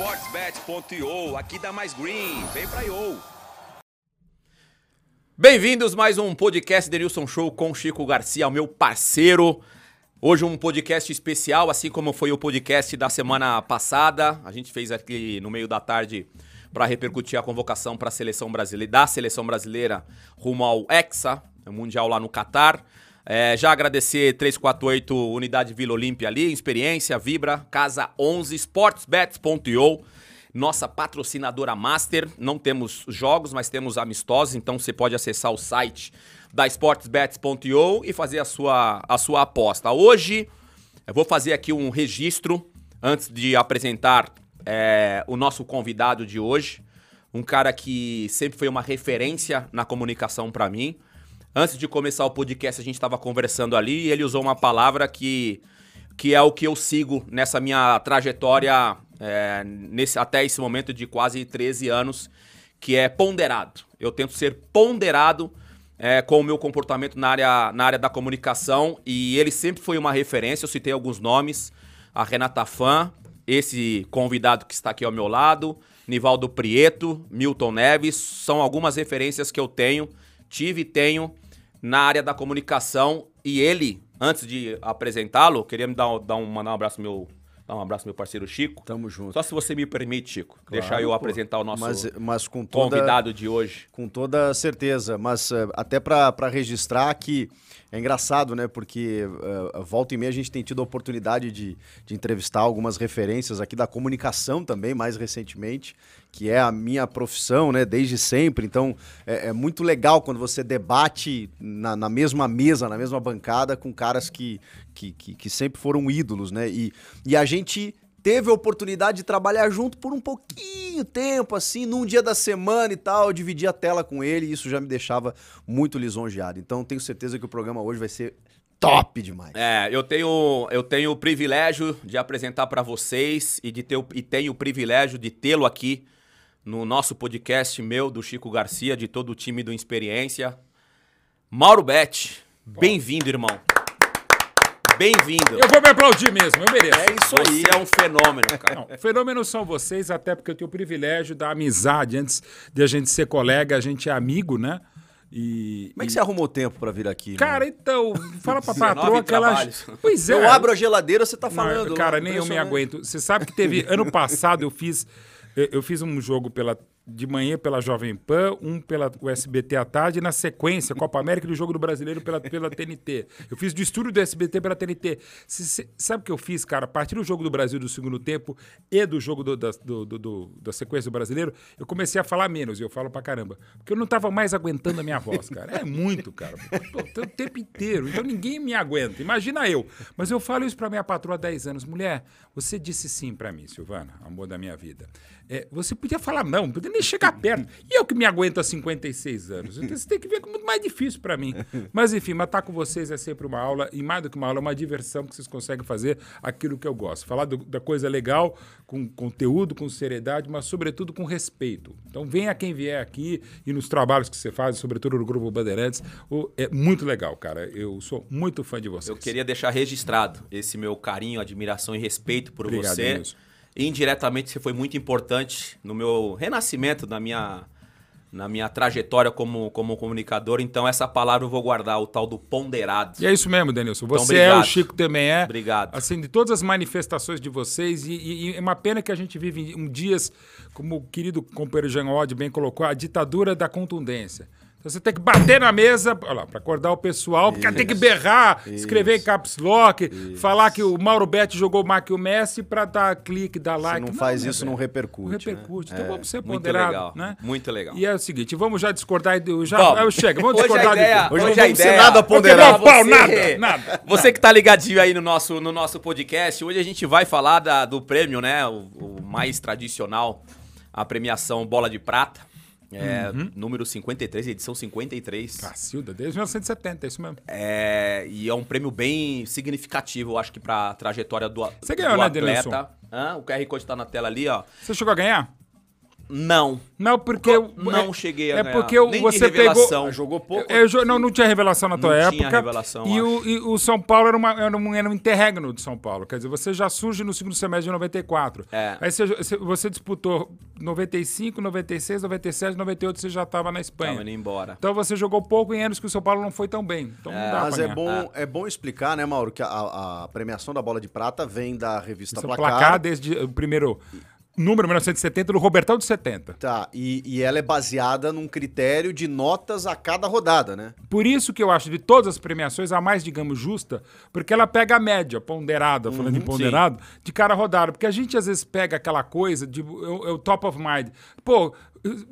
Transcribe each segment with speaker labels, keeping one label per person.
Speaker 1: Sportsbet.io, aqui dá mais green, vem pra IO.
Speaker 2: Bem-vindos mais um podcast Denilson Show com Chico Garcia, meu parceiro. Hoje um podcast especial, assim como foi o podcast da semana passada. A gente fez aqui no meio da tarde para repercutir a convocação para a seleção brasileira, da seleção brasileira rumo ao Hexa, mundial lá no Catar. É, já agradecer 348 Unidade Vila Olímpia ali, Experiência, Vibra, Casa 11, sportsbets.io, nossa patrocinadora master. Não temos jogos, mas temos amistosos, então você pode acessar o site da sportsbets.io e fazer a sua, a sua aposta. Hoje eu vou fazer aqui um registro antes de apresentar é, o nosso convidado de hoje, um cara que sempre foi uma referência na comunicação para mim. Antes de começar o podcast, a gente estava conversando ali e ele usou uma palavra que, que é o que eu sigo nessa minha trajetória é, nesse, até esse momento de quase 13 anos, que é ponderado. Eu tento ser ponderado é, com o meu comportamento na área, na área da comunicação e ele sempre foi uma referência. Eu citei alguns nomes: a Renata Fã, esse convidado que está aqui ao meu lado, Nivaldo Prieto, Milton Neves, são algumas referências que eu tenho, tive e tenho na área da comunicação. E ele, antes de apresentá-lo, queria me dar, dar um, mandar um abraço meu, dar um abraço meu parceiro Chico.
Speaker 3: Tamo junto.
Speaker 2: Só se você me permite, Chico, deixar eu
Speaker 3: Então, pô.
Speaker 2: apresentar o nosso
Speaker 3: Mas, mas com toda,
Speaker 2: convidado de hoje.
Speaker 3: Com toda certeza. Mas eh, até para registrar que é engraçado, né? Porque eh, volta e meia a gente tem tido a oportunidade de, de entrevistar algumas referências aqui da comunicação também, mais recentemente, que é a minha profissão, né? Desde sempre. Então é, é muito legal quando você debate na, na mesma mesa, na mesma bancada, com caras que, que, que, que sempre foram ídolos, né? E, e a gente teve a oportunidade de trabalhar junto por um pouquinho tempo, assim, num dia da semana e tal. Eu dividi a tela com ele e isso já me deixava muito lisonjeado. Então tenho certeza que o programa hoje vai ser top demais.
Speaker 2: É, eu tenho, eu tenho o privilégio de apresentar para vocês e, de ter, o- e tenho o privilégio de tê-lo aqui no nosso podcast meu, do Chico Garcia, de todo o time do Experiência. Mauro Betti, bem-vindo, irmão. Bem-vindo.
Speaker 4: Eu vou me aplaudir mesmo, eu mereço.
Speaker 2: É isso aí. Você é um fenômeno, cara.
Speaker 4: Não, fenômenos são vocês, até porque eu tenho o privilégio da amizade. Antes de a gente ser colega, a gente é amigo, né? E.
Speaker 3: Como é que você arrumou tempo pra vir aqui?
Speaker 4: Cara, então, fala pra
Speaker 2: 19
Speaker 4: patroa que ela.
Speaker 2: trabalhos.
Speaker 4: Pois é.
Speaker 3: eu abro a geladeira, você tá
Speaker 4: Não,
Speaker 3: falando.
Speaker 4: Cara, nem eu me aguento. Você sabe que teve. ano passado eu fiz. eu- Eu fiz um jogo pela, de manhã pela Jovem Pan, um pela SBT à tarde, e na sequência, Copa América e o Jogo do Brasileiro pela, pela TNT. Eu fiz do estúdio do SBT pela TNT. Se- se- sabe o que eu fiz, cara? A partir do Jogo do Brasil do segundo tempo e do jogo do- da, do- do- do- da sequência do brasileiro, eu comecei a falar menos, e eu falo pra caramba. Porque eu não tava mais aguentando a minha voz, cara. É muito, cara. Pô, tô o tempo inteiro. Então ninguém me aguenta. Imagina eu. Mas eu falo isso pra minha patroa há 10 anos. Mulher, você disse sim pra mim, Silvana, amor da minha vida. É, você podia falar não, não podia nem chegar perto. E eu que me aguento há 56 anos. Então você tem que ver como é muito mais difícil pra mim. Mas enfim, matar com vocês é sempre uma aula. E mais do que uma aula, é uma diversão que vocês conseguem fazer aquilo que eu gosto. Falar do- da coisa legal, com conteúdo, com seriedade, mas sobretudo com respeito. Então venha quem vier aqui e nos trabalhos que você faz, sobretudo no Grupo Bandeirantes. o- é muito legal, cara. Eu sou muito fã de vocês.
Speaker 2: Eu queria deixar registrado esse meu carinho, admiração e respeito por
Speaker 4: Obrigado,
Speaker 2: você.
Speaker 4: Nilson.
Speaker 2: Indiretamente, você foi muito importante no meu renascimento, na minha, na minha trajetória como, como comunicador. Então, essa palavra eu vou guardar, o tal do ponderado.
Speaker 4: E é isso mesmo, Denilson.
Speaker 3: Então,
Speaker 4: Você é,
Speaker 2: obrigado.
Speaker 4: o Chico também é.
Speaker 2: Obrigado.
Speaker 4: Assim, de todas as manifestações de vocês, e, e- e é uma pena que a gente vive em um dias, como o querido companheiro Jean Oddi bem colocou, a ditadura da contundência. Então você tem que bater na mesa para acordar o pessoal, porque tem que berrar, escrever em caps lock, falar que o Mauro Betti jogou mais que o Messi para dar clique, dar
Speaker 3: Se
Speaker 4: like.
Speaker 3: não faz
Speaker 4: né,
Speaker 3: isso,
Speaker 4: velho?
Speaker 3: não repercute.
Speaker 4: Não repercute. Então vamos ser
Speaker 2: É, muito
Speaker 4: ponderado,
Speaker 2: legal,
Speaker 4: né?
Speaker 2: muito legal.
Speaker 4: E é o seguinte, vamos já discordar. Eu já,
Speaker 2: Vamos.
Speaker 4: eu chego, Tá, vamos
Speaker 2: Hoje a
Speaker 4: discordar de
Speaker 2: ideia-
Speaker 4: tudo.
Speaker 3: Hoje não
Speaker 2: a
Speaker 3: vamos ser
Speaker 2: ideia-
Speaker 3: nada
Speaker 2: Vou quebrar
Speaker 4: ponderado.
Speaker 2: o
Speaker 4: Nada, nada,
Speaker 2: Você que tá ligadinho aí no nosso, no nosso podcast, hoje a gente vai falar da- do prêmio, né? O, o mais tradicional, a premiação Bola de Prata. É,
Speaker 4: Uhum.
Speaker 2: Número 53, edição 53.
Speaker 4: Cacilda, desde 1970, é isso mesmo.
Speaker 2: É, e é um prêmio bem significativo, eu acho que pra trajetória do, a-
Speaker 4: Você ganhou,
Speaker 2: do
Speaker 4: né,
Speaker 2: atleta.
Speaker 4: Denilson?
Speaker 2: Hã? O QR Code tá na tela ali, ó.
Speaker 4: Você chegou a ganhar?
Speaker 2: Não.
Speaker 4: Não, porque eu
Speaker 2: Não cheguei a
Speaker 4: É
Speaker 2: ganhar.
Speaker 4: porque eu-
Speaker 2: Nem de
Speaker 4: você
Speaker 2: revelação.
Speaker 4: pegou.
Speaker 3: Jogou pouco.
Speaker 4: Eu jo- não, não tinha revelação na tua
Speaker 2: Não
Speaker 4: época.
Speaker 2: tinha revelação,
Speaker 4: e,
Speaker 2: acho.
Speaker 4: o, e o São Paulo era, uma- era um, era um interregno de São Paulo. Quer dizer, você já surge no segundo semestre de 94.
Speaker 2: É.
Speaker 4: Aí você, você- você disputou 95, 96, 97, 98, você já estava na Espanha.
Speaker 2: Tava indo embora.
Speaker 4: Então você jogou pouco em anos que o São Paulo não foi tão bem. Então não dá
Speaker 3: Mas
Speaker 4: pra
Speaker 3: é
Speaker 4: ganhar.
Speaker 3: bom, é bom explicar, né, Mauro, que a, a premiação da bola de prata vem da revista
Speaker 4: Esse
Speaker 3: tá Placar.
Speaker 4: placar, desde o primeiro número, 1970, do Robertão de 70.
Speaker 3: Tá, e, e ela é baseada num critério de notas a cada rodada, né?
Speaker 4: Por isso que eu acho de todas as premiações a mais, digamos, justa, porque ela pega a média, ponderada, falando
Speaker 3: Uhum,
Speaker 4: em ponderado, de cara rodada. Porque a gente às vezes pega aquela coisa de eu, eu top of mind. Pô,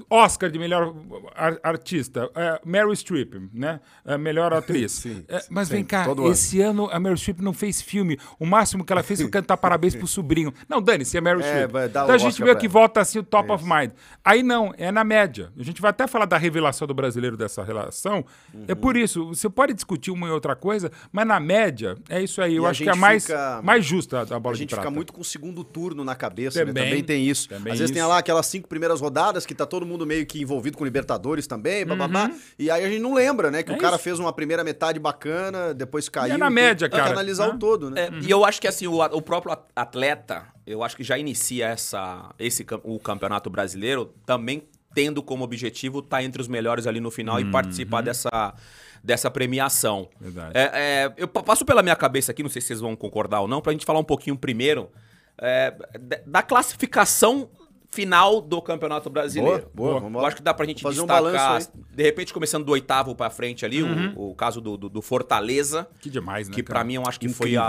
Speaker 4: Oscar de melhor ar- artista, é, Meryl Streep, né? É, melhor atriz. É, mas vem cá,
Speaker 3: todo ano.
Speaker 4: esse ano a Meryl Streep não fez filme. O máximo que ela fez foi cantar parabéns pro sobrinho. Não, dane-se, é Meryl
Speaker 3: É,
Speaker 4: Streep.
Speaker 3: vai dar
Speaker 4: Então a
Speaker 3: o
Speaker 4: gente
Speaker 3: Oscar
Speaker 4: meio
Speaker 3: pra
Speaker 4: que
Speaker 3: ela.
Speaker 4: volta assim o top of mind. Aí não, é na média. A gente vai até falar da revelação do brasileiro dessa relação. É
Speaker 3: Uhum.
Speaker 4: por isso, você pode discutir uma e outra coisa, mas na média, é isso aí. Eu
Speaker 3: E a
Speaker 4: acho que é a
Speaker 3: gente
Speaker 4: mais,
Speaker 3: fica-
Speaker 4: mais justa a bola
Speaker 3: A gente
Speaker 4: de
Speaker 3: fica
Speaker 4: prata.
Speaker 3: muito com o segundo turno na cabeça, também,
Speaker 4: Também,
Speaker 3: né? Também tem isso.
Speaker 4: também
Speaker 3: Às vezes tem
Speaker 4: isso.
Speaker 3: lá aquelas cinco primeiras rodadas que tá todo mundo meio que envolvido com Libertadores também, bababá.
Speaker 4: Uhum.
Speaker 3: E aí a gente não lembra,
Speaker 4: É
Speaker 3: né? Que o cara fez uma primeira metade bacana, depois caiu.
Speaker 4: na
Speaker 3: tem-
Speaker 4: média,
Speaker 3: Tem que
Speaker 4: cara,
Speaker 3: analisar
Speaker 4: né?
Speaker 3: o todo, né?
Speaker 2: É, E eu acho que assim, o, a- o próprio at- atleta, eu acho que já inicia essa, esse, cam- o campeonato brasileiro também tendo como objetivo estar entre os melhores ali no final e participar dessa, dessa premiação.
Speaker 4: Uhum. Verdade.
Speaker 2: É, é, eu pa- passo pela minha cabeça aqui, não sei se vocês vão concordar ou não, pra gente falar um pouquinho primeiro é, da- da classificação final do Campeonato Brasileiro.
Speaker 3: boa, vamos
Speaker 2: Eu
Speaker 3: lá.
Speaker 2: acho que dá pra gente
Speaker 3: Fazer um
Speaker 2: destacar,
Speaker 3: balanço
Speaker 2: de repente começando do oitavo pra frente ali, o- o, caso do, do- do Fortaleza.
Speaker 4: Uhum. Que demais, né?
Speaker 2: Que
Speaker 4: cara?
Speaker 2: pra mim eu acho que foi a,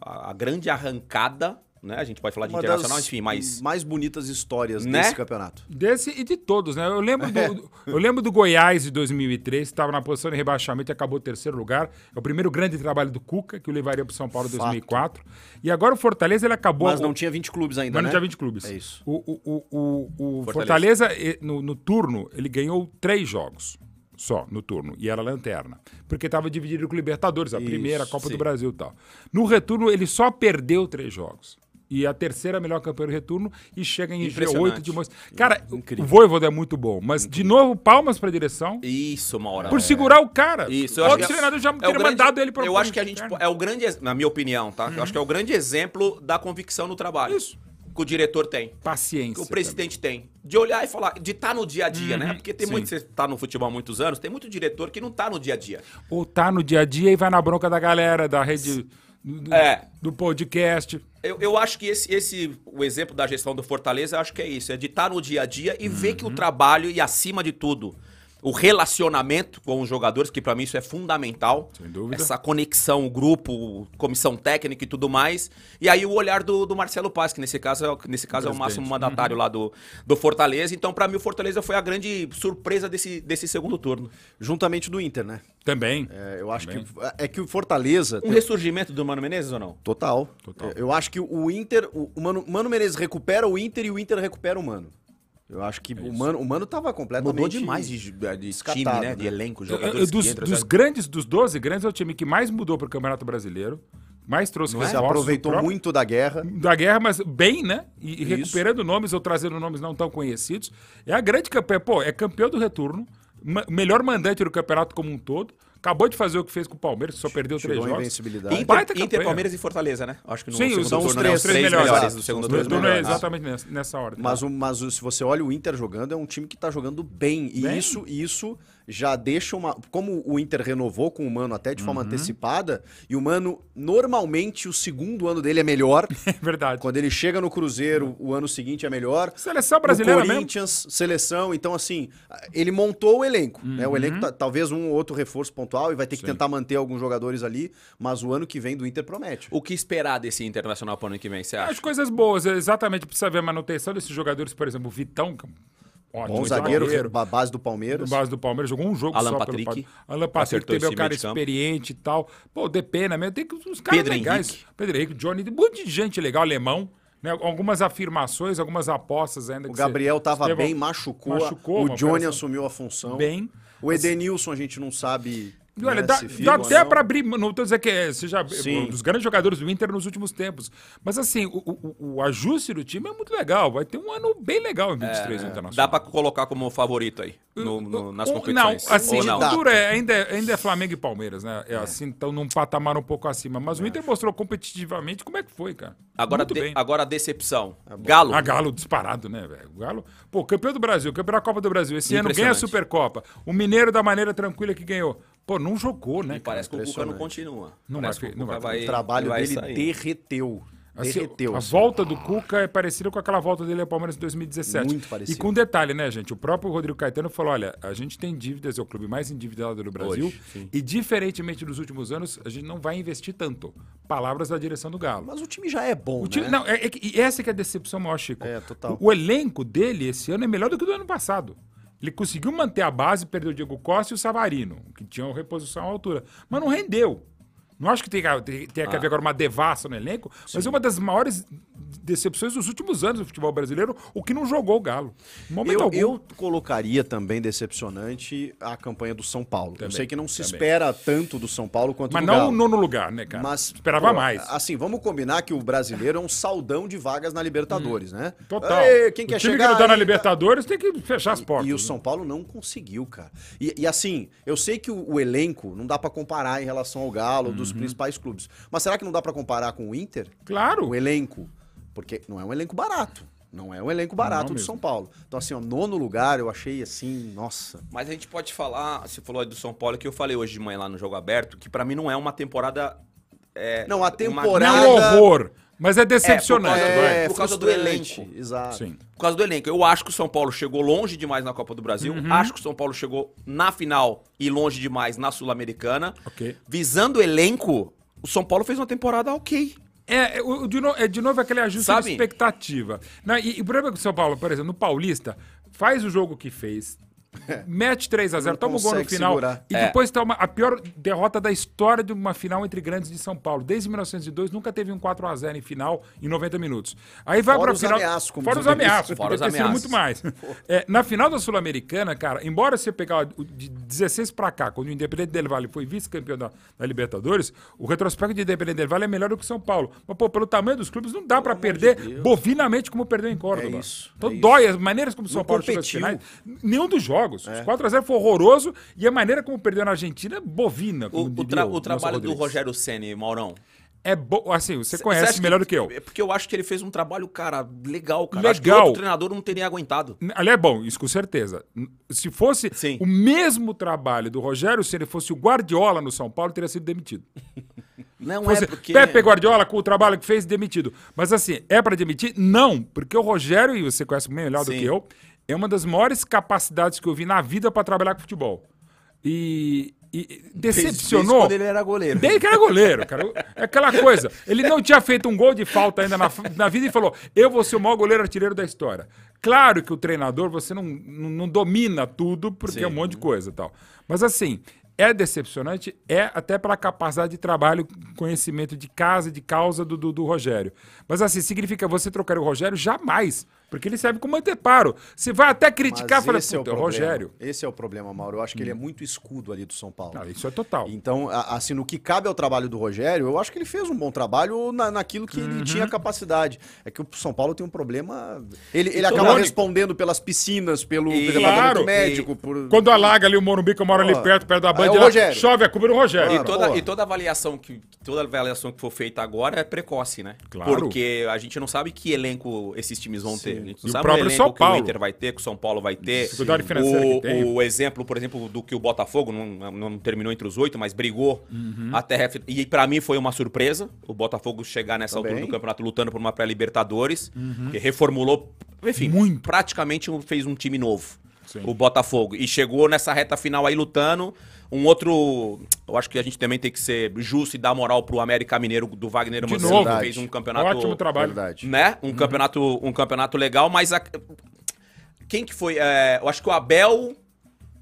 Speaker 2: a- a grande arrancada, né? A gente pode falar de
Speaker 3: Uma
Speaker 2: internacional,
Speaker 3: das
Speaker 2: enfim, mas.
Speaker 3: mais bonitas histórias
Speaker 2: Né?
Speaker 3: desse campeonato.
Speaker 4: Desse e de todos, né? Eu lembro
Speaker 3: É.
Speaker 4: do, eu lembro do Goiás de 2003, estava na posição de rebaixamento e acabou terceiro lugar. É o primeiro grande trabalho do Cuca, que o levaria para São Paulo em 2004. E agora o Fortaleza, ele acabou...
Speaker 3: Mas não
Speaker 4: o-
Speaker 3: tinha 20 clubes ainda,
Speaker 4: Mas não
Speaker 3: né?
Speaker 4: tinha 20 clubes.
Speaker 3: É isso.
Speaker 4: O, o- o- o- o Fortaleza, eh, no, no turno, ele ganhou três jogos só no turno e era lanterna. Porque estava dividido com o Libertadores, a primeira, a Copa do Brasil e tal. No retorno, ele só perdeu três jogos. E a terceira melhor campeã do retorno e chega em G8 de Moisés. Cara, o Voivoda é muito bom, mas de novo, palmas para a direção
Speaker 2: Isso, uma hora. né?
Speaker 4: por segurar o cara.
Speaker 2: Isso,
Speaker 4: Outro
Speaker 2: que-
Speaker 4: treinador já
Speaker 2: é o
Speaker 4: teria
Speaker 2: grande-
Speaker 4: mandado ele um para
Speaker 2: Eu acho que a gente. po- É o grande. ex- Na minha opinião, tá? Eu acho que é o grande exemplo da convicção no trabalho.
Speaker 4: Isso.
Speaker 2: Que o diretor tem. que
Speaker 4: Paciência.
Speaker 2: o presidente tem. De olhar e falar, de estar no dia a dia, né? Porque tem
Speaker 4: Uhum. sim.
Speaker 2: muito. Você tá no futebol há muitos anos, tem muito diretor que não tá no dia a dia.
Speaker 4: Ou tá no dia a dia e vai na bronca da galera, da rede. Do,
Speaker 2: É.
Speaker 4: do podcast.
Speaker 2: Eu, eu acho que esse, esse- o exemplo da gestão do Fortaleza, eu acho que é isso. É de estar no dia a dia e ver que o trabalho e, acima de tudo, o relacionamento com os jogadores, que pra mim isso é fundamental.
Speaker 4: Sem dúvida.
Speaker 2: Essa conexão, o grupo, comissão técnica e tudo mais. E aí o olhar do, do Marcelo Paz, que nesse caso, é o- nesse caso é o máximo mandatário lá do, do Fortaleza. Então, pra mim, o Fortaleza foi a grande surpresa desse, desse segundo turno.
Speaker 3: Juntamente do Inter, né?
Speaker 4: Também.
Speaker 3: É, eu acho que. É que o Fortaleza.
Speaker 2: Um ressurgimento do Mano Menezes ou não?
Speaker 3: Total. Eu- Eu acho que o Inter. O o Mano, Mano Menezes recupera o Inter e o Inter recupera o Mano. Eu acho que o, Mano, o Mano tava completamente.
Speaker 2: Mudou demais de, de time,
Speaker 3: Catado,
Speaker 2: né?
Speaker 3: né?
Speaker 2: De elenco,
Speaker 4: Eu- eu-
Speaker 2: jogadores que
Speaker 4: dos
Speaker 2: entram,
Speaker 4: dos
Speaker 2: sabe?
Speaker 4: grandes, dos 12 grandes, é o time que mais mudou pro Campeonato Brasileiro. Mais trouxe
Speaker 3: Se
Speaker 2: né?
Speaker 4: reforços do
Speaker 3: aproveitou
Speaker 4: próprio-
Speaker 3: muito da guerra.
Speaker 4: da guerra, mas bem, né? E, e recuperando nomes ou trazendo nomes não tão conhecidos. É a grande campeã. Pô, é campeão do retorno, ma- melhor mandante do campeonato como um todo. Acabou de fazer o que fez com o Palmeiras, que só perdeu
Speaker 3: Tirou
Speaker 4: três
Speaker 3: a
Speaker 4: jogos.
Speaker 3: invencibilidade.
Speaker 4: Um
Speaker 2: Inter,
Speaker 4: baita
Speaker 2: Inter,
Speaker 4: campanha.
Speaker 2: Palmeiras e Fortaleza, né? Acho que no
Speaker 4: Sim,
Speaker 2: segundo
Speaker 4: são os
Speaker 2: turno
Speaker 3: três-
Speaker 2: é os três,
Speaker 3: três
Speaker 2: melhores,
Speaker 3: melhores.
Speaker 2: do segundo
Speaker 3: São os
Speaker 4: O
Speaker 2: turno. né?
Speaker 3: três
Speaker 4: retorno é
Speaker 3: melhores.
Speaker 4: exatamente nessa, nessa ordem.
Speaker 3: Mas, o- mas o- se você olha o Inter jogando, é um time que tá jogando bem. E
Speaker 4: Bem.
Speaker 3: isso isso já deixa uma. Como o Inter renovou com o Mano até de forma antecipada, e o Mano, normalmente, o segundo ano dele é melhor.
Speaker 4: É verdade.
Speaker 3: Quando ele chega no Cruzeiro, o ano seguinte é melhor.
Speaker 4: Seleção brasileira
Speaker 3: no
Speaker 4: mesmo.
Speaker 3: Corinthians, seleção. Então, assim, ele montou o elenco. Né?
Speaker 4: Uhum.
Speaker 3: O elenco, tá- talvez um ou outro reforço pontual e vai ter que tentar manter alguns jogadores ali. Mas o ano que vem do Inter promete.
Speaker 2: O que esperar desse Internacional para o ano que vem, você
Speaker 4: As
Speaker 2: acha?
Speaker 4: coisas boas, exatamente. Precisa ver a manutenção desses jogadores, por exemplo, o Vitão, que é um ótimo
Speaker 3: Bom zagueiro, a base do
Speaker 4: do
Speaker 3: Palmeiras.
Speaker 4: base do Palmeiras, jogou um jogo
Speaker 2: Alan
Speaker 4: só
Speaker 2: Patrick.
Speaker 4: pelo Palmeiras. Alan Patrick
Speaker 2: Acertou
Speaker 4: teve
Speaker 2: esse
Speaker 4: um cara
Speaker 2: meio de campo.
Speaker 4: experiente e tal. Pô, Depena mesmo, tem que- uns caras
Speaker 2: Pedro
Speaker 4: legais.
Speaker 2: Henrique.
Speaker 4: Pedro Henrique, Johnny, um monte de gente legal, alemão. né? Algumas afirmações, algumas apostas ainda.
Speaker 3: O
Speaker 4: que
Speaker 3: Gabriel
Speaker 4: você-
Speaker 3: tava
Speaker 4: Estevão
Speaker 3: bem, machucou.
Speaker 4: machucou,
Speaker 3: o
Speaker 4: uma
Speaker 3: Johnny
Speaker 4: operação.
Speaker 3: assumiu a função.
Speaker 4: Bem.
Speaker 3: O Edenilson, a gente não sabe né,
Speaker 4: E olha, dá,
Speaker 3: Messi,
Speaker 4: dá
Speaker 3: Figo,
Speaker 4: até
Speaker 3: não.
Speaker 4: para abrir. Não estou dizendo que é- seja
Speaker 3: Sim.
Speaker 4: um dos grandes jogadores do Inter nos últimos tempos. Mas assim, o, o- o ajuste do time é muito legal. Vai ter um ano bem legal em 23 no Internacional.
Speaker 2: É, Dá pra colocar como favorito aí no- no- nas
Speaker 4: Ou-
Speaker 2: competições.
Speaker 4: Não, assim,
Speaker 2: Ou
Speaker 4: o
Speaker 2: não?
Speaker 4: futuro é, ainda, é- ainda é Flamengo e Palmeiras, né? É, assim, então num patamar um pouco acima. Mas o Inter mostrou competitivamente como é que foi, cara.
Speaker 2: É. Agora,
Speaker 4: Muito
Speaker 2: de-
Speaker 4: bem. Ah,
Speaker 2: agora a decepção.
Speaker 3: Tá
Speaker 2: Galo.
Speaker 4: A Galo disparado, né, velho? O Galo. Pô, campeão do Brasil, campeão da Copa do Brasil. Esse ano ganha a
Speaker 2: Impressionante.
Speaker 4: Supercopa. O Mineiro da maneira tranquila que ganhou. Pô, não jogou, né?
Speaker 2: E parece que o Cuca não
Speaker 3: impressionante.
Speaker 2: continua.
Speaker 4: Não
Speaker 2: parece
Speaker 4: vai-
Speaker 2: que
Speaker 4: não vai-
Speaker 3: O trabalho
Speaker 2: vai
Speaker 3: dele
Speaker 2: sair.
Speaker 3: derreteu.
Speaker 4: Assim,
Speaker 3: derreteu.
Speaker 4: A volta do Cuca é parecida com aquela volta dele ao Palmeiras em 2017.
Speaker 3: Muito parecido.
Speaker 4: E com um detalhe, né, gente? O próprio Rodrigo Caetano falou: olha, a gente tem dívidas, é o clube mais endividado do Brasil. e diferentemente dos últimos anos, a gente não vai investir tanto. Palavras da direção do Galo.
Speaker 3: Mas o time já é bom,
Speaker 4: O time-
Speaker 3: né?
Speaker 4: Não, é, é que- e essa que é a decepção maior, Chico.
Speaker 3: É, total.
Speaker 4: O, o elenco dele esse ano é melhor do que o do ano passado. Ele conseguiu manter a base, perdeu o Diego Costa e o Savarino, que tinham reposição à altura. Mas não rendeu. Não acho que tenha, tenha, tenha
Speaker 3: Ah.
Speaker 4: que haver agora uma devassa no elenco, mas é uma das maiores decepções dos últimos anos do futebol brasileiro, o que não jogou o Galo. Em Momento
Speaker 3: Eu,
Speaker 4: algum.
Speaker 3: eu colocaria também decepcionante a campanha do São Paulo. eu
Speaker 4: Também,
Speaker 3: sei que não se
Speaker 4: também.
Speaker 3: espera tanto do São Paulo quanto
Speaker 4: mas
Speaker 3: do
Speaker 4: não
Speaker 3: Galo.
Speaker 4: o nono lugar, né, cara?
Speaker 3: Mas,
Speaker 4: Esperava
Speaker 3: pô,
Speaker 4: mais.
Speaker 3: Assim, vamos combinar que o brasileiro é um saldão de vagas na Libertadores, né?
Speaker 4: Hum, Total.
Speaker 3: Ei, quem
Speaker 4: o
Speaker 3: quer
Speaker 4: time
Speaker 3: chegar
Speaker 4: que não tá na
Speaker 3: aí, tá-
Speaker 4: Libertadores tem que fechar as portas.
Speaker 3: E o
Speaker 4: né?
Speaker 3: São Paulo não conseguiu, cara. E, e assim, eu sei que o, o elenco não dá pra comparar em relação ao Galo,
Speaker 4: Uhum.
Speaker 3: dos principais clubes. Mas será que não dá pra comparar com o Inter?
Speaker 4: Claro.
Speaker 3: O elenco. Porque não é um elenco barato. Não é um elenco barato
Speaker 4: Não
Speaker 3: do
Speaker 4: mesmo.
Speaker 3: São Paulo. Então, assim, ó, nono lugar, eu achei assim, nossa.
Speaker 2: Mas a gente pode falar, você falou aí do São Paulo, que eu falei hoje de manhã lá no Jogo Aberto, que pra mim não é uma temporada... é,
Speaker 3: Não, a
Speaker 2: uma-
Speaker 3: temporada-
Speaker 4: Não
Speaker 3: Nada-
Speaker 4: é horror, mas é decepcionante.
Speaker 2: É,
Speaker 4: vai.
Speaker 2: por causa do
Speaker 3: frustrante,
Speaker 2: elenco.
Speaker 3: Exato.
Speaker 4: Sim.
Speaker 2: Por causa do elenco. Eu acho que o São Paulo chegou longe demais na Copa do Brasil.
Speaker 4: Uhum.
Speaker 2: Acho que o São Paulo chegou na final e longe demais na Sul-Americana.
Speaker 4: Ok.
Speaker 2: Visando o elenco, o São Paulo fez uma temporada ok.
Speaker 4: É, é, o- o de, no- é de novo aquele ajuste
Speaker 2: Sabe?
Speaker 4: de expectativa. Não, e, e o problema é que o São Paulo, por exemplo, no Paulista, faz o jogo que fez, mete 3x0,
Speaker 3: Não
Speaker 4: toma o gol no
Speaker 3: consegue
Speaker 4: final
Speaker 3: segurar. É.
Speaker 4: e depois toma a pior derrota da história de uma final entre grandes de São Paulo. Desde 1902 nunca teve um 4x0 em final em 90 minutos. Aí vai
Speaker 3: Fora
Speaker 4: pra
Speaker 3: os
Speaker 4: final.
Speaker 3: ameaços, como
Speaker 4: fora
Speaker 3: diz
Speaker 4: os
Speaker 3: o Denilson.
Speaker 4: ameaços,
Speaker 2: Fora
Speaker 4: podia
Speaker 2: os
Speaker 4: ter sido
Speaker 2: ameaços.
Speaker 4: muito mais. É, na final da Sul-Americana, cara, embora você pegar o de 16 pra cá, quando o Independente Del Valle foi vice-campeão da, da Libertadores, o retrospecto de Independente Del Valle é melhor do que o São Paulo. Mas, pô, pelo tamanho dos clubes, não dá pra perder bovinamente como perdeu em Córdoba.
Speaker 3: É isso,
Speaker 4: então
Speaker 3: é isso.
Speaker 4: dói as maneiras como o São
Speaker 3: Não
Speaker 4: Paulo chegou às
Speaker 3: competiu.
Speaker 4: finais. Nenhum dos jogos. Os 4x0 foi horroroso e a maneira como perdeu na Argentina é bovina.
Speaker 2: O,
Speaker 4: como
Speaker 2: o
Speaker 4: diria
Speaker 2: tra- o
Speaker 4: Nelson
Speaker 2: trabalho
Speaker 4: Rodrigues.
Speaker 2: do Rogério Ceni, Maurão.
Speaker 4: É bo... Assim, você
Speaker 2: Você
Speaker 4: conhece
Speaker 2: acha
Speaker 4: melhor do que eu.
Speaker 2: É porque eu acho que ele fez um trabalho, cara, legal, cara. Acho que
Speaker 4: Legal.
Speaker 2: outro treinador não teria aguentado.
Speaker 4: Ali é bom, isso com certeza. N- Se fosse
Speaker 2: Sim.
Speaker 4: o mesmo trabalho do Rogério, se ele fosse o Guardiola no São Paulo, teria sido demitido.
Speaker 2: Não
Speaker 4: Fosse
Speaker 2: é porque...
Speaker 4: Pepe Guardiola, com o trabalho que fez, demitido. Mas assim, é para demitir? Não, porque o Rogério, e você conhece bem melhor
Speaker 2: Sim.
Speaker 4: do que eu, é uma das maiores capacidades que eu vi na vida para trabalhar com futebol. E, e decepcionou.
Speaker 2: quando ele era goleiro.
Speaker 4: Desde que era goleiro, cara. É aquela coisa. Ele não tinha feito um gol de falta ainda na, na vida e falou: eu vou ser o maior goleiro artilheiro da história. Claro que o treinador, você não, não, não domina tudo, porque é um monte de coisa e tal. Mas assim, é decepcionante, é até pela capacidade de trabalho, conhecimento de casa, de causa do, do, do Rogério. Mas assim, significa você trocar o Rogério jamais. Porque ele serve como um anteparo. Você vai até criticar e fala,
Speaker 3: esse é o
Speaker 4: puta, é o
Speaker 3: problema.
Speaker 4: Rogério.
Speaker 3: Esse é o problema, Mauro. Eu acho que ele é muito escudo ali do São Paulo.
Speaker 4: Não, isso é total.
Speaker 3: Então, a- assim, no que cabe ao trabalho do Rogério, eu acho que ele fez um bom trabalho na, naquilo que
Speaker 4: Uhum.
Speaker 3: ele tinha capacidade. É que o São Paulo tem um problema. Ele, ele acaba
Speaker 4: Crônico.
Speaker 3: respondendo pelas piscinas, pelo
Speaker 2: E-
Speaker 3: departamento
Speaker 4: Claro.
Speaker 3: médico. por-
Speaker 4: Quando alaga ali o Morumbi, que eu moro ali
Speaker 3: Ó,
Speaker 4: perto, perto da
Speaker 3: aí
Speaker 4: Band,
Speaker 3: é o
Speaker 4: lá,
Speaker 3: Rogério.
Speaker 4: chove a culpa do Rogério.
Speaker 2: E
Speaker 3: Cara,
Speaker 2: toda,
Speaker 3: porra.
Speaker 2: e toda avaliação que toda avaliação que for feita agora é precoce, né?
Speaker 4: Claro.
Speaker 2: Porque a gente não sabe que elenco esses times vão ter. A gente não
Speaker 4: E o
Speaker 2: sabe
Speaker 4: próprio
Speaker 2: elenco
Speaker 4: São
Speaker 2: que
Speaker 4: Paulo.
Speaker 2: o Inter vai ter, que o São Paulo vai ter.
Speaker 4: Dificuldade financeira
Speaker 2: o,
Speaker 4: que tem.
Speaker 2: o exemplo, por exemplo, do que o Botafogo não, não terminou entre os oito, mas brigou
Speaker 4: Uhum.
Speaker 2: até ref- e pra mim foi uma surpresa o Botafogo chegar nessa
Speaker 3: Também.
Speaker 2: altura do campeonato lutando por uma pré-libertadores,
Speaker 4: Uhum.
Speaker 2: que reformulou, enfim,
Speaker 4: Muito.
Speaker 2: praticamente um- fez um time novo
Speaker 4: Sim.
Speaker 2: o Botafogo. E chegou nessa reta final aí lutando. Um outro. Eu acho que a gente também tem que ser justo e dar moral pro América Mineiro do Wagner
Speaker 4: De
Speaker 2: Mancini,
Speaker 4: novo.
Speaker 2: que fez um campeonato.
Speaker 4: Ótimo trabalho. Uhum.
Speaker 3: Verdade.
Speaker 2: Né? Um, campeonato, um campeonato legal, mas. a- Quem que foi? É, eu acho que o Abel.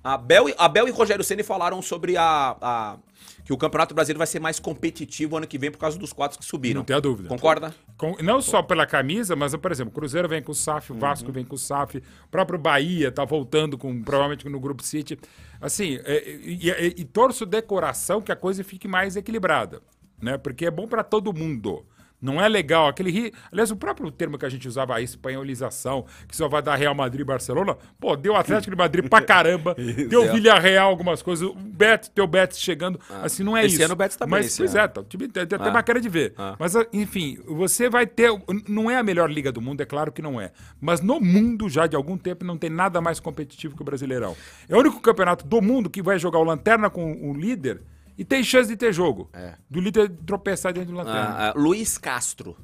Speaker 2: Abel, e- Abel e Rogério Ceni falaram sobre a, a, que o Campeonato Brasileiro vai ser mais competitivo ano que vem por causa dos quatro que subiram.
Speaker 4: Não tenho dúvida.
Speaker 2: Concorda?
Speaker 4: Com- não só pela camisa, mas, por exemplo, o Cruzeiro vem com o SAF, o
Speaker 2: Uhum.
Speaker 4: Vasco vem com o SAF, o próprio Bahia tá voltando com, provavelmente no Grupo City. Assim, é, e, e- e torço de coração que a coisa fique mais equilibrada, né? Porque é bom para todo mundo. Não é legal aquele ri. Aliás, o próprio termo que a gente usava aí, espanholização, que só vai dar Real Madrid e Barcelona, pô, deu Atlético de Madrid pra caramba,
Speaker 2: é.
Speaker 4: deu Villarreal algumas coisas, o Betis, teu Betis chegando. Assim, não é
Speaker 2: Esse
Speaker 4: isso.
Speaker 2: ano o Betis tá bem,
Speaker 4: Mas,
Speaker 2: esse
Speaker 4: pois
Speaker 2: ano.
Speaker 4: é, tá, o time tem
Speaker 2: Ah.
Speaker 4: tem até bacana de ver. Mas, ah, enfim, você vai ter. Não é a melhor liga do mundo, é claro que não é. Mas no mundo, já de algum tempo, não tem nada mais competitivo que o Brasileirão. É o único campeonato do mundo que vai jogar o Lanterna com o líder e tem chance de ter jogo. Do líder tropeçar dentro do Lanterna.
Speaker 2: É. Ah, ah, Luiz Castro.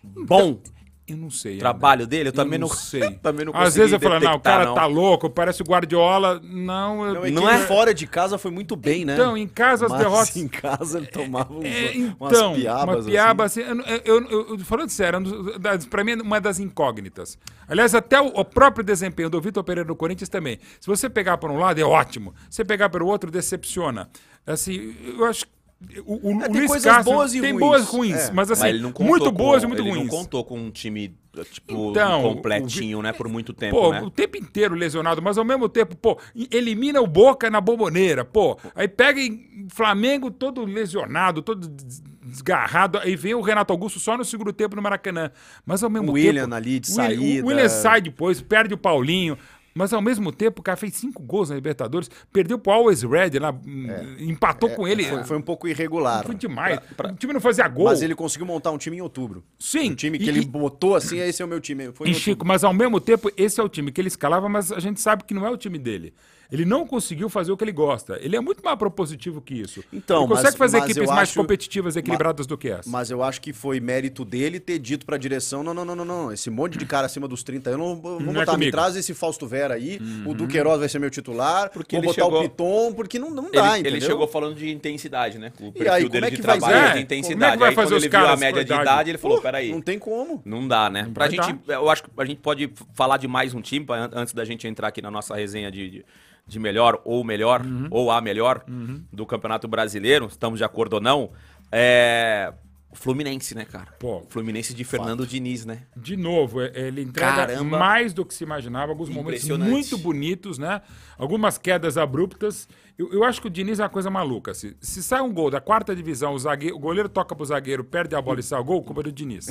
Speaker 2: Bom
Speaker 4: Eu não sei. André.
Speaker 2: trabalho dele, eu
Speaker 4: Eu
Speaker 2: também não,
Speaker 4: sei.
Speaker 2: também não
Speaker 4: Às
Speaker 2: consegui
Speaker 4: vezes eu falo, não, o
Speaker 2: detectar,
Speaker 4: cara
Speaker 2: não.
Speaker 4: tá louco, parece o Guardiola. Não, eu-
Speaker 3: Não, é que
Speaker 2: Não é?
Speaker 3: ele fora de casa foi muito bem, né?
Speaker 4: Então, em casa as
Speaker 3: Mas
Speaker 4: derrotas.
Speaker 3: em casa ele tomava uns,
Speaker 4: É,
Speaker 3: umas
Speaker 4: então,
Speaker 3: piabas.
Speaker 4: uma piaba, assim, eu não- eu, eu- eu- falando sério, é um dos- das- pra mim é uma das incógnitas. Aliás, até o, o próprio desempenho do Vitor Pereira no Corinthians também. Se você pegar por um lado, é ótimo. Se você pegar pelo outro, decepciona. Assim, eu acho que o, o,
Speaker 3: É,
Speaker 4: o
Speaker 3: tem
Speaker 4: Luiz
Speaker 3: coisas
Speaker 4: Castro
Speaker 3: boas e
Speaker 4: tem
Speaker 3: ruins.
Speaker 4: boas ruins,
Speaker 3: É.
Speaker 4: mas assim,
Speaker 2: Mas ele não contou
Speaker 4: muito boas
Speaker 2: com-
Speaker 4: e muito
Speaker 2: ele
Speaker 4: ruins.
Speaker 2: não contou com um time, tipo,
Speaker 4: Então,
Speaker 2: completinho, né? Por muito tempo,
Speaker 4: Pô,
Speaker 2: né?
Speaker 4: o tempo inteiro lesionado, mas ao mesmo tempo, pô, e- elimina o Boca na bomboneira, pô. Aí pega em Flamengo todo lesionado, todo des- desgarrado, aí vem o Renato Augusto só no segundo tempo no Maracanã. Mas ao mesmo
Speaker 3: William
Speaker 4: tempo...
Speaker 3: ali de
Speaker 4: o William-
Speaker 3: saída.
Speaker 4: O William sai depois, perde o Paulinho... Mas ao mesmo tempo, o cara fez cinco gols na Libertadores, perdeu pro Always Red, lá, hum, empatou com ele.
Speaker 3: É. Foi, foi um pouco irregular.
Speaker 4: Foi demais. O time não fazia gol.
Speaker 3: Mas ele conseguiu montar um time em outubro.
Speaker 4: Sim,
Speaker 3: Um time que
Speaker 4: e-
Speaker 3: ele
Speaker 4: e-
Speaker 3: botou assim, esse é o meu time. Foi em
Speaker 4: E
Speaker 3: outubro.
Speaker 4: Chico, mas ao mesmo tempo, esse é o time que ele escalava, mas a gente sabe que não é o time dele. Ele não conseguiu fazer o que ele gosta. Ele é muito mais propositivo que isso.
Speaker 3: Então,
Speaker 4: ele consegue
Speaker 3: mas-
Speaker 4: fazer
Speaker 3: mas
Speaker 4: equipes
Speaker 3: eu
Speaker 4: mais
Speaker 3: acho-
Speaker 4: competitivas, equilibradas do que essa.
Speaker 3: Mas eu acho que foi mérito dele ter dito pra direção: não, não, não, não, não. Esse monte de cara acima dos 30 anos, eu vou
Speaker 4: Não é
Speaker 3: botar, me
Speaker 4: comigo. Uhum.
Speaker 3: traz esse Fausto Vera aí, o Duqueiroz vai ser meu titular,
Speaker 2: Porque
Speaker 3: vou
Speaker 2: ele
Speaker 3: botar
Speaker 2: chegou-
Speaker 3: o Piton, porque não, não
Speaker 2: Ele,
Speaker 3: dá,
Speaker 2: ele
Speaker 3: entendeu?
Speaker 2: chegou falando de intensidade, né? O perfil
Speaker 3: aí, como
Speaker 2: dele
Speaker 3: é
Speaker 2: de
Speaker 3: que vai
Speaker 2: trabalho é
Speaker 4: ser? Como é
Speaker 2: de
Speaker 4: que
Speaker 2: intensidade.
Speaker 4: vai
Speaker 2: aí
Speaker 4: fazer
Speaker 2: quando
Speaker 4: os
Speaker 2: ele viu a
Speaker 4: caras com
Speaker 2: média de
Speaker 4: idade?
Speaker 2: idade, ele falou,
Speaker 3: Pô,
Speaker 2: peraí.
Speaker 3: Não tem como.
Speaker 2: Não dá, né? Pra
Speaker 4: vai
Speaker 2: gente, eu acho que a gente pode falar de mais um time pra- antes da gente entrar aqui na nossa resenha de, de, de melhor ou melhor
Speaker 4: Uhum.
Speaker 2: ou a melhor do Campeonato Brasileiro. Estamos de acordo ou não? É o Fluminense, né, cara?
Speaker 4: Pô.
Speaker 2: O Fluminense de Fernando Diniz, né?
Speaker 4: De novo, é- ele entrega
Speaker 2: Caramba.
Speaker 4: mais do que se imaginava, alguns momentos
Speaker 2: Impressionante.
Speaker 4: muito bonitos, né? Algumas quedas abruptas. Eu, eu acho que o Diniz é uma coisa maluca. Se, se sai um gol da quarta divisão, o, zagueiro, o goleiro toca pro zagueiro, perde a bola e sai o gol, culpa é do Diniz.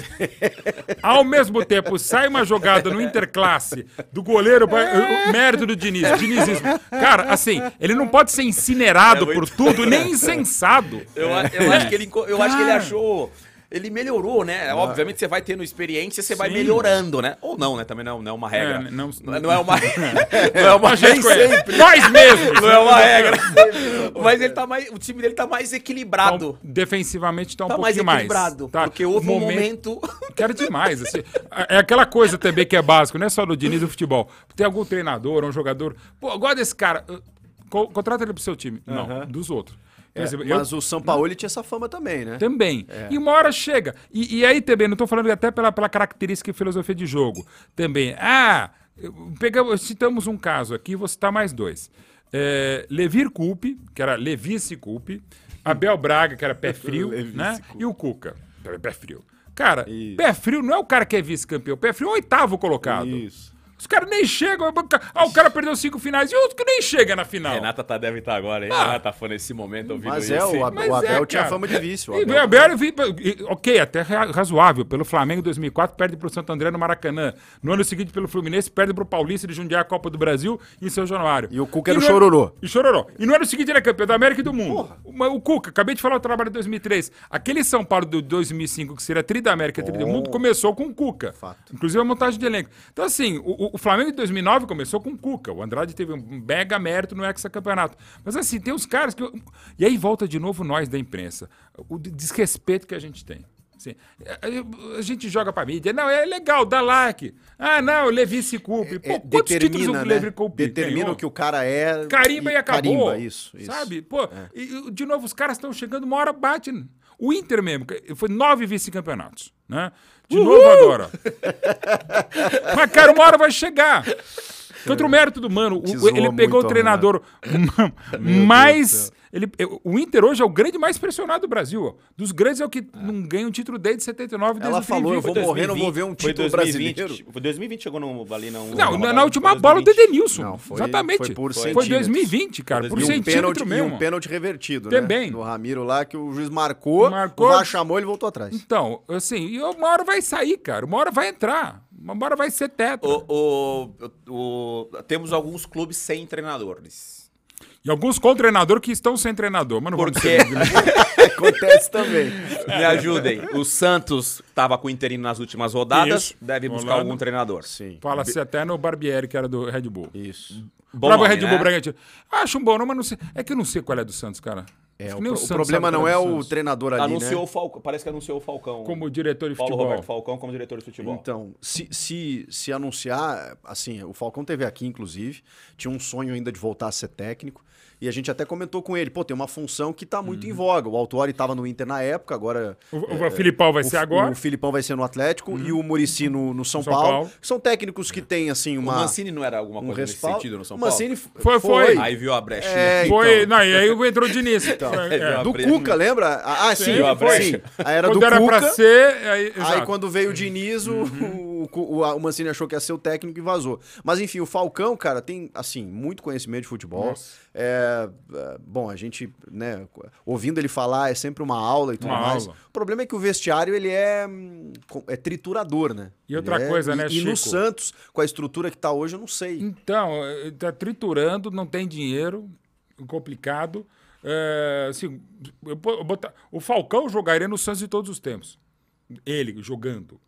Speaker 4: Ao mesmo tempo, sai uma jogada no interclasse do goleiro, pra- o mérito do Diniz, dinizismo. Cara, assim, ele não pode ser incinerado
Speaker 2: É
Speaker 4: por
Speaker 2: muito-
Speaker 4: tudo, nem insensado.
Speaker 2: Eu, a- eu acho que ele, enco- eu acho que ele
Speaker 4: É. Cara. É.
Speaker 2: achou. Ele melhorou, né? Obviamente você vai tendo experiência, você vai
Speaker 4: Sim.
Speaker 2: melhorando, né? Ou não, né? Também não, não é uma regra.
Speaker 4: É, não-
Speaker 2: não é uma. não é uma
Speaker 4: A gente
Speaker 2: regra.
Speaker 4: conhece. Nós mesmos.
Speaker 2: Não é uma regra. Mas ele tá mais, o time dele tá mais equilibrado.
Speaker 4: Então, defensivamente tá um
Speaker 2: Tá mais
Speaker 4: pouquinho mais.
Speaker 2: equilibrado.
Speaker 4: Tá.
Speaker 2: Porque houve um
Speaker 4: Momento-
Speaker 2: momento.
Speaker 4: Quero demais. assim. É aquela coisa também que é básico, não é só no Diniz do futebol. Tem algum treinador, um jogador. Pô, eu gosto desse cara. Co- contrata ele pro seu time. Não, dos outros. Por
Speaker 3: É,
Speaker 4: exemplo, eu-
Speaker 3: mas o São Paulo ele tinha essa fama também, né?
Speaker 4: também. E uma hora chega. E, e aí também, não tô falando até pela, pela característica e filosofia de jogo. Também. Ah, eu- pegamos, citamos um caso aqui, vou citar mais dois. É, Levir Culpe, que era Levice Culpe, Abel Braga, que era pé frio, né? E o Cuca, pé- pé frio. Cara, pé frio não é o cara que é vice-campeão, pé frio é o oitavo colocado.
Speaker 3: Isso.
Speaker 4: Os caras nem chegam. Ah, o cara perdeu cinco finais e outro que nem chega na final.
Speaker 3: É,
Speaker 2: Renata tá, deve estar agora, hein? Renata foi nesse momento ouvindo
Speaker 3: Mas é, o, Ab-
Speaker 4: Mas
Speaker 3: o
Speaker 4: é,
Speaker 3: Abel tinha
Speaker 4: cara.
Speaker 3: fama de vício. o
Speaker 4: E
Speaker 3: Abel-
Speaker 4: o Abel, eu vi- e- ok, até rea- razoável. Pelo Flamengo em 2004, perde para o Santo André no Maracanã. No ano seguinte, pelo Fluminense, perde para o Paulista de Jundiaí a Copa do Brasil em São Januário.
Speaker 3: E o Cuca era
Speaker 4: no
Speaker 3: o
Speaker 4: ano-
Speaker 3: chororô.
Speaker 4: E chororô. E no ano seguinte, ele é campeão da América e do mundo. Mas O Cuca, acabei de falar o trabalho de 2003. Aquele São Paulo de 2005, que seria tri da América e tri do mundo,
Speaker 3: Oh.
Speaker 4: começou com o Cuca. Inclusive a montagem de elenco. Então, assim, o, o- o Flamengo de 2009 começou com o Cuca. O Andrade teve um mega mérito no hexacampeonato. Mas, assim, tem uns caras que. eu- E aí volta de novo nós da imprensa. O de- desrespeito que a gente tem. Assim, a- a- a gente joga pra mídia. Não, é legal, dá like. Ah, não, Levi se culpe. Pô,
Speaker 3: É,
Speaker 4: quantos títulos o
Speaker 3: determina, né?
Speaker 4: Levi Coupe
Speaker 3: Determina
Speaker 4: ganhou?
Speaker 3: o que o cara é.
Speaker 4: Carimba e, acabou.
Speaker 3: Carimba, isso. É. isso.
Speaker 4: Sabe? Pô, e, e, de novo, os caras estão chegando, uma hora bate. O Inter mesmo, que foi nove vice-campeonatos, né? De novo agora. Mas, cara, uma hora vai chegar. Que outro mérito do Mano. o-
Speaker 3: É. Te zoa
Speaker 4: ele pegou
Speaker 3: muito,
Speaker 4: o treinador mais. Ele, o Inter hoje é o grande mais pressionado do Brasil. ó. Dos grandes é o que não ganha um título desde 79 desde
Speaker 3: Ela falou, eu vou
Speaker 4: 2020.
Speaker 3: morrer, não vou ver um
Speaker 2: Foi
Speaker 3: título
Speaker 2: 2020,
Speaker 3: brasileiro.
Speaker 2: Foi 2020 chegou no, ali na
Speaker 4: Não, na,
Speaker 2: rodada,
Speaker 4: na última
Speaker 2: foi
Speaker 4: bola o
Speaker 2: 2020.
Speaker 4: Dedenilson.
Speaker 3: Não, foi-
Speaker 4: Exatamente.
Speaker 3: foi por
Speaker 4: Foi
Speaker 3: centímetros.
Speaker 4: 2020, cara. Por
Speaker 3: E um,
Speaker 4: centímetro
Speaker 3: pênalti, e
Speaker 4: mesmo.
Speaker 3: um pênalti revertido,
Speaker 4: Também.
Speaker 3: né? Do Ramiro lá, que o juiz marcou,
Speaker 4: Marcou.
Speaker 3: o VAR chamou, ele voltou atrás.
Speaker 4: Então, assim, e uma hora vai sair, cara. Uma hora vai entrar. Uma hora vai ser teto.
Speaker 2: O- o- o- temos alguns clubes sem treinadores.
Speaker 4: E alguns com treinador que estão sem treinador. Mas não vamos
Speaker 2: Porque,
Speaker 4: né?
Speaker 3: Acontece também.
Speaker 2: me ajudem, o Santos estava com o Interino nas últimas rodadas,
Speaker 4: Isso.
Speaker 2: deve buscar
Speaker 4: Holanda.
Speaker 2: algum treinador.
Speaker 3: Sim.
Speaker 4: Fala-se assim até no Barbieri, que era do Red Bull.
Speaker 3: Isso.
Speaker 2: Bom
Speaker 4: Bravo
Speaker 2: nome,
Speaker 4: Red Bull
Speaker 2: né?
Speaker 4: Bragantino. Acho um bom nome, mas não sei. É que eu não sei qual é do Santos, cara.
Speaker 3: É,
Speaker 4: Acho
Speaker 3: o,
Speaker 4: que nem
Speaker 3: pro- o
Speaker 4: Santos
Speaker 3: problema
Speaker 4: sabe
Speaker 3: não
Speaker 4: qual
Speaker 3: é
Speaker 4: do
Speaker 3: o
Speaker 4: Santos.
Speaker 3: treinador ali,
Speaker 2: anunciou
Speaker 3: né?
Speaker 2: o Falcão, parece que anunciou o Falcão.
Speaker 4: Como diretor de
Speaker 2: Paulo
Speaker 4: futebol.
Speaker 2: Roberto Falcão como diretor de futebol.
Speaker 3: Então, se, se, se anunciar, assim, o Falcão teve aqui, inclusive, tinha um sonho ainda de voltar a ser técnico, e a gente até comentou com ele, pô, tem uma função que tá
Speaker 4: Uhum.
Speaker 3: muito em voga. O Altuari estava no Inter na época, agora...
Speaker 4: O- o Filipão vai
Speaker 3: É, o
Speaker 4: ser
Speaker 3: F-
Speaker 4: agora. Hum.
Speaker 3: O Filipão vai ser no Atlético e o Murici no, no São,
Speaker 4: São
Speaker 3: Paulo.
Speaker 4: Paulo.
Speaker 3: São técnicos que têm, assim,
Speaker 2: o
Speaker 3: uma...
Speaker 2: Mancini não era alguma
Speaker 3: um
Speaker 2: coisa nesse
Speaker 3: respaldo.
Speaker 2: sentido no São
Speaker 3: O
Speaker 2: Paulo?
Speaker 3: Mancini f-
Speaker 4: Foi, foi.
Speaker 2: Aí viu a brecha.
Speaker 3: É,
Speaker 4: Foi,
Speaker 3: então.
Speaker 4: não, e aí entrou o Diniz. É,
Speaker 2: viu a
Speaker 3: Do
Speaker 2: brecha.
Speaker 3: Cuca, lembra? Ah, sim,
Speaker 2: Sim, a brecha.
Speaker 3: sim. A era
Speaker 4: Quando
Speaker 3: do
Speaker 4: era
Speaker 3: Cuca.
Speaker 4: pra ser. Aí,
Speaker 3: Aí
Speaker 4: exato. Uhum.
Speaker 3: quando veio o Diniz, o, o, Cu- o- a- o Mancini achou que ia ser o técnico e vazou. Mas enfim, o Falcão, cara, tem, assim, muito conhecimento de futebol. É, é, bom, a gente, né, ouvindo ele falar é sempre uma aula e tudo
Speaker 4: Uma
Speaker 3: mais.
Speaker 4: aula.
Speaker 3: O problema é que o vestiário, ele é, hum, co- é triturador, né?
Speaker 4: E outra
Speaker 3: Ele é-
Speaker 4: coisa, né,
Speaker 3: e, E no
Speaker 4: Chico?
Speaker 3: Santos, com a estrutura que tá hoje, eu não sei.
Speaker 4: Então, eh, tá triturando, não tem dinheiro, complicado. É, assim, eu po- eu botar- o Falcão jogaria no Santos de todos os tempos. Ele jogando.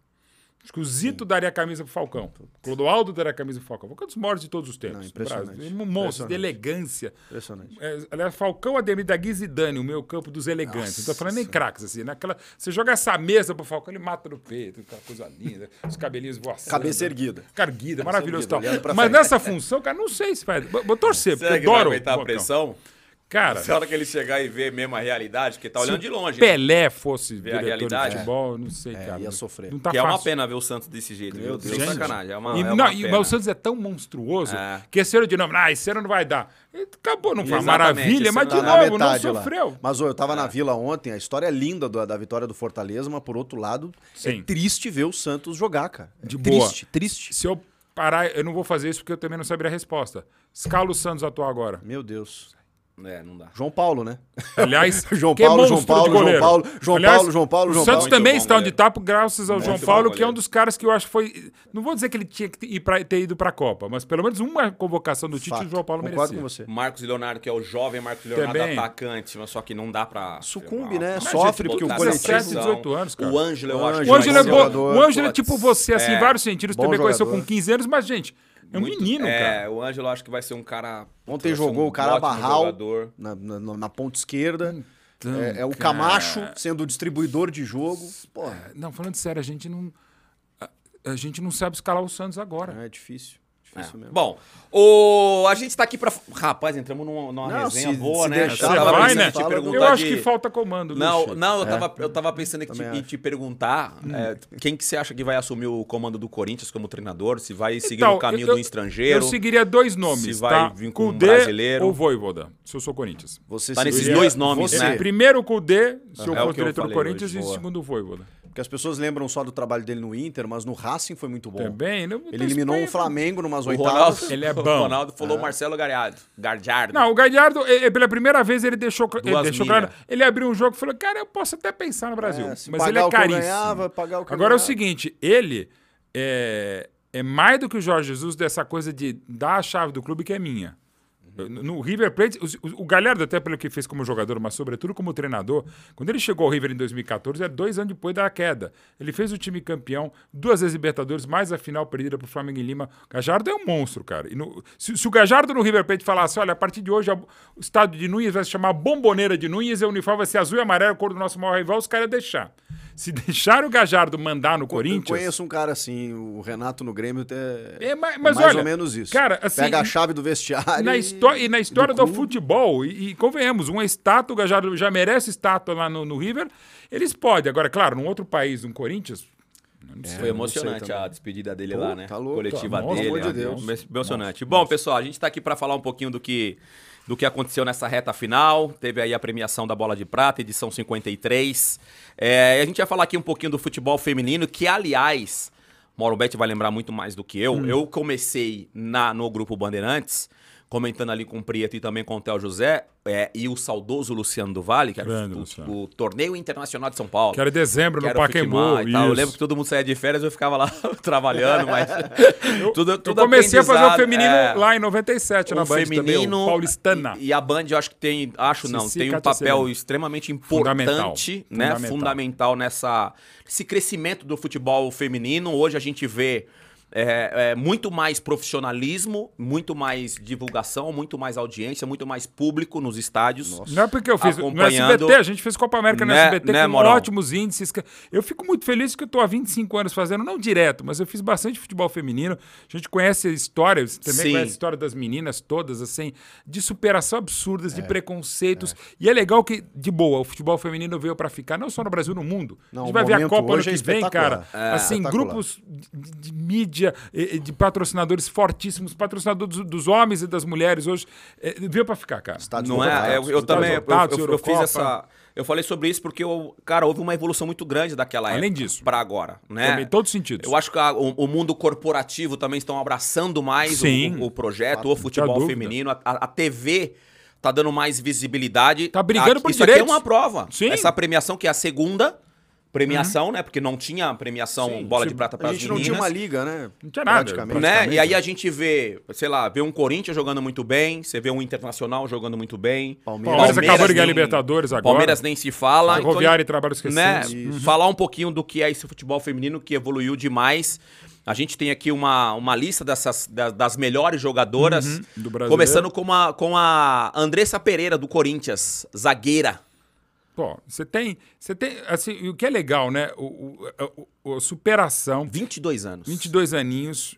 Speaker 4: Acho que o Zito daria a camisa pro Falcão. Clodoaldo daria a camisa pro Falcão. Falcão é um dos maiores de todos os tempos.
Speaker 3: Não,
Speaker 4: do
Speaker 3: impressionante.
Speaker 4: Brasil. Um monstro
Speaker 3: Impressionante.
Speaker 4: de elegância.
Speaker 3: Impressionante.
Speaker 4: É, aliás, Falcão, Ademir da Guiz e Dani, o meu campo dos elegantes. Não tô falando nem craques, assim. Naquela, você joga essa mesa pro Falcão, ele mata no peito, aquela coisa linda, os cabelinhos voaçando.
Speaker 3: Cabeça erguida.
Speaker 4: Carguida,
Speaker 2: Tá
Speaker 4: maravilhoso e tal.
Speaker 3: olhando pra
Speaker 4: Mas
Speaker 3: frente.
Speaker 4: nessa função, cara, não sei se vai. Vou vou torcer, porque
Speaker 2: Será
Speaker 4: eu
Speaker 2: que vai
Speaker 4: adoro. o
Speaker 2: aguentar a
Speaker 4: Falcão.
Speaker 2: pressão?
Speaker 4: Cara,
Speaker 2: Na hora que ele chegar e ver mesmo a realidade, porque tá olhando de longe, né?
Speaker 4: Pelé fosse
Speaker 2: a
Speaker 4: diretor de
Speaker 2: realidade.
Speaker 4: futebol, não sei, cara.
Speaker 3: ia sofrer.
Speaker 4: Não tá
Speaker 2: que é uma
Speaker 4: fácil.
Speaker 2: pena ver o Santos desse jeito, viu? Sem
Speaker 4: Gente.
Speaker 2: sacanagem. É uma,
Speaker 4: e,
Speaker 2: é
Speaker 4: não,
Speaker 2: uma
Speaker 4: e-
Speaker 2: pena.
Speaker 4: mas o Santos é tão monstruoso
Speaker 2: É.
Speaker 4: que esse ano de novo, ah, esse ano não vai dar. E Acabou, não foi uma
Speaker 2: Exatamente,
Speaker 4: maravilha,
Speaker 2: esse
Speaker 4: mas
Speaker 2: ano
Speaker 4: de
Speaker 2: tá na
Speaker 4: novo, não
Speaker 3: lá.
Speaker 4: sofreu.
Speaker 3: Mas ô, eu tava na Vila ontem, a história é linda do- da vitória do Fortaleza, mas por outro lado,
Speaker 4: Sim.
Speaker 3: é triste ver o Santos jogar, cara. É
Speaker 4: De boa.
Speaker 3: triste, triste.
Speaker 4: Se eu parar, eu não vou fazer isso porque eu também não saberia a resposta. Escala o Santos atual agora.
Speaker 3: Meu Deus.
Speaker 2: É, não dá.
Speaker 3: João Paulo, né?
Speaker 4: Aliás,
Speaker 3: João
Speaker 4: que é
Speaker 3: Paulo, João
Speaker 4: monstro de
Speaker 3: Paulo, João
Speaker 4: goleiro.
Speaker 3: Paulo, João Paulo, João Paulo,
Speaker 4: O
Speaker 3: João
Speaker 4: Santos
Speaker 3: Paulo.
Speaker 4: também
Speaker 2: Muito bom
Speaker 4: está onde
Speaker 2: goleiro.
Speaker 4: está, graças ao João
Speaker 2: bom
Speaker 4: Paulo, que é um
Speaker 2: goleiro.
Speaker 4: dos caras que eu acho que foi. Não vou dizer que ele tinha que ter- ir pra, ter ido para a Copa, mas pelo menos uma convocação do Tite,
Speaker 3: Fato.
Speaker 4: o João Paulo
Speaker 3: Concordo
Speaker 4: merecia.
Speaker 3: com você.
Speaker 2: Marcos Leonardo, que é o jovem Marcos Leonardo,
Speaker 4: Também.
Speaker 2: atacante, mas só que não dá pra... Ah,
Speaker 3: Sucumbe, né?
Speaker 2: Mas,
Speaker 3: Sofre,
Speaker 2: gente,
Speaker 3: porque o
Speaker 2: botar
Speaker 3: coletivo-
Speaker 2: essa pressão.
Speaker 4: 18 anos, cara.
Speaker 2: O Ângelo, eu
Speaker 3: O
Speaker 2: acho. que
Speaker 4: O
Speaker 3: Ângelo
Speaker 4: Ângelo
Speaker 2: vai
Speaker 3: Mas
Speaker 4: é,
Speaker 2: ser
Speaker 4: bom,
Speaker 3: jogador,
Speaker 4: o Ângelo é
Speaker 2: putz,
Speaker 4: tipo você, assim, em
Speaker 2: é,
Speaker 4: vários sentidos.
Speaker 3: bom
Speaker 4: Também conheceu
Speaker 3: jogador.
Speaker 4: com 15 anos, mas, gente, é um
Speaker 2: muito-
Speaker 4: menino, cara.
Speaker 2: É, o Ângelo acho que vai ser um cara...
Speaker 3: Ontem
Speaker 2: vai ser
Speaker 3: jogou
Speaker 2: um
Speaker 3: o cara
Speaker 2: ótimo
Speaker 3: Barral
Speaker 2: jogador.
Speaker 3: na, na, na- na ponta esquerda.
Speaker 4: Então,
Speaker 3: é, é o Camacho sendo o distribuidor de jogo. Porra,
Speaker 4: Não, falando sério, a gente não. A, a gente não sabe escalar o Santos agora.
Speaker 3: é difícil. Difícil mesmo.
Speaker 2: Bom, o... a gente tá aqui pra... Rapaz, entramos numa, numa
Speaker 3: Não,
Speaker 2: resenha
Speaker 3: se-
Speaker 2: boa,
Speaker 3: se
Speaker 2: né?
Speaker 3: deixar,
Speaker 2: Eu
Speaker 4: Você
Speaker 2: tava
Speaker 3: vai,
Speaker 2: pensando em
Speaker 3: né?
Speaker 2: te
Speaker 3: Eu
Speaker 4: Eu
Speaker 2: perguntar
Speaker 4: acho
Speaker 2: de-
Speaker 4: que falta comando. viu,
Speaker 2: Não,
Speaker 4: Chico?
Speaker 2: não eu, tava, eu tava pensando em te,
Speaker 3: Também
Speaker 2: em te perguntar é, quem que você acha que vai assumir o comando do Corinthians como treinador, se vai seguir
Speaker 4: Então,
Speaker 2: o caminho
Speaker 4: eu-
Speaker 2: do estrangeiro.
Speaker 4: Eu seguiria dois nomes,
Speaker 2: se vai
Speaker 4: tá?
Speaker 2: vir com um
Speaker 4: Kudê
Speaker 2: brasileiro.
Speaker 4: ou Voivoda, se eu sou Corinthians.
Speaker 3: Você
Speaker 2: Tá
Speaker 3: se-
Speaker 2: nesses
Speaker 3: eu-
Speaker 2: dois nomes,
Speaker 3: você, é.
Speaker 2: né?
Speaker 4: Primeiro o Kudê, se eu
Speaker 2: É o
Speaker 4: fosse
Speaker 2: que eu
Speaker 4: diretor do
Speaker 2: falei
Speaker 4: Corinthians,
Speaker 2: hoje,
Speaker 4: e
Speaker 2: boa.
Speaker 4: segundo o Voivoda.
Speaker 3: Porque as pessoas lembram só do trabalho dele no Inter, mas no Racing foi muito bom.
Speaker 4: Também, né? Então, não-
Speaker 3: Ele eliminou
Speaker 4: Espanha-
Speaker 3: o Flamengo numas
Speaker 2: O
Speaker 3: oitavas.
Speaker 2: Ronaldo,
Speaker 4: Ele é
Speaker 2: O
Speaker 4: bom.
Speaker 2: Ronaldo falou Marcelo Gariardo. Gardiardo.
Speaker 4: Não, o Gallardo, eh, eh, pela primeira vez, ele deixou, cl- ele
Speaker 2: Duas
Speaker 4: deixou
Speaker 2: milhas.
Speaker 4: claro. Ele abriu um jogo e falou: Cara, eu posso até pensar no Brasil.
Speaker 3: É, se
Speaker 4: mas
Speaker 3: pagar
Speaker 4: ele é
Speaker 3: o que eu
Speaker 4: caríssimo.
Speaker 3: ganhava, pagar o que eu
Speaker 4: Agora é o
Speaker 3: ganhava.
Speaker 4: seguinte: ele é, é mais do que o Jorge Jesus dessa coisa de dar a chave do clube que é minha. No no River Plate, os- o, o Galhardo, até pelo que fez como jogador, mas sobretudo como treinador, quando ele chegou ao River em 2014, era é dois anos depois da queda. Ele fez o time campeão, duas vezes Libertadores, mais a final perdida pro Flamengo em Lima. O Gajardo é um monstro, cara. E no- se, se o Gajardo no River Plate falasse, olha, a partir de hoje a- o estádio de Nunes vai se chamar Bomboneira de Nunes, e o uniforme vai ser azul e amarelo, cor do nosso maior rival, os caras iam deixar. Se deixar o Gajardo mandar no
Speaker 3: Eu
Speaker 4: Corinthians...
Speaker 3: conheço um cara assim, o Renato no Grêmio é,
Speaker 4: É, ma-
Speaker 3: é
Speaker 4: mas
Speaker 3: mais
Speaker 4: olha,
Speaker 3: ou menos isso.
Speaker 4: cara, assim,
Speaker 3: Pega a chave do vestiário.
Speaker 4: na
Speaker 3: e-
Speaker 4: histó- e na história do,
Speaker 3: clube.
Speaker 4: futebol, e, e convenhamos, uma estátua, o Gajardo já merece estátua lá no, no River, eles podem. Agora, claro, num outro país, um Corinthians, Eu não sei.
Speaker 2: Foi
Speaker 3: eu não sei
Speaker 2: emocionante
Speaker 3: também.
Speaker 2: a despedida dele
Speaker 3: Pô,
Speaker 2: lá, né?
Speaker 3: tá louco,
Speaker 2: Coletiva
Speaker 4: tá, nossa,
Speaker 2: dele.
Speaker 4: pelo amor de
Speaker 2: né?
Speaker 4: Deus.
Speaker 2: Emo- Emocionante. Bom, pessoal, a gente tá aqui para falar um pouquinho do que, do que aconteceu nessa reta final. Teve aí a premiação da Bola de Prata, edição 53. É, a gente vai falar aqui um pouquinho do futebol feminino, que, aliás, Mauro Betti vai lembrar muito mais do que eu.
Speaker 4: Hum.
Speaker 2: Eu comecei na, no grupo Bandeirantes, comentando ali com o Prieto e também com o Theo José, é, e o saudoso Luciano do Vale, que era
Speaker 4: Grande,
Speaker 2: o-
Speaker 4: Luciano.
Speaker 2: o, Torneio Internacional de São Paulo
Speaker 4: Que era em dezembro,
Speaker 2: que
Speaker 4: no
Speaker 2: era o
Speaker 4: Pacaembu.
Speaker 2: futebol e tal. Eu
Speaker 4: isso.
Speaker 2: lembro que todo mundo saía de férias, eu ficava lá trabalhando, mas. tudo,
Speaker 4: Eu
Speaker 2: tudo
Speaker 4: comecei a fazer o
Speaker 2: aprendizado,
Speaker 4: feminino
Speaker 2: é.
Speaker 4: lá em 97, na
Speaker 2: O
Speaker 4: Band também,
Speaker 2: feminino
Speaker 4: o paulistana.
Speaker 2: E, e a Band, eu acho que tem, acho não,
Speaker 4: Cici,
Speaker 2: tem um
Speaker 4: Cátia
Speaker 2: papel
Speaker 4: Serena.
Speaker 2: extremamente importante,
Speaker 4: Fundamental.
Speaker 2: né? Fundamental,
Speaker 4: Fundamental.
Speaker 2: nessa esse crescimento do futebol feminino. Hoje a gente vê é, é, muito mais profissionalismo, muito mais divulgação, muito mais audiência, muito mais público nos estádios.
Speaker 4: Não é porque eu fiz. No
Speaker 2: acompanhando-
Speaker 4: SBT, a gente fez Copa América no
Speaker 2: Né-
Speaker 4: SBT
Speaker 2: né,
Speaker 4: com
Speaker 2: Morão?
Speaker 4: ótimos índices. que- Eu fico muito feliz que eu tô há 25 anos fazendo, não direto, mas eu fiz bastante futebol feminino. A gente conhece a história, você também
Speaker 2: Sim.
Speaker 4: conhece a história das meninas todas, assim, de superação absurdas, de preconceitos. E é legal que, de boa, o futebol feminino veio para ficar, não só no Brasil, no mundo.
Speaker 3: Não,
Speaker 4: a
Speaker 3: o
Speaker 4: gente vai ver a
Speaker 3: momento
Speaker 4: Copa ano
Speaker 3: hoje é
Speaker 4: que vem, cara.
Speaker 3: espetacular.
Speaker 4: assim,
Speaker 3: espetacular.
Speaker 4: grupos grupos de, de mídia, eh, eh, de patrocinadores fortíssimos, patrocinadores dos, dos homens e das mulheres hoje, eh, veio pra ficar, cara.
Speaker 3: Estádio
Speaker 2: Não é? Eu,
Speaker 3: lotado,
Speaker 2: eu
Speaker 3: estádio
Speaker 2: também. Eu,
Speaker 3: lotado.
Speaker 4: Tatos,
Speaker 2: eu- eu fiz
Speaker 4: Eurocopa.
Speaker 2: essa. Eu falei sobre isso porque, eu, cara, houve uma evolução muito grande daquela
Speaker 4: Além
Speaker 2: época
Speaker 4: disso.
Speaker 2: pra agora, né?
Speaker 4: Também, em todos os sentidos.
Speaker 2: Eu acho que a- o, o mundo corporativo também estão abraçando mais o-
Speaker 4: Sim.
Speaker 2: o, o projeto, o futebol
Speaker 4: dúvida.
Speaker 2: feminino, a, a TV tá dando mais visibilidade.
Speaker 4: Tá brigando
Speaker 2: a,
Speaker 4: por
Speaker 2: Isso aqui é
Speaker 4: direitos.
Speaker 2: uma prova.
Speaker 4: Sim. Uhum.
Speaker 2: Essa premiação que é a segunda premiação, né? Porque não tinha premiação bola de
Speaker 4: se-
Speaker 2: prata para
Speaker 3: Tipo, A
Speaker 2: as
Speaker 3: gente
Speaker 2: meninas
Speaker 3: não tinha uma liga, né?
Speaker 4: Não tinha nada,
Speaker 3: Praticamente.
Speaker 2: né? E aí a gente vê, sei lá, vê um Corinthians jogando muito bem, você vê um Internacional jogando muito bem.
Speaker 3: Palmeiras.
Speaker 4: Palmeiras acabou de ganhar Libertadores agora.
Speaker 2: Palmeiras nem se fala.
Speaker 4: Ferroviário e
Speaker 2: então,
Speaker 4: trabalhos
Speaker 2: né?
Speaker 4: recentes.
Speaker 2: Falar um pouquinho do que é esse futebol feminino que evoluiu demais. A gente tem aqui uma, uma lista dessas, da- das melhores jogadoras.
Speaker 4: Uhum, do brasileiro.
Speaker 2: começando com a, com a Andressa Pereira, do Corinthians, zagueira.
Speaker 4: Pô, você tem, você tem, assim, e o que é legal, né? O, o- a- o- a superação,
Speaker 2: 22 anos.
Speaker 4: 22 aninhos,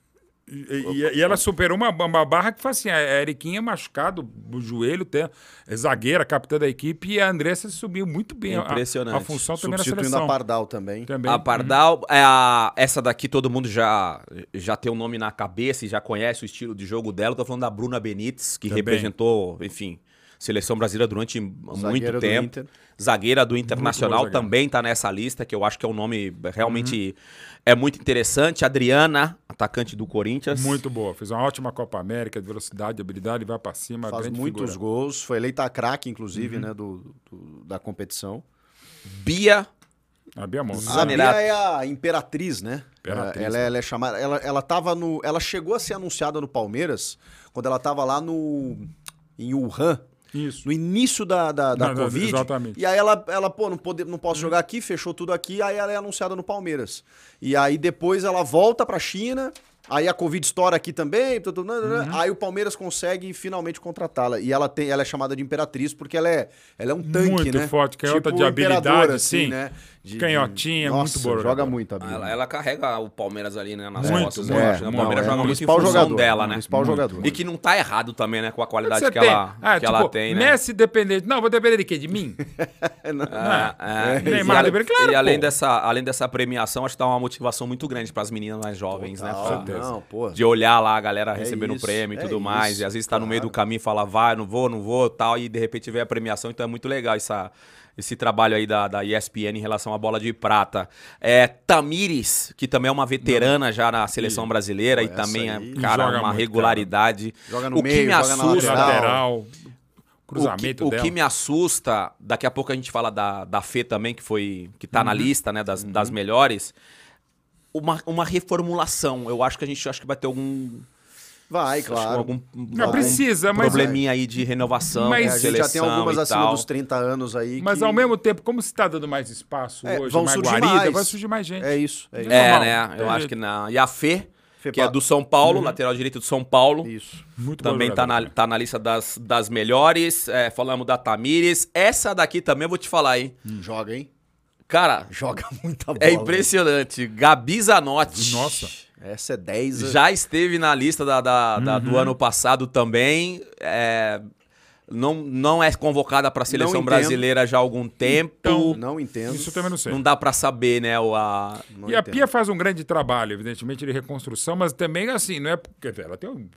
Speaker 4: e, e- e ela superou uma, uma barra que foi assim, a Eriquinha machucado, o joelho, tem, é zagueira, capitã da equipe, e a Andressa subiu muito bem. a-
Speaker 2: É Impressionante.
Speaker 4: A, função também na
Speaker 3: Substituindo
Speaker 4: seleção.
Speaker 3: a Pardal também.
Speaker 4: Também. Uhum.
Speaker 2: A Pardal, é a- essa daqui todo mundo já, já tem o nome na cabeça e já conhece o estilo de jogo dela. Eu tô falando da Bruna Benítez, que
Speaker 4: Também.
Speaker 2: representou, enfim, seleção brasileira durante muito
Speaker 3: do
Speaker 2: tempo.
Speaker 3: Inter.
Speaker 2: zagueira do Internacional
Speaker 4: boa zagueira.
Speaker 2: também tá nessa lista, que eu acho que é um nome realmente
Speaker 4: Uhum.
Speaker 2: é muito interessante. Adriana, atacante do Corinthians.
Speaker 4: Muito boa. Fez uma ótima Copa América, de velocidade, habilidade, vai pra cima.
Speaker 3: Faz
Speaker 4: grande
Speaker 3: muitos
Speaker 4: figura. Uhum.
Speaker 3: gols. Foi eleita a craque, inclusive, né? do- do, da competição.
Speaker 2: Bia,
Speaker 4: A Bia
Speaker 2: Ah,
Speaker 4: Monza.
Speaker 3: A Bia
Speaker 2: Zanerato.
Speaker 3: é a imperatriz, né?
Speaker 4: Imperatriz,
Speaker 3: ela, ela é chamada. Ela, ela tava no. Ela chegou a ser anunciada no Palmeiras quando ela tava lá no. Em Wuhan,
Speaker 4: Isso.
Speaker 3: no início da, da, da
Speaker 4: Não, não,
Speaker 3: Covid.
Speaker 4: exatamente.
Speaker 3: E aí ela, ela pô, não, pode, não posso jogar aqui, fechou tudo aqui, aí ela é anunciada no Palmeiras. E aí depois ela volta pra China, aí a Covid estoura aqui também, tu- tu- tu- tu-
Speaker 4: Uhum.
Speaker 3: aí o Palmeiras consegue finalmente contratá-la. E ela, tem, ela é chamada de imperatriz porque ela é, ela é um tanque,
Speaker 4: Muito
Speaker 3: né?
Speaker 4: forte, canhota de
Speaker 3: imperadora,
Speaker 4: habilidade, sim.
Speaker 3: né? De-
Speaker 4: Canhotinha, é muito
Speaker 3: Nossa,
Speaker 4: boa
Speaker 3: joga
Speaker 4: jogadora.
Speaker 3: muito a Bia.
Speaker 2: Ah, Ela, ela carrega o Palmeiras ali, né, nas
Speaker 4: Muito,
Speaker 2: costas.
Speaker 4: muito,
Speaker 2: eu acho, né? O
Speaker 4: muito.
Speaker 2: Palmeiras joga
Speaker 4: Não, é o
Speaker 2: muito em
Speaker 3: principal
Speaker 2: função
Speaker 3: jogador,
Speaker 2: dela, né?
Speaker 3: principal jogador.
Speaker 2: E que não tá errado também, né, com a
Speaker 4: Quanto
Speaker 2: qualidade
Speaker 4: você
Speaker 2: que,
Speaker 4: tem?
Speaker 2: ela,
Speaker 4: Ah,
Speaker 2: que
Speaker 4: tipo,
Speaker 2: ela tem, né?
Speaker 4: Messi depender. de- Não, vou depender de quê? De mim?
Speaker 2: Ah, ah, e
Speaker 4: É. Neymar,
Speaker 2: ale-
Speaker 4: Ribeiro, claro,
Speaker 2: e além
Speaker 4: pô.
Speaker 2: dessa, além dessa premiação, acho que dá uma motivação muito grande para as meninas mais jovens, né?
Speaker 3: Total,
Speaker 2: pra-
Speaker 3: não, pô.
Speaker 2: De olhar lá a galera recebendo o
Speaker 3: isso,
Speaker 2: prêmio e
Speaker 3: tá, é
Speaker 2: tudo mais.
Speaker 3: isso,
Speaker 2: e às vezes tá no meio do caminho e fala, vai, não vou, não vou, tal. E de repente vem a premiação, então é muito legal essa, esse trabalho aí da, da ESPN em relação à bola de prata. É, Tamires, que também é uma veterana já na seleção brasileira e
Speaker 3: essa
Speaker 2: também, é,
Speaker 3: aí-
Speaker 2: cara,
Speaker 4: Joga
Speaker 2: uma
Speaker 4: muito, cara.
Speaker 2: regularidade.
Speaker 3: Joga no
Speaker 2: o que
Speaker 3: meio,
Speaker 2: me
Speaker 3: joga na
Speaker 2: assusta,
Speaker 4: Lateral,
Speaker 2: o que,
Speaker 4: cruzamento
Speaker 2: o
Speaker 4: dela.
Speaker 2: que me assusta, daqui a pouco a gente fala da, da Fê também, que foi que tá na
Speaker 4: Uhum.
Speaker 2: lista, né, das, das melhores. Uma, uma reformulação. Eu acho que a gente acho que vai ter algum,
Speaker 3: Vai,
Speaker 2: acho que
Speaker 3: claro.
Speaker 2: algum,
Speaker 4: Não, precisa, mas-
Speaker 2: probleminha aí de renovação,
Speaker 4: Mas-
Speaker 2: mas
Speaker 3: É, a gente já tem algumas acima dos 30 anos aí.
Speaker 4: Mas
Speaker 3: que-
Speaker 4: ao mesmo tempo, como se está dando mais espaço
Speaker 3: É,
Speaker 4: hoje,
Speaker 3: vão
Speaker 4: mais
Speaker 3: surgir
Speaker 4: guarida,
Speaker 3: mais.
Speaker 4: vai surgir mais gente.
Speaker 3: É isso, é isso.
Speaker 2: É,
Speaker 4: normal, Uhum.
Speaker 2: né? Eu
Speaker 4: tem
Speaker 2: acho
Speaker 4: jeito.
Speaker 2: que na e a Fê,
Speaker 3: Fê
Speaker 2: que é
Speaker 3: Pa-
Speaker 2: do São Paulo, lateral direito do São Paulo.
Speaker 3: Isso.
Speaker 4: Muito boa
Speaker 2: Também tá
Speaker 4: jogadora,
Speaker 2: na,
Speaker 4: né?
Speaker 2: tá na lista das, das melhores. É, falamos da Tamires. Essa daqui também eu vou te falar, hein?
Speaker 3: Hum, Joga, hein?
Speaker 2: Cara,
Speaker 3: Joga muita bola.
Speaker 2: é impressionante. Gabi Zanotti.
Speaker 4: Nossa.
Speaker 3: Essa é 10.
Speaker 4: Uhum.
Speaker 2: Já esteve na lista da, da- da- do ano passado também. É, não, não é convocada para a seleção
Speaker 3: entendo.
Speaker 2: brasileira já há algum tempo.
Speaker 3: Não entendo.
Speaker 4: Isso eu também não Então, sei.
Speaker 2: não dá para saber, né? O, a...
Speaker 3: Não
Speaker 4: E a
Speaker 3: entendo.
Speaker 4: Pia faz um grande trabalho, evidentemente, de reconstrução, mas também, assim, não é. Quer dizer, ela tem um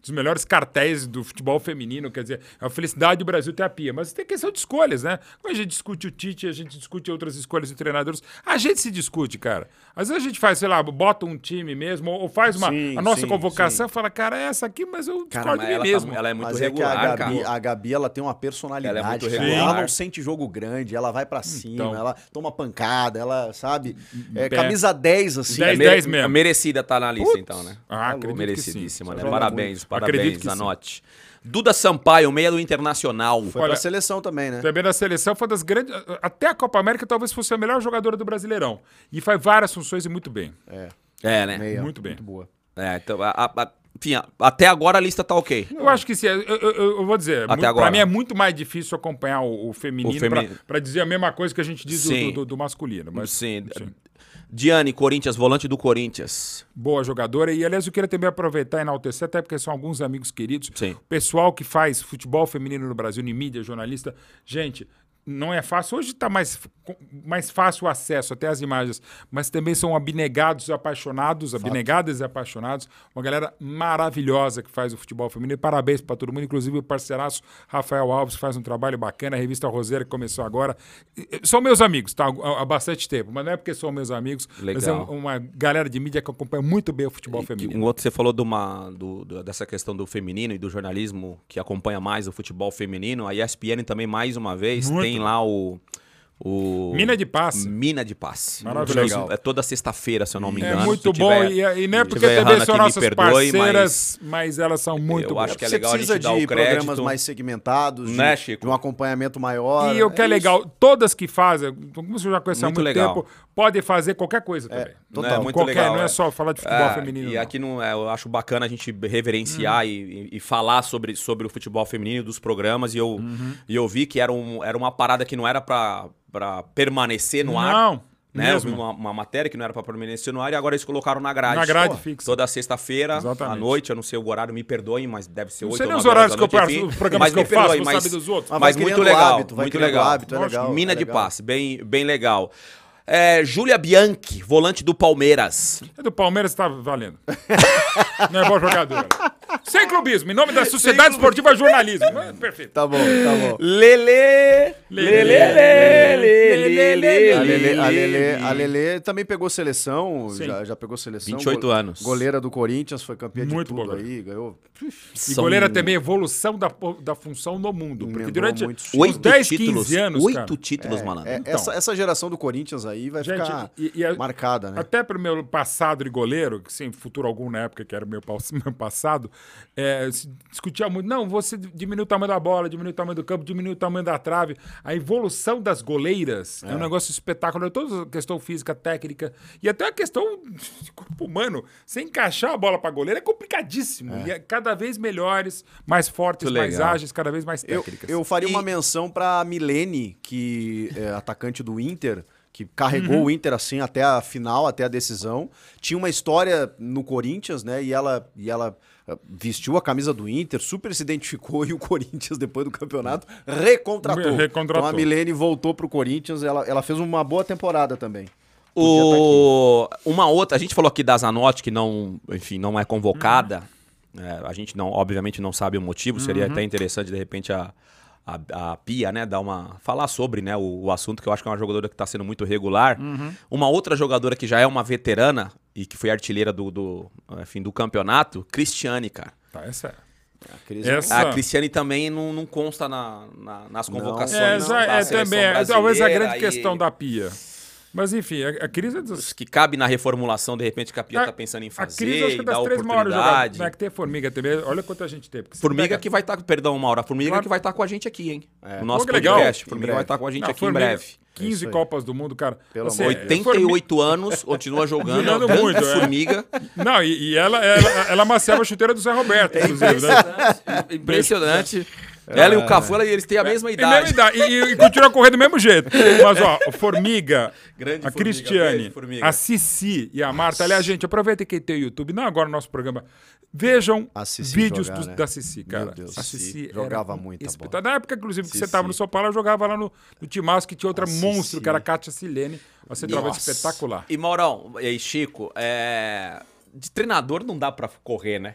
Speaker 4: dos melhores cartéis do futebol feminino, quer dizer, a felicidade do Brasil ter a Pia. Mas tem questão de escolhas, né? Como a gente discute o Tite, a gente discute outras escolhas de treinadores. A gente se discute, cara. Às vezes a gente faz, sei lá, bota um time mesmo, ou faz uma.
Speaker 3: Sim,
Speaker 4: a nossa
Speaker 3: sim,
Speaker 4: convocação e fala, cara, é essa aqui, mas eu
Speaker 2: Cara,
Speaker 4: discordo
Speaker 2: mas
Speaker 4: de mim
Speaker 2: ela, tá-
Speaker 4: mesmo.
Speaker 2: ela é muito
Speaker 3: Mas
Speaker 2: regular,
Speaker 3: é que a Gabi,
Speaker 2: cara.
Speaker 3: a Gabi, ela tem uma personalidade,
Speaker 2: Ela é muito
Speaker 3: cara.
Speaker 2: regular.
Speaker 3: Ela não sente jogo grande, ela vai pra cima,
Speaker 4: Então. Hum,
Speaker 3: ela toma pancada, ela, sabe? É,
Speaker 4: Pé.
Speaker 3: camisa 10, assim.
Speaker 2: É
Speaker 4: Dez,
Speaker 2: mere-
Speaker 4: dez mesmo.
Speaker 2: Merecida tá na lista, então, né?
Speaker 4: Ah, acredito que
Speaker 2: Merecidíssima,
Speaker 4: sim.
Speaker 2: né?
Speaker 4: Joga
Speaker 2: Parabéns,
Speaker 4: muito. Acredito
Speaker 2: parabéns,
Speaker 4: que sim.
Speaker 2: anote. Duda Sampaio, meia do Internacional.
Speaker 3: Foi
Speaker 4: Olha-
Speaker 3: pra seleção também, né?
Speaker 4: Também na seleção foi das grandes. Até a Copa América talvez fosse a melhor jogadora do Brasileirão. E faz várias funções e muito bem.
Speaker 2: É, né?
Speaker 3: Meia,
Speaker 4: muito bem.
Speaker 3: Muito boa.
Speaker 2: É, então, a- a- a- enfim, a- até agora a lista tá ok.
Speaker 4: Eu acho que sim. Eu, eu- eu- eu vou dizer,
Speaker 2: Até
Speaker 4: muito-
Speaker 2: agora.
Speaker 4: pra mim é muito mais difícil acompanhar o, o feminino,
Speaker 2: O feminino.
Speaker 4: Pra, pra dizer a mesma coisa que a gente diz do-
Speaker 2: Sim.
Speaker 4: do, do- do masculino. Mas,
Speaker 2: Sim. Diane, Corinthians, volante do Corinthians.
Speaker 4: boa jogadora. E, aliás, eu queria também aproveitar e enaltecer, até porque são alguns amigos queridos.
Speaker 2: Sim.
Speaker 4: O pessoal que faz futebol feminino no Brasil, em mídia, jornalista. Gente, não é fácil. Hoje está mais, f- com- mais fácil o acesso até as imagens, mas também são abnegados, apaixonados, abnegadas e apaixonados. Uma galera maravilhosa que faz o futebol feminino. E parabéns para todo mundo, inclusive o parceiraço Rafael Alves, que faz um trabalho bacana. A revista Roseira, que começou agora. E- e- São meus amigos, tá? Há há bastante tempo, mas não é porque são meus amigos, mas é
Speaker 2: Legal.
Speaker 4: um- uma galera de mídia que acompanha muito bem o futebol feminino.
Speaker 2: Enquanto um você falou de uma- do- do- dessa questão do feminino e do jornalismo que acompanha mais o futebol feminino, a ESPN também, mais uma vez,
Speaker 4: Muito.
Speaker 2: tem lá o, o-
Speaker 4: Mina de passe.
Speaker 2: Mina de Passe.
Speaker 4: Maravilhoso.
Speaker 2: Isso É toda sexta-feira, se eu não me
Speaker 4: É
Speaker 2: engano.
Speaker 4: muito
Speaker 2: Se
Speaker 4: bom
Speaker 2: tiver-
Speaker 4: e, e não é
Speaker 2: se
Speaker 4: porque
Speaker 2: tiver errando
Speaker 4: também são
Speaker 2: aqui, me
Speaker 4: nossas
Speaker 2: perdoe, mas-
Speaker 4: parceiras, mas... elas são muito
Speaker 2: Eu
Speaker 4: boas.
Speaker 2: acho que é
Speaker 3: Você
Speaker 2: legal a gente
Speaker 3: precisa
Speaker 2: dar o
Speaker 3: de programas
Speaker 2: crédito.
Speaker 3: mais segmentados, de-
Speaker 2: Né,
Speaker 3: de,
Speaker 2: Chico?
Speaker 3: um acompanhamento maior.
Speaker 4: E o que é,
Speaker 3: isso.
Speaker 4: legal, todas que fazem, como você já conhece há
Speaker 2: Muito
Speaker 4: muito
Speaker 2: legal.
Speaker 4: tempo, podem fazer qualquer coisa também.
Speaker 2: Não
Speaker 3: É, Total.
Speaker 2: muito
Speaker 4: qualquer,
Speaker 2: legal,
Speaker 4: não é, só falar de futebol
Speaker 2: É,
Speaker 4: feminino.
Speaker 2: E
Speaker 4: não. Hum.
Speaker 2: aqui não, é, eu acho bacana a gente reverenciar e, e- e falar sobre, sobre o futebol feminino dos programas. E eu,
Speaker 4: Uhum.
Speaker 2: e eu vi que era, um, era uma parada que não era pra, pra permanecer no ar.
Speaker 4: Não,
Speaker 2: Né? Eu vi
Speaker 4: mesmo.
Speaker 2: uma, uma matéria que não era pra permanecer no ar e agora eles colocaram na grade.
Speaker 4: Na grade
Speaker 2: Pô,
Speaker 4: fixa.
Speaker 2: Toda sexta-feira, à
Speaker 4: Exatamente.
Speaker 2: noite, eu não sei o horário, me perdoem, mas deve ser
Speaker 4: Não
Speaker 2: 8
Speaker 4: sei
Speaker 2: ou
Speaker 4: nem os
Speaker 2: 9 horas da
Speaker 4: horários que eu
Speaker 2: noite,
Speaker 4: faço,
Speaker 2: enfim.
Speaker 4: os programas
Speaker 2: Mas
Speaker 4: que eu
Speaker 2: me perdoem,
Speaker 4: faço, não
Speaker 2: mas-
Speaker 4: sabe dos outros.
Speaker 3: Mas
Speaker 2: Mas
Speaker 3: vai
Speaker 2: muito
Speaker 3: criando
Speaker 2: legal,
Speaker 3: hábito, vai
Speaker 2: muito
Speaker 3: criando
Speaker 2: legal.
Speaker 3: hábito, é legal,
Speaker 2: Mina
Speaker 3: é
Speaker 2: de
Speaker 3: legal.
Speaker 2: passe, bem, bem legal. É, Júlia Bianchi, volante do Palmeiras.
Speaker 4: É do Palmeiras, tá valendo. não é bom jogador. Sem clubismo, em nome da Sociedade Esportiva Jornalismo. É, Perfeito.
Speaker 3: Tá bom, tá bom.
Speaker 2: Lele!
Speaker 4: Lele,
Speaker 2: Lele!
Speaker 3: A Lele, a
Speaker 2: Lele!
Speaker 3: Lelê- a Lelê também pegou seleção,
Speaker 4: Sim.
Speaker 3: já, já pegou seleção.
Speaker 2: 28 anos.
Speaker 3: Goleira do Corinthians, foi campeã de
Speaker 4: Muito
Speaker 3: tudo
Speaker 4: boa.
Speaker 3: aí, ganhou.
Speaker 2: Tá.
Speaker 4: E goleira também é evolução da, po- da função no mundo. Porque
Speaker 3: Emendou
Speaker 4: durante
Speaker 3: muitos
Speaker 4: os
Speaker 2: Oito
Speaker 4: 10,
Speaker 2: títulos,
Speaker 4: 15 anos,
Speaker 2: oito
Speaker 4: cara,
Speaker 2: títulos, malandro.
Speaker 3: É, essa, essa geração do Corinthians aí vai
Speaker 4: Então. Gente,
Speaker 3: ficar
Speaker 4: e- é e a-
Speaker 3: marcada, né?
Speaker 4: Até pro meu passado de goleiro, que sem futuro algum na época, que era o meu, pas- meu passado, é, se discutia muito. Não, você diminui o tamanho da bola, diminui o tamanho do campo, diminui o tamanho da trave. A evolução das goleiras é, um negócio espetacular. Toda a questão física, técnica e até a questão de corpo humano. Você encaixar a bola pra goleira é complicadíssimo. E é cada vez melhores, mais fortes,
Speaker 2: Muito
Speaker 4: mais
Speaker 2: legal.
Speaker 4: ágeis, cada vez mais
Speaker 3: Eu,
Speaker 4: técnicas.
Speaker 3: eu faria uma menção pra Milene, que é atacante do Inter, que carregou
Speaker 4: Uhum.
Speaker 3: o Inter assim até a final, até a decisão. Tinha uma história no Corinthians, né? E ela, e ela eh, vestiu a camisa do Inter, super se identificou e o Corinthians, depois do campeonato, recontratou.
Speaker 4: Recontratou.
Speaker 3: Então a Milene voltou pro Corinthians, ela, ela fez uma boa temporada também.
Speaker 2: O... Uma outra, a gente falou aqui da Zanotti, que não, enfim, não é convocada. É, a gente não, obviamente, não sabe o motivo. Seria até interessante, de repente, a, a, a Pia, né, dar uma. falar sobre né, o, o assunto, que eu acho que é uma jogadora que está sendo muito regular. Uma outra jogadora que já é uma veterana e que foi artilheira do, do, enfim, do campeonato, Cristiane, cara.
Speaker 4: Tá, essa é.
Speaker 3: A Cris-
Speaker 4: Essa-
Speaker 2: A
Speaker 4: Só.
Speaker 2: Cristiane também não, não consta na- na- nas convocações.
Speaker 4: É,
Speaker 3: Não,
Speaker 4: já
Speaker 2: da
Speaker 4: é
Speaker 2: seleção
Speaker 4: também. É, talvez a
Speaker 2: brasileira
Speaker 4: grande
Speaker 2: e-
Speaker 4: questão da pia. Mas enfim, a, a Cris é dos.
Speaker 2: que cabe na reformulação, de repente, que a Pia tá pensando em
Speaker 4: a Cris acho
Speaker 2: fazer
Speaker 4: que
Speaker 2: e
Speaker 4: é das
Speaker 2: dar
Speaker 4: três maiores
Speaker 2: oportunidade.
Speaker 4: jogadoras. Né, que tem a Formiga também. Olha quanta gente tem. porque você
Speaker 2: Formiga
Speaker 4: pega-
Speaker 2: que vai estar, perdão, Mauro, a Formiga
Speaker 4: Claro.
Speaker 2: que vai estar com a gente aqui, hein?
Speaker 3: É.
Speaker 2: O
Speaker 4: Pô,
Speaker 2: nosso
Speaker 4: que legal.
Speaker 2: podcast.
Speaker 3: Em
Speaker 2: Formiga
Speaker 3: breve.
Speaker 2: vai estar com a gente
Speaker 4: Não,
Speaker 2: aqui
Speaker 4: Formiga,
Speaker 2: em breve.
Speaker 4: 15
Speaker 3: É aí.
Speaker 4: Copas do Mundo, cara.
Speaker 3: Pelo
Speaker 4: Assim,
Speaker 3: amor
Speaker 4: é,
Speaker 2: 88 anos, continua jogando, é
Speaker 4: Jogando
Speaker 2: grande
Speaker 4: muito, é.
Speaker 2: Formiga.
Speaker 4: Formi- Não,
Speaker 3: É
Speaker 4: e, e ela, ela, ela maceva a chuteira do Zé Roberto, inclusive. né?
Speaker 2: Impressionante. Ela e o Cafu, ela- eles têm a mesma
Speaker 4: É. E, mesmo
Speaker 2: idade.
Speaker 4: idade, e, e continua correndo do mesmo jeito. Mas, ó, o Formiga,
Speaker 2: Grande
Speaker 4: a
Speaker 2: Formiga,
Speaker 4: Cristiane,
Speaker 2: grande Formiga.
Speaker 4: a Cici e a Marta. Aliás, gente, aproveita que tem o YouTube. Não agora o nosso programa. Vejam
Speaker 3: A Cici
Speaker 4: vídeos
Speaker 3: jogar,
Speaker 4: dos-
Speaker 3: né?
Speaker 4: da Cici, cara.
Speaker 3: Meu Deus,
Speaker 4: a
Speaker 3: Cici
Speaker 4: Cici
Speaker 3: jogava
Speaker 4: era um
Speaker 3: muita bola.
Speaker 4: espetacular. Na época, inclusive, que você
Speaker 3: Cici.
Speaker 4: estava no São Paulo, eu jogava lá no, no Timasco, que tinha outra
Speaker 3: A Cici.
Speaker 4: monstro, que era a Kátia Silene. Você estava espetacular.
Speaker 2: E Maurão, e aí, Chico, é... de treinador não dá pra correr, né?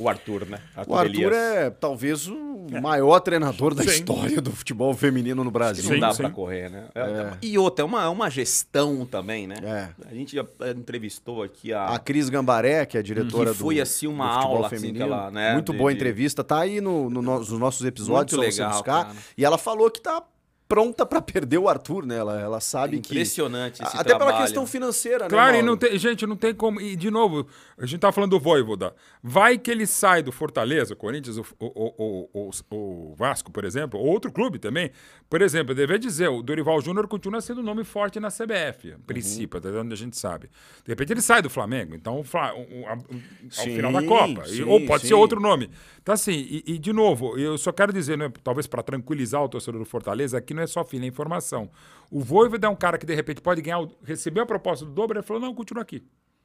Speaker 2: O Arthur, né?
Speaker 3: O Arthur é talvez o maior treinador da
Speaker 4: É. Sim.
Speaker 3: história do futebol feminino no Brasil.
Speaker 2: Não
Speaker 4: Sim,
Speaker 2: dá
Speaker 4: sim.
Speaker 2: pra correr, né? É- E outra, é uma, é uma gestão também, né?
Speaker 3: É.
Speaker 2: A gente já é, entrevistou aqui a.
Speaker 3: A Cris Gambaré, que é a diretora
Speaker 2: Uhum. Que foi,
Speaker 3: do,
Speaker 2: assim, uma
Speaker 3: do futebol
Speaker 2: aula, assim,
Speaker 3: feminino.
Speaker 2: aquela, né,
Speaker 3: Muito
Speaker 2: de-
Speaker 3: boa
Speaker 2: de-
Speaker 3: entrevista. Tá aí no- no no- nos nossos episódios,
Speaker 2: Muito
Speaker 3: só você
Speaker 2: legal,
Speaker 3: buscar.
Speaker 2: cara.
Speaker 3: E ela falou que tá pronta pra perder o Arthur, né? Ela, ela sabe que...
Speaker 2: Impressionante esse
Speaker 3: Até pela
Speaker 2: trabalho.
Speaker 3: questão financeira, né,
Speaker 4: Claro, e
Speaker 3: Mauro?
Speaker 4: não tem, gente, não tem como. E, de novo, a gente tá falando do Voivoda. Vai que ele sai do Fortaleza, o Corinthians, o, o, o, o- o Vasco, por exemplo, ou outro clube também. Por exemplo, eu deveria dizer, o Dorival Júnior continua sendo um nome forte na CBF, a princípio,
Speaker 3: Uhum.
Speaker 4: até onde a gente sabe. De repente ele sai do Flamengo, então o Fla- o- o- a- o- ao
Speaker 3: Sim,
Speaker 4: final da Copa. E-
Speaker 3: sim,
Speaker 4: ou pode ser
Speaker 3: sim.
Speaker 4: outro nome. Então, assim, e, e, de novo, eu só quero dizer, né, talvez para tranquilizar o torcedor do Fortaleza, aqui não é só fila, é informação. O Voivoda é um cara que, de repente, pode ganhar, o- recebeu a proposta do Dobro e falou: não, continua aqui.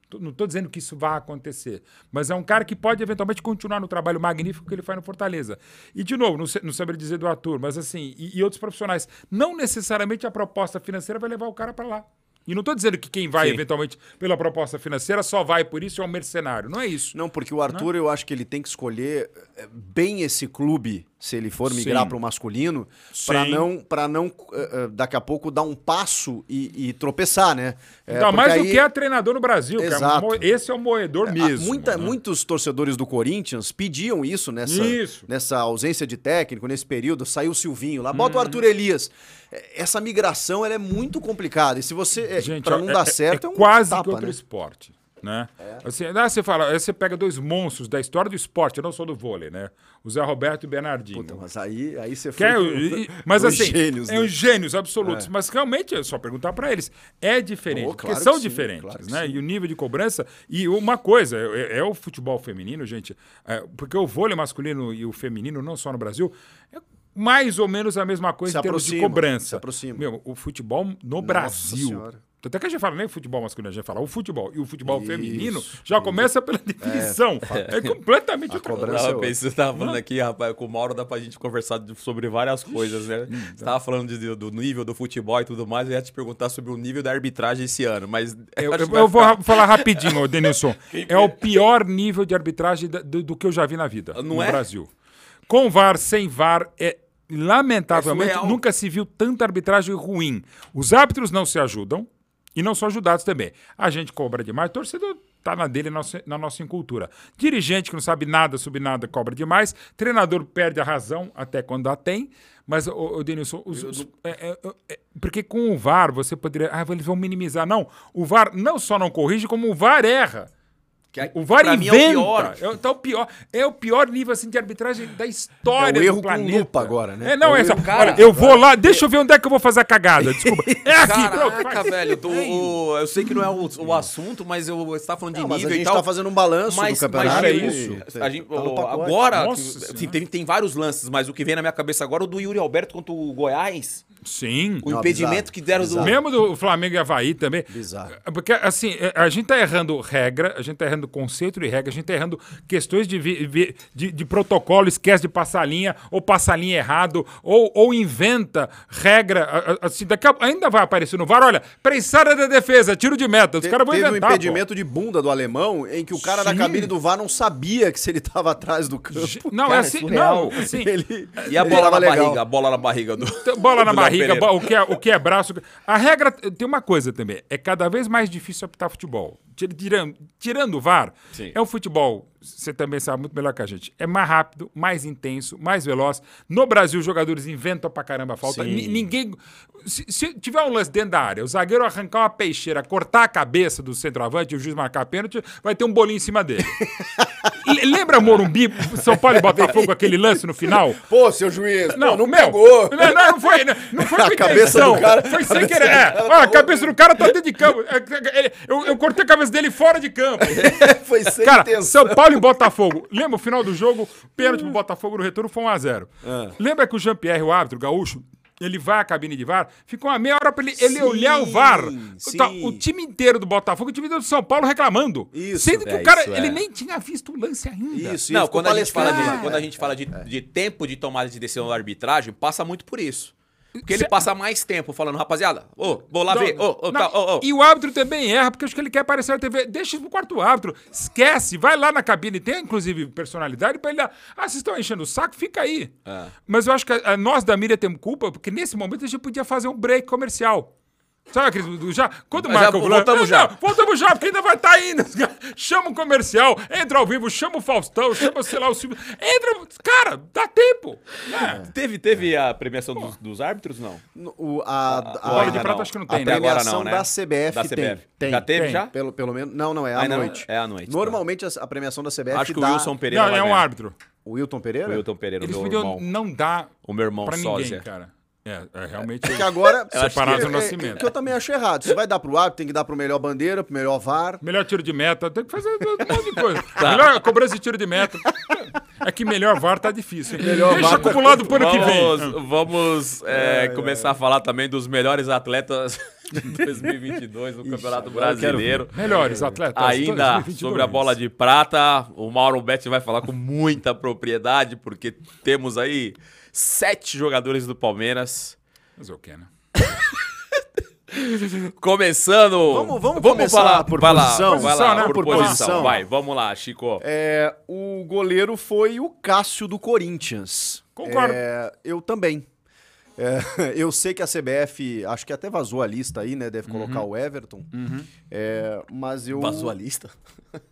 Speaker 4: Tô- Não estou dizendo que isso vá acontecer, mas é um cara que pode eventualmente continuar no trabalho magnífico que ele faz no Fortaleza. E, de novo, não, sei- não saberia dizer do Arthur, mas assim, e, e outros profissionais. Não necessariamente a proposta financeira vai levar o cara para lá. E não estou dizendo que quem vai eventualmente pela proposta financeira só vai por isso é um mercenário. Não é isso.
Speaker 3: Não, porque o Arthur, eu acho que ele tem que escolher eh, bem esse clube, se ele for migrar
Speaker 4: Sim.
Speaker 3: para o masculino, para
Speaker 4: Sim.
Speaker 3: não, pra não eh, eh, daqui a pouco dar um passo e, e tropeçar, né? É,
Speaker 4: Ainda
Speaker 3: porque
Speaker 4: mais do
Speaker 3: aí-
Speaker 4: que é treinador no Brasil, cara.
Speaker 3: Exato.
Speaker 4: Mo- Esse é o moedor
Speaker 3: Ah,
Speaker 4: mesmo.
Speaker 3: muita-
Speaker 4: né?
Speaker 3: Muitos torcedores do Corinthians pediam isso nessa,
Speaker 4: Isso.
Speaker 3: nessa ausência de técnico, nesse período. Saiu o Silvinho lá, bota o
Speaker 4: Uhum.
Speaker 3: Arthur Elias. É, Essa migração ela é muito complicada. E se você.
Speaker 4: Gente,
Speaker 3: para
Speaker 4: ó,
Speaker 3: não
Speaker 4: é-
Speaker 3: dar
Speaker 4: é-
Speaker 3: certo,
Speaker 4: é,
Speaker 3: é, um
Speaker 4: quase
Speaker 3: tapa,
Speaker 4: que outro
Speaker 3: né? É.
Speaker 4: esporte. Né? Assim, aí você fala, aí você pega dois monstros da história do esporte, eu não sou do vôlei, né? O Zé Roberto e o Bernardinho.
Speaker 3: Puta, mas aí, aí você
Speaker 4: Que é,
Speaker 3: pro-
Speaker 4: e- e- mas
Speaker 3: pros
Speaker 4: assim,
Speaker 3: gênios,
Speaker 4: é
Speaker 3: né?
Speaker 4: um gênios absolutos. Mas realmente, é só perguntar pra eles. É diferente,
Speaker 3: Oh, claro
Speaker 4: porque
Speaker 3: que
Speaker 4: são
Speaker 3: sim,
Speaker 4: diferentes,
Speaker 3: claro que
Speaker 4: né?
Speaker 3: sim.
Speaker 4: E o nível de cobrança. E uma coisa, é, é o futebol feminino, gente, é, porque o vôlei masculino e o feminino, não só no Brasil, é mais ou menos a mesma coisa
Speaker 3: Se
Speaker 4: em termos de
Speaker 3: aproxima,
Speaker 4: cobrança.
Speaker 3: se aproxima.
Speaker 4: Meu, o futebol no Brasil.
Speaker 3: Senhora.
Speaker 4: Até que a gente fala nem futebol masculino, a gente fala o futebol. E o futebol feminino já começa pela definição. É, completamente outra
Speaker 2: Eu
Speaker 3: cobrança
Speaker 2: tava
Speaker 3: é
Speaker 2: pensando, eu tava falando aqui, rapaz, com o Mauro dá pra gente conversar de- sobre várias coisas, né?
Speaker 4: então.
Speaker 2: Você tava falando de- do- do nível do futebol e tudo mais, eu ia te perguntar sobre o nível da arbitragem esse ano, mas.
Speaker 4: Eu,
Speaker 2: acho
Speaker 4: eu-
Speaker 2: que vai
Speaker 4: eu vou
Speaker 2: ficar-
Speaker 4: ra- falar rapidinho, ô, Denilson. É o pior nível de arbitragem da- do, do que eu já vi na vida
Speaker 2: Não
Speaker 4: no
Speaker 2: é?
Speaker 4: Brasil. Com VAR, sem VAR, é lamentavelmente
Speaker 2: É surreal.
Speaker 4: nunca se viu tanta arbitragem ruim. Os árbitros não se ajudam e não são ajudados também. A gente cobra demais, torcedor tá na dele, na nossa, na nossa incultura. Dirigente que não sabe nada sobre nada cobra demais, treinador perde a razão até quando a tem. Mas, ô, ô, Denilson, os- os- é- é- é- porque com o VAR você poderia. Ah, eles vão minimizar. Não, o VAR não só não corrige, como o VAR erra.
Speaker 2: que a-
Speaker 4: O VAR
Speaker 2: pra mim
Speaker 4: inventa.
Speaker 2: é o pior.
Speaker 4: É, o- tá o pior. É o pior nível assim, de arbitragem da história
Speaker 3: É o erro
Speaker 4: do
Speaker 3: com
Speaker 4: planeta.
Speaker 3: lupa agora, né?
Speaker 4: É, não,
Speaker 3: É o
Speaker 4: é só,
Speaker 3: erro-
Speaker 2: Cara,
Speaker 4: olha, eu vou lá, deixa eu ver onde é que eu vou fazer a cagada, desculpa. É aqui. pronto,
Speaker 2: Caraca,
Speaker 4: faz.
Speaker 2: velho, do- o- eu sei que não é o, o assunto, mas eu você tá falando de
Speaker 3: Não, mas
Speaker 2: nível
Speaker 3: a
Speaker 2: e
Speaker 3: gente
Speaker 2: tal.
Speaker 3: tá fazendo um balanço do campeonato.
Speaker 4: Cara, é
Speaker 2: o-
Speaker 4: isso.
Speaker 2: a gente-
Speaker 3: Tá no
Speaker 2: o-
Speaker 3: pacote.
Speaker 2: agora,
Speaker 4: Nossa
Speaker 2: que-
Speaker 4: Senhora.
Speaker 2: assim, tem, tem vários lances, mas o que vem na minha cabeça agora é o do Yuri Alberto contra o Goiás.
Speaker 4: Sim.
Speaker 2: O
Speaker 3: Não,
Speaker 2: impedimento
Speaker 3: bizarro,
Speaker 2: que deram do.
Speaker 3: bizarro.
Speaker 4: Mesmo do Flamengo e Havaí também.
Speaker 3: Bizarro.
Speaker 4: Porque, assim, é, a gente tá errando regra, a gente tá errando conceito de regra, a gente tá errando questões de, vi- vi- de, de protocolo, esquece de passar a linha, ou passar a linha errado, ou, ou inventa regra. a- a- Assim, daqui a, ainda vai aparecer no VAR, olha, prensada da defesa, tiro de meta. Os
Speaker 3: Te-
Speaker 4: caras vão
Speaker 3: teve um
Speaker 4: inventar. pô.
Speaker 3: impedimento de bunda do alemão em que o cara da
Speaker 4: Sim.
Speaker 3: cabine do VAR não sabia que se ele tava atrás do campo.
Speaker 4: Ge- Não,
Speaker 2: Cara,
Speaker 4: é
Speaker 2: é
Speaker 4: assim.
Speaker 2: surreal.
Speaker 4: não, assim,
Speaker 3: Ele,
Speaker 2: E a
Speaker 3: ele
Speaker 2: bola
Speaker 3: tava
Speaker 2: na
Speaker 3: legal.
Speaker 2: barriga, a bola na barriga do.
Speaker 4: Então, bola na
Speaker 2: do Léo
Speaker 4: barriga,
Speaker 2: Pereira.
Speaker 4: bo- o que, é, o que é braço. o que- A regra. Tem uma coisa também. É cada vez mais difícil apitar futebol. Tira- Tirando, tirando o VAR,
Speaker 2: Sim.
Speaker 4: é um futebol. Você também sabe muito melhor que a gente. É mais rápido, mais intenso, mais veloz. No Brasil, os jogadores inventam pra caramba a falta. Ni- Ninguém. Se, se tiver um lance dentro da área, o zagueiro arrancar uma peixeira, cortar a cabeça do centroavante e o juiz marcar pênalti, vai ter um bolinho em cima dele. Le- Lembra Morumbi, São
Speaker 2: É.
Speaker 4: Paulo e Botafogo, aquele lance no final?
Speaker 5: Pô, seu juiz,
Speaker 4: Não,
Speaker 5: pô, não
Speaker 4: não
Speaker 5: pegou.
Speaker 4: Não, não, não foi, não, não foi com
Speaker 3: A cabeça
Speaker 4: intenção.
Speaker 3: do cara-
Speaker 4: foi sem querer. É, ó, a cabeça do cara tá dentro de campo. É, é, ele- Eu, eu cortei a cabeça dele fora de campo.
Speaker 5: Foi sem
Speaker 4: Cara,
Speaker 5: intenção.
Speaker 4: São Paulo e Botafogo. Lembra o final do jogo? Pênalti pro Botafogo no retorno foi 1x0.
Speaker 3: Ah.
Speaker 4: Lembra que o Jean-Pierre, o árbitro o gaúcho, ele vai à cabine de VAR, ficou uma meia hora pra ele, ele olhar o VAR.
Speaker 1: sim.
Speaker 4: Tá, o time inteiro do Botafogo, o time inteiro do São Paulo reclamando.
Speaker 3: Isso,
Speaker 4: Sendo que
Speaker 2: é,
Speaker 4: o cara,
Speaker 2: isso é.
Speaker 4: ele nem tinha visto o lance ainda.
Speaker 3: Isso,
Speaker 2: não,
Speaker 3: ficou
Speaker 2: quando a, gente fala de,
Speaker 3: palestrando.
Speaker 2: quando a gente fala de,
Speaker 3: É.
Speaker 2: de tempo de tomada de decisão da arbitragem, passa muito por isso. Porque ele passa mais tempo falando, rapaziada, ô, vou lá ver, ô, ô,
Speaker 4: Não,
Speaker 2: tá, ô, ô.
Speaker 4: E o árbitro também erra, porque acho que ele quer aparecer na TV. Deixa isso pro quarto árbitro. Esquece, vai lá na cabine. Tem, inclusive, personalidade pra ele dar. Ah, vocês estão enchendo o saco? Fica aí.
Speaker 2: É.
Speaker 4: Mas eu acho que a- a nós da mídia temos culpa, porque nesse momento a gente podia fazer um break comercial. Sabe aqueles do já? Quando
Speaker 2: Mas já
Speaker 4: marca o Blanco-
Speaker 2: voltamos
Speaker 4: Não,
Speaker 2: já.
Speaker 4: não, voltamos já, porque ainda vai estar ainda. Chama o comercial, entra ao vivo, chama o Faustão, chama, sei lá, o Silvio. Entra, cara, dá tempo. né?
Speaker 2: Teve, teve a premiação dos, dos árbitros, não?
Speaker 3: No- O,
Speaker 2: A
Speaker 3: a, a,
Speaker 4: Bola de
Speaker 2: ainda
Speaker 4: prata acho que não
Speaker 2: A
Speaker 4: tem, né?
Speaker 2: até agora
Speaker 3: Premiação da CBF
Speaker 2: Da
Speaker 3: tem.
Speaker 2: CBF.
Speaker 3: Tem.
Speaker 2: Já teve
Speaker 4: Tem.
Speaker 2: já?
Speaker 3: Pelo, pelo menos. Não, não, é à
Speaker 2: Ah, não,
Speaker 3: noite.
Speaker 2: é à noite, tá.
Speaker 3: Normalmente a, a premiação da CBF
Speaker 2: Acho que o
Speaker 3: dá-
Speaker 2: Wilson Pereira
Speaker 4: Não,
Speaker 2: vai
Speaker 4: é um
Speaker 2: ganhar.
Speaker 4: árbitro. é.
Speaker 3: O Wilton Pereira?
Speaker 2: O Wilton Pereira, o
Speaker 4: Eles
Speaker 2: meu
Speaker 4: podiam
Speaker 2: irmão.
Speaker 4: não dar
Speaker 2: O meu irmão
Speaker 4: pra
Speaker 2: sósia.
Speaker 4: ninguém, cara. É, é realmente.
Speaker 3: Que agora.
Speaker 4: acho Separado
Speaker 3: que-
Speaker 4: no
Speaker 3: é-
Speaker 4: nascimento.
Speaker 3: Que eu também acho errado. Você vai dar pro árbitro, tem que dar pro melhor bandeira, pro melhor VAR.
Speaker 4: Melhor tiro de meta, tem que fazer um monte de coisa.
Speaker 2: Tá.
Speaker 4: Melhor cobrança de tiro de meta. É que melhor VAR tá difícil. hein? Deixa
Speaker 3: VAR tá
Speaker 4: acumulado pro ano que vem.
Speaker 2: Vamos, vamos é, começar a falar também dos melhores atletas de 2022 no Campeonato Brasileiro.
Speaker 4: Melhores atletas.
Speaker 2: Ainda
Speaker 4: 2022.
Speaker 2: sobre a bola de prata, o Mauro Betti vai falar com muita propriedade, porque temos aí sete jogadores do Palmeiras.
Speaker 4: Mas o que, né?
Speaker 2: Começando.
Speaker 3: Vamos- vamos começar por
Speaker 2: vai lá,
Speaker 3: posição.
Speaker 2: vai lá,
Speaker 4: Posição, né?
Speaker 2: por,
Speaker 4: Por
Speaker 2: posição.
Speaker 3: posição.
Speaker 2: Vai, vamos lá, Chico.
Speaker 3: É, o goleiro foi o Cássio do Corinthians.
Speaker 4: Concordo.
Speaker 3: É, eu também. É, eu sei que a CBF, acho que até vazou a lista aí, né? Deve colocar o Everton. É, mas eu.
Speaker 2: Uhum. Vazou a lista?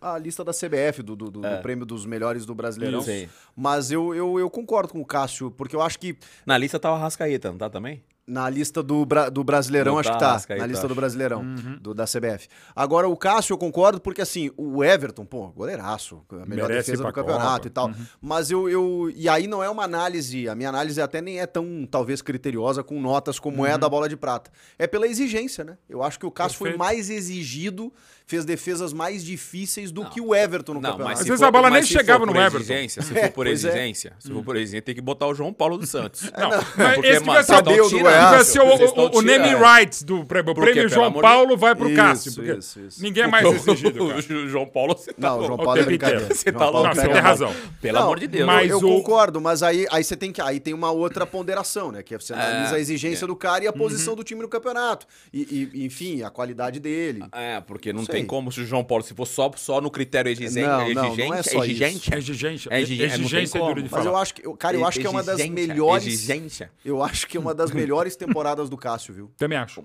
Speaker 3: a lista da CBF, do, do- do- do
Speaker 2: É.
Speaker 3: prêmio dos melhores do Brasileirão.
Speaker 2: Isso aí.
Speaker 3: Mas eu, eu, eu concordo com o Cássio, porque eu acho que
Speaker 2: Na lista tá o Arrascaeta, não tá também?
Speaker 3: na lista do, Bra- do Brasileirão,
Speaker 2: Não
Speaker 3: acho
Speaker 2: tá,
Speaker 3: que tá.
Speaker 2: Arrascaeta,
Speaker 3: na lista
Speaker 2: acho.
Speaker 3: do Brasileirão,
Speaker 4: Uhum.
Speaker 3: do- da CBF. Agora, o Cássio, eu concordo, porque assim, o Everton, pô, goleiraço, a melhor
Speaker 4: Merece ir
Speaker 3: defesa do
Speaker 4: pra
Speaker 3: campeonato
Speaker 4: Copa. Uhum.
Speaker 3: e tal. Mas eu, eu. E aí não é uma análise, a minha análise até nem é tão, talvez, criteriosa com notas como
Speaker 4: Uhum.
Speaker 3: é a da bola de prata. É pela exigência, né? Eu acho que o Cássio foi
Speaker 4: Perfeito.
Speaker 3: mais exigido, fez defesas mais difíceis do que o Everton no campeonato.
Speaker 4: Às vezes a bola
Speaker 2: mas
Speaker 4: nem
Speaker 2: se for
Speaker 4: chegava
Speaker 2: por
Speaker 4: no Everton.
Speaker 2: Exigência, se for por
Speaker 3: pois é.
Speaker 2: exigência, se for por exigência, tem que botar o João Paulo dos Santos.
Speaker 4: Não, mas
Speaker 2: porque,
Speaker 4: esse que vai
Speaker 2: mano,
Speaker 4: ser o,
Speaker 2: vocês tão
Speaker 4: que vai ser o,
Speaker 2: tirando.
Speaker 4: o, o, o
Speaker 2: Vocês tão
Speaker 4: naming
Speaker 2: tirando.
Speaker 4: rights do prêmio. O
Speaker 2: Porque,
Speaker 4: prêmio
Speaker 2: pelo
Speaker 4: João
Speaker 2: amor de-
Speaker 4: Paulo vai pro
Speaker 3: Isso,
Speaker 4: Cássio. Porque
Speaker 3: isso, isso.
Speaker 4: Ninguém é mais exigido,
Speaker 2: o
Speaker 4: cara.
Speaker 2: João Paulo, você tá
Speaker 3: Não, o João
Speaker 2: louco.
Speaker 3: Paulo é
Speaker 4: tempo inteiro.
Speaker 3: brincadeira.
Speaker 2: Você um.
Speaker 3: João
Speaker 2: tá
Speaker 3: Paulo
Speaker 2: louco.
Speaker 4: Não, você
Speaker 3: pega
Speaker 4: tem
Speaker 3: mal.
Speaker 4: razão.
Speaker 2: Pelo
Speaker 3: Não,
Speaker 2: amor de Deus.
Speaker 4: mas-
Speaker 3: eu
Speaker 4: o-
Speaker 3: concordo, mas aí, aí você tem que. Aí tem uma outra ponderação, né? Que é você analisa a exigência do cara e
Speaker 2: Uhum.
Speaker 3: a posição do time no campeonato. E, e, enfim, a qualidade dele.
Speaker 2: É, porque não
Speaker 3: Isso
Speaker 2: tem
Speaker 3: aí.
Speaker 2: como se o João Paulo, se for só, só no critério exigente,
Speaker 3: Não, não, não é
Speaker 2: exigente,
Speaker 3: só isso.
Speaker 2: exigente, É
Speaker 4: É Exigência.
Speaker 2: exigência, não tem
Speaker 4: Exigência é
Speaker 2: como.
Speaker 4: duro de
Speaker 3: Mas eu
Speaker 4: falar.
Speaker 3: acho que. eu- Cara, eu acho que é uma das
Speaker 2: exigência,
Speaker 3: melhores.
Speaker 2: Exigência.
Speaker 3: Eu acho que é uma das melhores temporadas do Cássio, viu?
Speaker 4: Também acho.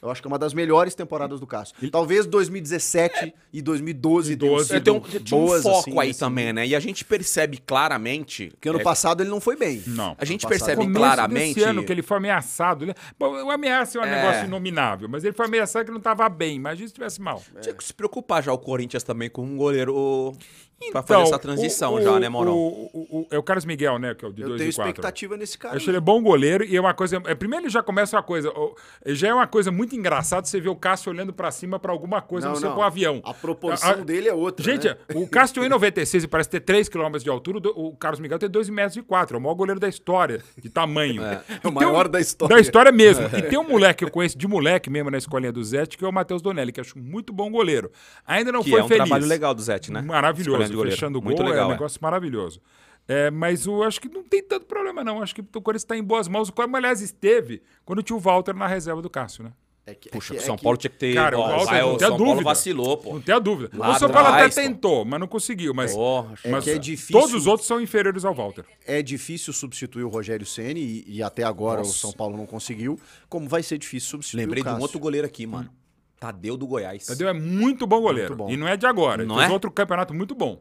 Speaker 3: Eu acho que é uma das melhores temporadas do Cássio. Talvez 2017 e 2012 tenham
Speaker 4: 12,
Speaker 2: É,
Speaker 3: sido
Speaker 2: tem um, tinha um
Speaker 3: boas,
Speaker 2: foco
Speaker 3: assim,
Speaker 2: aí
Speaker 3: assim.
Speaker 2: também, né? E a gente percebe claramente.
Speaker 3: Porque ano
Speaker 2: é,
Speaker 3: passado ele não foi bem.
Speaker 4: Não.
Speaker 2: A gente
Speaker 3: Ano passado-
Speaker 2: percebe
Speaker 4: Começo
Speaker 2: claramente.
Speaker 4: Desse ano que ele foi ameaçado. né? Bom, o ameaça é um
Speaker 2: É.
Speaker 4: negócio inominável, mas ele foi ameaçado que não estava bem. Imagina se estivesse mal.
Speaker 2: Tinha que se preocupar já o Corinthians também com um goleiro pra
Speaker 4: Então,
Speaker 2: fazer essa transição
Speaker 4: o-
Speaker 2: já,
Speaker 4: o-
Speaker 2: né, Morão?
Speaker 4: o- o- o- é o Carlos Miguel, né? Que é o de
Speaker 3: Eu
Speaker 4: 2
Speaker 3: tenho
Speaker 4: e 4.
Speaker 3: expectativa nesse
Speaker 4: Eu
Speaker 3: cara.
Speaker 4: acho ele bom goleiro e é uma coisa. é, primeiro ele já começa uma coisa. ó, Já é uma coisa muito engraçada você ver o Cássio olhando pra cima pra alguma coisa, não, sei pro avião.
Speaker 3: A proporção
Speaker 4: A- a-
Speaker 3: dele é outra.
Speaker 4: Gente,
Speaker 3: né?
Speaker 4: o Cássio tem 96 e parece ter 3 km de altura, o do- o Carlos Miguel tem 2 metros e 4, é o maior goleiro da história, de tamanho. É,
Speaker 2: Então, um
Speaker 3: o maior da história.
Speaker 4: Da história mesmo. E tem um moleque que eu conheço de moleque mesmo na escolinha do Zete, que é o Matheus Donelli, que eu acho muito bom goleiro. Ainda não
Speaker 2: Que
Speaker 4: foi
Speaker 2: é um
Speaker 4: feliz.
Speaker 2: trabalho legal do Zete, né? Escolhendo
Speaker 4: Maravilhoso,
Speaker 2: goleiro.
Speaker 4: fechando o gol,
Speaker 2: Muito
Speaker 4: é
Speaker 2: legal,
Speaker 4: um
Speaker 2: é.
Speaker 4: negócio maravilhoso. É, mas eu acho que não tem tanto problema, não. Acho que o Corinthians está em boas mãos. O Corinthians, aliás, esteve quando tinha o Walter na reserva do Cássio, né?
Speaker 3: É que- é
Speaker 2: Puxa,
Speaker 3: que-
Speaker 2: o
Speaker 3: é
Speaker 2: São
Speaker 3: que-
Speaker 2: Paulo tinha que ter.
Speaker 4: Cara, o
Speaker 2: ó,
Speaker 4: Walter
Speaker 2: vai,
Speaker 4: não
Speaker 2: o
Speaker 4: tem
Speaker 2: São Paulo
Speaker 4: dúvida.
Speaker 2: vacilou, pô.
Speaker 4: Não tenha dúvida.
Speaker 2: Lá
Speaker 4: o São Paulo até
Speaker 2: atrás, pô.
Speaker 4: tentou, mas não conseguiu. Mas,
Speaker 2: Porra,
Speaker 4: mas
Speaker 3: que é
Speaker 4: todos
Speaker 3: difícil.
Speaker 4: os outros são inferiores ao Walter.
Speaker 3: É difícil substituir o Rogério Ceni e, e até agora o São Paulo não conseguiu. Como vai ser difícil substituir
Speaker 2: Lembrei
Speaker 3: o
Speaker 2: de um
Speaker 3: Cássio.
Speaker 2: outro goleiro aqui, mano. Hum. Tadeu do Goiás.
Speaker 4: Tadeu é muito bom goleiro.
Speaker 3: Muito bom.
Speaker 4: E não é de agora. Ele
Speaker 2: Não
Speaker 4: fez
Speaker 2: é?
Speaker 4: outro campeonato muito bom.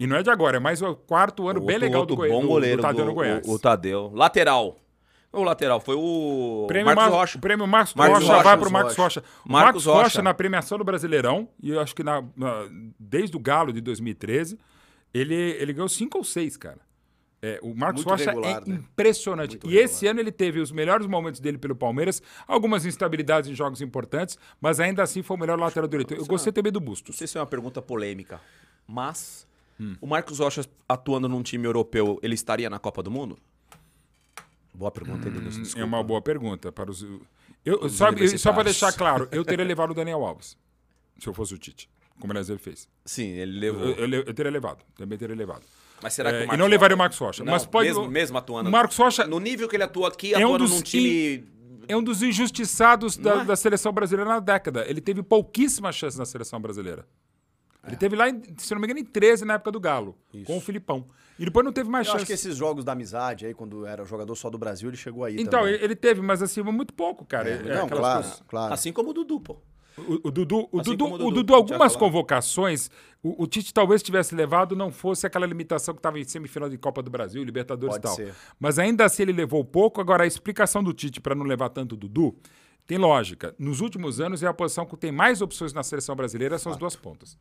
Speaker 4: E não é de agora, é mais o quarto ano
Speaker 2: Outro-
Speaker 4: bem legal
Speaker 2: outro
Speaker 4: do, Goi-
Speaker 2: bom
Speaker 4: do- do
Speaker 2: goleiro
Speaker 4: Tadeu no
Speaker 2: do-
Speaker 4: Goiás.
Speaker 2: O, o Tadeu. Lateral. O lateral foi o
Speaker 4: Prêmio
Speaker 2: Marcos
Speaker 4: Mar-
Speaker 2: Rocha.
Speaker 4: O prêmio Marcos,
Speaker 2: Marcos
Speaker 4: Rocha,
Speaker 2: Rocha.
Speaker 4: vai pro Marcos Rocha. O
Speaker 2: Marcos
Speaker 4: Marcos Rocha
Speaker 2: Rocha.
Speaker 4: na premiação do Brasileirão, e eu acho que na- na- desde o Galo de 2013, Ele, ele ganhou cinco ou seis, cara. É, o Marcos
Speaker 5: Muito
Speaker 4: Rocha
Speaker 5: regular,
Speaker 4: é
Speaker 5: né?
Speaker 4: impressionante.
Speaker 5: Muito
Speaker 4: e
Speaker 5: regular.
Speaker 4: esse ano ele teve os melhores momentos dele pelo Palmeiras, algumas instabilidades em jogos importantes, mas ainda assim foi o melhor lateral direito. Eu gostei também do
Speaker 2: Não
Speaker 4: Bustos.
Speaker 2: sei se é uma pergunta polêmica, mas
Speaker 4: Hum.
Speaker 2: o Marcos Rocha atuando num time europeu, ele estaria na Copa do Mundo? Boa pergunta, hein, Denilson?
Speaker 4: É
Speaker 2: Desculpa.
Speaker 4: uma boa pergunta para os. Eu, sabe,
Speaker 2: universitários.
Speaker 4: só para deixar claro, eu teria levado o Daniel Alves, se eu fosse o Tite, como aliás ele fez.
Speaker 2: Sim, ele
Speaker 4: Eu,
Speaker 2: levou.
Speaker 4: eu le- eu teria levado, também teria levado.
Speaker 2: Mas será que
Speaker 4: É,
Speaker 2: o
Speaker 4: e
Speaker 2: Marcos
Speaker 4: não levaria o Marcos Rocha,
Speaker 2: Não,
Speaker 4: mas pode-
Speaker 2: mesmo, mesmo atuando.
Speaker 4: Marcos Rocha-
Speaker 2: No nível que ele atua aqui,
Speaker 4: É um
Speaker 2: atuando
Speaker 4: dos
Speaker 2: num time.
Speaker 4: É um dos injustiçados
Speaker 3: é?
Speaker 4: da, da seleção brasileira na década. Ele teve pouquíssimas chances na seleção brasileira.
Speaker 3: É.
Speaker 4: Ele teve lá, em, se não me engano, em 13 na época do Galo, com o Filipão. E depois não teve mais
Speaker 3: Eu
Speaker 4: chance.
Speaker 3: acho que é esses jogos da amizade aí, quando era jogador só do Brasil, ele chegou aí
Speaker 4: Então,
Speaker 3: também.
Speaker 4: ele ele teve, mas assim, muito pouco, cara. É,
Speaker 3: Não,
Speaker 4: aquelas
Speaker 3: claro,
Speaker 4: coisas.
Speaker 3: claro.
Speaker 2: Assim como o Dudu, pô.
Speaker 4: O, o Dudu, o
Speaker 2: Assim
Speaker 4: Dudu,
Speaker 2: como o Dudu,
Speaker 4: o Dudu,
Speaker 2: Thiago
Speaker 4: algumas
Speaker 2: Lago.
Speaker 4: convocações, o, o Tite talvez tivesse levado, não fosse aquela limitação que estava em semifinal de Copa do Brasil, Libertadores
Speaker 3: Pode
Speaker 4: e tal.
Speaker 3: ser.
Speaker 4: Mas ainda assim ele levou pouco. Agora, a explicação do Tite para não levar tanto o Dudu tem lógica. Nos últimos anos é a posição que tem mais opções na seleção brasileira, são as duas pontas.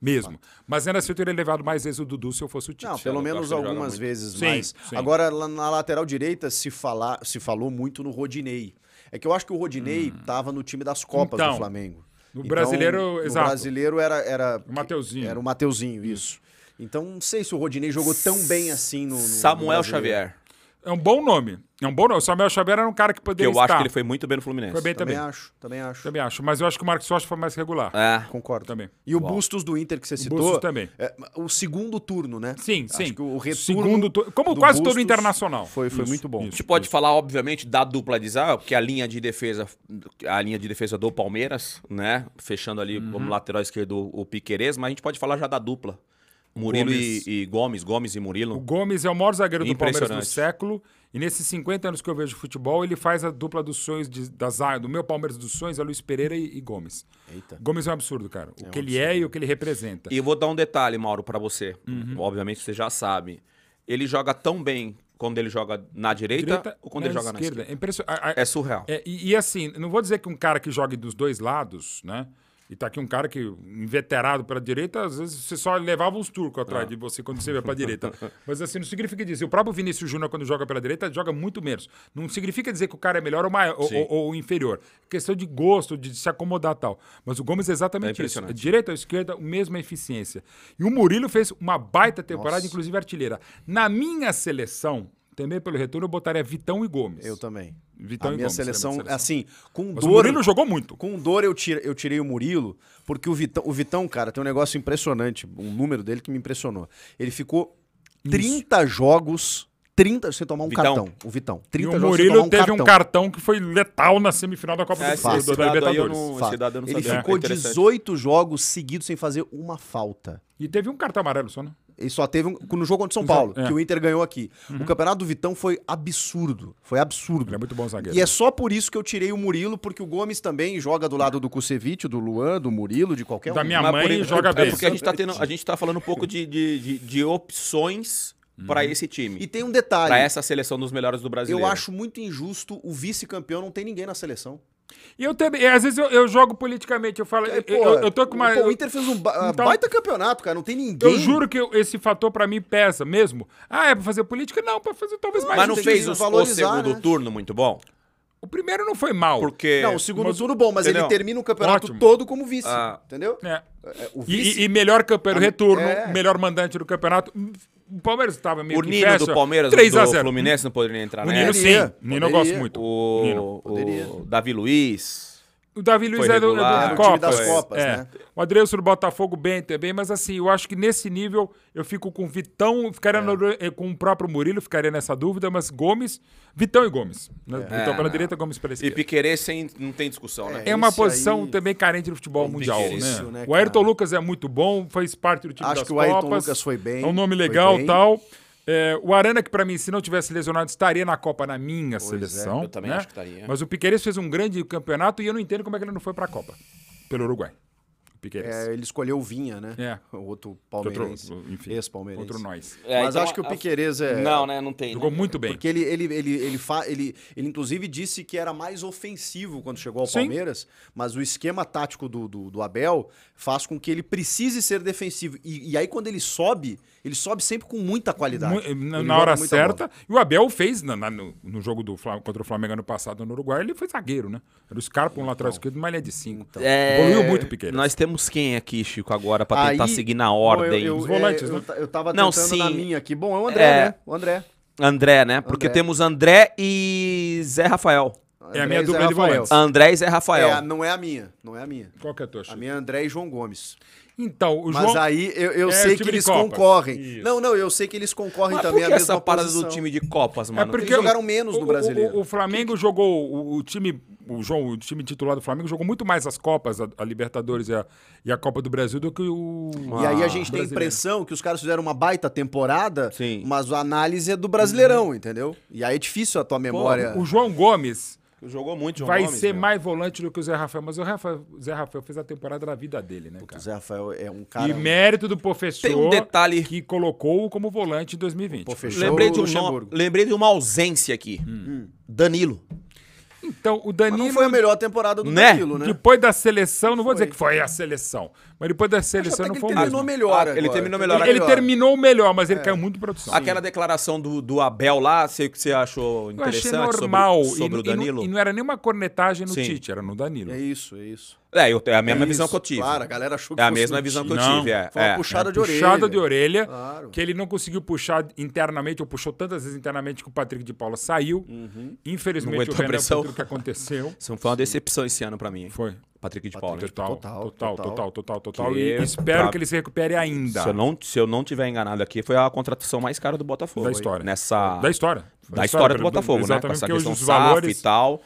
Speaker 4: Mesmo. Mas ainda assim eu teria levado mais vezes o Dudu se eu fosse o Tite.
Speaker 3: Não, pelo menos
Speaker 2: Costa joga
Speaker 3: algumas
Speaker 2: muito.
Speaker 3: vezes
Speaker 4: Sim,
Speaker 3: mais.
Speaker 4: sim.
Speaker 3: Agora, lá na lateral direita, se, falar, se falou muito no Rodinei. É que eu acho que o Rodinei tava no time das Copas
Speaker 4: Hum. Então,
Speaker 3: do Flamengo.
Speaker 4: no brasileiro, exato.
Speaker 3: No brasileiro era, era...
Speaker 4: O Mateuzinho. Hum.
Speaker 3: Era o Mateuzinho, isso. Então, não sei se o Rodinei jogou tão bem assim no... no- no
Speaker 2: Samuel
Speaker 3: brasileiro.
Speaker 2: Xavier.
Speaker 4: É um bom nome. É um bom nome. O Samuel Xavier era um cara que
Speaker 2: Que eu
Speaker 4: poderia
Speaker 2: acho
Speaker 4: estar.
Speaker 2: que ele foi muito bem no Fluminense.
Speaker 4: Foi bem
Speaker 3: Também,
Speaker 4: também. Também acho.
Speaker 3: acho, também acho.
Speaker 4: Mas eu acho que o Marcos Rocha foi mais regular.
Speaker 2: É.
Speaker 3: Concordo.
Speaker 4: Também.
Speaker 3: E o Bustos do Inter que você citou.
Speaker 4: Bustos também.
Speaker 3: é, o segundo turno, né?
Speaker 4: Sim,
Speaker 3: Acho
Speaker 4: sim.
Speaker 3: que o retorno
Speaker 4: Segundo tu- como
Speaker 3: do
Speaker 4: quase todo
Speaker 3: Bustos
Speaker 4: internacional.
Speaker 3: Foi, foi
Speaker 4: Isso,
Speaker 3: muito bom.
Speaker 2: A gente pode falar, obviamente, da dupla de zaga, porque a linha de defesa, a linha de defesa do Palmeiras, né? Fechando ali como lateral esquerdo o Piquerez, mas a gente pode falar já da dupla. Murilo
Speaker 4: Gomes.
Speaker 2: E, e Gomes, Gomes e Murilo.
Speaker 4: O Gomes é o maior zagueiro do Palmeiras do
Speaker 2: Impressionante.
Speaker 4: século. E nesses 50 anos que eu vejo futebol, ele faz a dupla dos sonhos de, da zaga, do meu Palmeiras dos sonhos, é Luiz Pereira e, e Gomes. Gomes é um absurdo, cara. O que ele é e o que ele representa.
Speaker 2: E eu vou dar um detalhe, Mauro, pra você. Obviamente você já sabe. Ele joga tão bem quando ele joga na direita, ou quando ele joga na esquerda.
Speaker 4: É, impressio- a- a-
Speaker 2: É surreal.
Speaker 4: É, e, e assim, não vou dizer que um cara que jogue dos dois lados, né? E tá aqui um cara que, inveterado pela direita, às vezes você só levava uns turcos atrás
Speaker 2: É.
Speaker 4: de você quando você ia pra direita. Mas assim, não significa dizer. O próprio Vinícius Júnior, quando joga pela direita, joga muito menos. Não significa dizer que o cara é melhor ou, maior, ou, ou- ou inferior. Questão de gosto, de se acomodar e tal. Mas o Gomes é exatamente
Speaker 2: É
Speaker 4: isso.
Speaker 2: impressionante.
Speaker 4: Direita ou esquerda, mesma eficiência. E o Murilo fez uma baita temporada, inclusive artilheira. Na minha seleção, também pelo retorno, eu botaria Vitão e Gomes.
Speaker 3: Eu também.
Speaker 4: Vitão
Speaker 3: a
Speaker 4: e
Speaker 3: minha
Speaker 4: Gomes seria
Speaker 3: seleção,
Speaker 4: minha seleção.
Speaker 3: assim, com
Speaker 4: Mas
Speaker 3: dor.
Speaker 4: o Murilo jogou muito.
Speaker 3: Com dor eu tirei, eu tirei o Murilo, porque o Vitão, o Vitão, cara, tem um negócio impressionante, um número dele que me impressionou. Ele ficou 30 jogos, 30, sem tomar um
Speaker 2: Vitão.
Speaker 3: cartão. O Vitão.
Speaker 4: E
Speaker 3: 30
Speaker 4: o
Speaker 3: jogos
Speaker 4: Murilo
Speaker 3: sem tomar um
Speaker 4: teve
Speaker 3: cartão.
Speaker 4: um cartão que foi letal na semifinal da Copa
Speaker 2: É,
Speaker 4: do
Speaker 2: esse
Speaker 4: Sul, da
Speaker 2: dado aí eu
Speaker 4: Libertadores.
Speaker 2: não-
Speaker 3: Fato.
Speaker 2: Esse dado eu não
Speaker 3: Ele
Speaker 2: sabia.
Speaker 3: ficou
Speaker 2: É interessante.
Speaker 3: 18 jogos seguidos sem fazer uma falta.
Speaker 4: E teve um cartão amarelo só, né?
Speaker 3: Ele só teve um, no jogo contra São Paulo,
Speaker 4: é.
Speaker 3: que o Inter ganhou aqui. O campeonato do Vitão foi absurdo. Foi absurdo.
Speaker 4: Uhum. Ele é muito bom zagueiro.
Speaker 3: E é só por isso que eu tirei o Murilo, porque o Gomes também joga do lado do Kusevich, do Luan, do Murilo, de qualquer
Speaker 4: Da
Speaker 3: um.
Speaker 4: minha
Speaker 2: Mas
Speaker 4: mãe
Speaker 2: por-
Speaker 4: joga
Speaker 2: é
Speaker 4: bem.
Speaker 2: porque a gente tá, tendo, a gente tá falando um pouco de, de, de- de opções pra esse time.
Speaker 3: E tem um detalhe.
Speaker 2: Pra essa seleção dos melhores do Brasil.
Speaker 3: Eu acho muito injusto o vice-campeão não tem ninguém na seleção.
Speaker 4: E eu também, é, às vezes eu, eu jogo politicamente, eu falo, eu,
Speaker 3: É, Pô,
Speaker 4: eu- eu tô com uma...
Speaker 3: pô, o
Speaker 4: eu-
Speaker 3: Inter fez um ba-
Speaker 4: Então-
Speaker 3: baita campeonato, cara. Não tem ninguém.
Speaker 4: Eu juro que eu- esse fator pra mim pesa mesmo. Ah, é pra fazer política? Não, pra fazer talvez mais.
Speaker 2: Mas não
Speaker 4: um-
Speaker 3: tem
Speaker 2: fez
Speaker 3: que
Speaker 2: o, o
Speaker 3: valorizar,
Speaker 2: segundo
Speaker 3: né?
Speaker 2: turno muito bom?
Speaker 4: O primeiro não foi mal.
Speaker 2: Porque.
Speaker 3: Não, o segundo
Speaker 4: mas-
Speaker 3: turno bom, mas ele
Speaker 2: entendeu?
Speaker 3: termina o campeonato
Speaker 4: Ótimo.
Speaker 3: todo como vice.
Speaker 2: Ah.
Speaker 3: Entendeu?
Speaker 4: É.
Speaker 3: É, o
Speaker 4: E-
Speaker 3: vice-
Speaker 4: E, e melhor campeão retorno,
Speaker 3: É.
Speaker 4: melhor mandante do campeonato. O Palmeiras tava meio
Speaker 2: o
Speaker 4: que
Speaker 2: Nino do
Speaker 4: fecha.
Speaker 2: Palmeiras,
Speaker 4: 3 a
Speaker 2: do
Speaker 4: 0.
Speaker 2: Fluminense, não poderia entrar
Speaker 4: O
Speaker 2: nessa.
Speaker 4: Nino sim.
Speaker 3: É, Poderia,
Speaker 4: O Nino eu
Speaker 3: poderia.
Speaker 4: gosto muito. Nino.
Speaker 2: O, o Davi Luiz.
Speaker 4: O Davi Luiz
Speaker 2: Foi
Speaker 4: é do,
Speaker 2: regular.
Speaker 4: é do
Speaker 2: Era o
Speaker 4: Copas.
Speaker 3: time das Copas,
Speaker 4: é.
Speaker 3: né?
Speaker 4: O Adriano do Botafogo bem também, mas assim, eu acho que nesse nível eu fico com o Vitão,
Speaker 3: É.
Speaker 4: ficaria no- eh, com o próprio Murilo, ficaria nessa dúvida, mas Gomes, Vitão e Gomes. Né?
Speaker 3: É.
Speaker 4: Vitão pela direita, Gomes pela
Speaker 2: É. E
Speaker 4: esquerda.
Speaker 2: Piquerez sem, não tem discussão, né?
Speaker 4: É uma
Speaker 3: Esse
Speaker 4: posição
Speaker 3: aí-
Speaker 4: também carente do futebol mundial,
Speaker 3: difícil,
Speaker 4: né?
Speaker 3: né,
Speaker 4: O Ayrton
Speaker 3: cara?
Speaker 4: Lucas é muito bom, faz parte do time
Speaker 3: Acho
Speaker 4: das
Speaker 3: que o Ayrton
Speaker 4: Copas,
Speaker 3: Lucas foi bem,
Speaker 4: É um nome
Speaker 3: foi
Speaker 4: legal e
Speaker 3: bem.
Speaker 4: tal. É, o Arana, que pra mim, se não tivesse lesionado, estaria na Copa na minha
Speaker 3: é,
Speaker 4: seleção.
Speaker 2: eu também
Speaker 4: né?
Speaker 2: acho que estaria.
Speaker 4: Mas o Piqueires fez um grande campeonato e eu não entendo como é que ele não foi pra Copa, pelo Uruguai. Piqueires.
Speaker 3: É, ele escolheu o Vinha, né?
Speaker 4: É.
Speaker 3: O outro
Speaker 4: Outro-
Speaker 3: palmeirense.
Speaker 4: enfim,
Speaker 3: Ex-palmeirense.
Speaker 4: Outro nós.
Speaker 2: né?
Speaker 5: É,
Speaker 3: Mas
Speaker 5: então,
Speaker 3: acho que o
Speaker 5: a-
Speaker 3: Piqueires é...
Speaker 5: Não, né? Não tem.
Speaker 4: Jogou
Speaker 5: né?
Speaker 4: muito bem.
Speaker 3: Porque ele, ele, ele, ele, fa... ele, ele, inclusive, disse que era mais ofensivo quando chegou ao
Speaker 4: Sim.
Speaker 3: Palmeiras, mas o esquema tático do, do, do Abel faz com que ele precise ser defensivo. E, e aí, quando ele sobe, ele sobe sempre com muita qualidade.
Speaker 4: Mu- Na,
Speaker 3: é Ele
Speaker 4: na
Speaker 3: joga
Speaker 4: hora
Speaker 3: muita bola.
Speaker 4: certa. E o Abel fez, na- na- no, no jogo do Flam- contra o Flamengo ano passado no Uruguai, ele foi zagueiro, né? Era o
Speaker 3: Então,
Speaker 4: Scarpa, um lateral esquerdo, mas ele é de 5.
Speaker 2: É,
Speaker 4: Evoluiu muito o Piqueires.
Speaker 2: Nós temos quem aqui, Chico, agora, pra tentar
Speaker 3: Aí-
Speaker 2: seguir na
Speaker 3: Bom,
Speaker 2: ordem?
Speaker 3: Eu, eu,
Speaker 4: Os volantes,
Speaker 3: é, eu
Speaker 4: né?
Speaker 3: ta- eu tava
Speaker 2: Não,
Speaker 3: tentando na
Speaker 2: sim.
Speaker 3: minha aqui. Bom, é o André,
Speaker 2: É.
Speaker 3: né? O André.
Speaker 2: André, né? Porque
Speaker 3: André.
Speaker 2: temos André e Zé Rafael.
Speaker 4: É a
Speaker 3: André
Speaker 4: minha
Speaker 3: e Zé
Speaker 4: dupla de
Speaker 3: Rafael.
Speaker 4: volantes.
Speaker 2: André e Zé Rafael.
Speaker 3: É, a- não é a minha, não é a minha.
Speaker 4: Qual que é a tua
Speaker 3: A
Speaker 4: chute?
Speaker 3: minha é André e João Gomes.
Speaker 4: Então, o
Speaker 3: Mas
Speaker 4: João.
Speaker 3: aí eu, eu
Speaker 4: É, o
Speaker 3: sei
Speaker 4: time
Speaker 3: que
Speaker 4: de
Speaker 3: eles
Speaker 4: Copa.
Speaker 3: concorrem.
Speaker 4: Isso.
Speaker 3: Não, não, eu sei que eles concorrem
Speaker 2: Mas por
Speaker 3: também é
Speaker 2: que
Speaker 3: a mesma
Speaker 2: essa parada
Speaker 3: posição.
Speaker 2: do time de
Speaker 4: É
Speaker 2: Copas, mano?
Speaker 3: porque- eles jogaram um menos
Speaker 4: o-
Speaker 3: no
Speaker 4: o-
Speaker 3: Brasileiro.
Speaker 4: O, o Flamengo jogou o, o time, o João, o time titular do Flamengo jogou muito mais as Copas, a, a Libertadores e a, e a Copa do Brasil do que o. Ah,
Speaker 3: E aí a gente tem a
Speaker 4: brasileiro.
Speaker 3: impressão que os caras fizeram uma baita temporada,
Speaker 2: Sim. Uhum.
Speaker 3: mas a análise é do Brasileirão, entendeu? E aí é difícil a tua memória.
Speaker 4: O João Gomes
Speaker 2: Jogou muito, João
Speaker 4: vai
Speaker 2: Gomes,
Speaker 4: ser
Speaker 3: né?
Speaker 2: meu.
Speaker 4: mais volante do que o Zé Rafael, mas o Rafa- Zé Rafael fez a temporada da vida dele, né,
Speaker 3: O
Speaker 4: cara?
Speaker 3: Zé Rafael é um cara.
Speaker 4: e mérito do professor
Speaker 2: Tem um detalhe.
Speaker 4: que colocou como volante em 2020.
Speaker 3: professor-
Speaker 2: Lembrei de, um
Speaker 3: Luxemburgo.
Speaker 2: no- lembrei de uma ausência aqui.
Speaker 4: Hum.
Speaker 2: Hum. Danilo.
Speaker 4: Então, o
Speaker 3: Mas
Speaker 4: Danilo,
Speaker 3: não foi a melhor temporada do
Speaker 2: Né?
Speaker 3: Danilo, né?
Speaker 4: depois da seleção, não vou dizer que foi a seleção, mas depois da
Speaker 3: Acho
Speaker 4: seleção
Speaker 3: até
Speaker 4: não
Speaker 3: que
Speaker 4: foi o
Speaker 3: ele terminou
Speaker 4: mesmo.
Speaker 3: melhor.
Speaker 2: Ah, ele
Speaker 3: agora. É
Speaker 2: terminou
Speaker 4: Ele-
Speaker 2: melhor
Speaker 4: Ele, terminou melhor, mas ele caiu muito em produção.
Speaker 2: Aquela declaração do, do Abel lá, você, você achou
Speaker 4: Eu achei
Speaker 2: interessante
Speaker 4: normal.
Speaker 2: sobre, sobre
Speaker 4: e,
Speaker 2: o Danilo?
Speaker 4: E, não, e não era nenhuma cornetagem no
Speaker 2: Sim.
Speaker 4: Tite, era no Danilo.
Speaker 3: É isso, é isso.
Speaker 2: É, eu, é a mesma
Speaker 3: É
Speaker 2: visão
Speaker 3: isso,
Speaker 2: que eu tive.
Speaker 3: Claro, a galera achou que
Speaker 2: é a
Speaker 3: fosse
Speaker 2: mesma
Speaker 3: no
Speaker 2: visão que
Speaker 3: Tite.
Speaker 2: eu
Speaker 4: Não,
Speaker 2: tive. É,
Speaker 3: Foi uma
Speaker 2: é.
Speaker 3: puxada de orelha.
Speaker 4: puxada de orelha,
Speaker 3: Claro.
Speaker 4: que ele não conseguiu puxar internamente, ou puxou tantas vezes internamente que o Patrick de Paula saiu.
Speaker 2: Uhum. Não
Speaker 4: Infelizmente, o
Speaker 2: aguentou a
Speaker 4: Renan,
Speaker 2: pressão.
Speaker 4: por tudo que acontececeu,
Speaker 2: Isso foi uma decepção esse ano pra mim. hein?
Speaker 4: foi...
Speaker 2: Patrick de Paula.
Speaker 4: Total, total, total,
Speaker 3: total,
Speaker 4: total, total,
Speaker 2: Que é
Speaker 4: E espero
Speaker 2: pra-
Speaker 4: que ele se recupere ainda
Speaker 2: Se eu, não, se eu não tiver enganado aqui, foi a contratação mais cara do Botafogo.
Speaker 4: da história.
Speaker 2: Nessa...
Speaker 4: Da história.
Speaker 2: da história do
Speaker 4: pelo-
Speaker 2: Botafogo, né? Com
Speaker 4: Exatamente,
Speaker 2: essa
Speaker 4: porque hoje
Speaker 2: questão
Speaker 4: os
Speaker 2: SAF e
Speaker 4: valores...
Speaker 2: tal.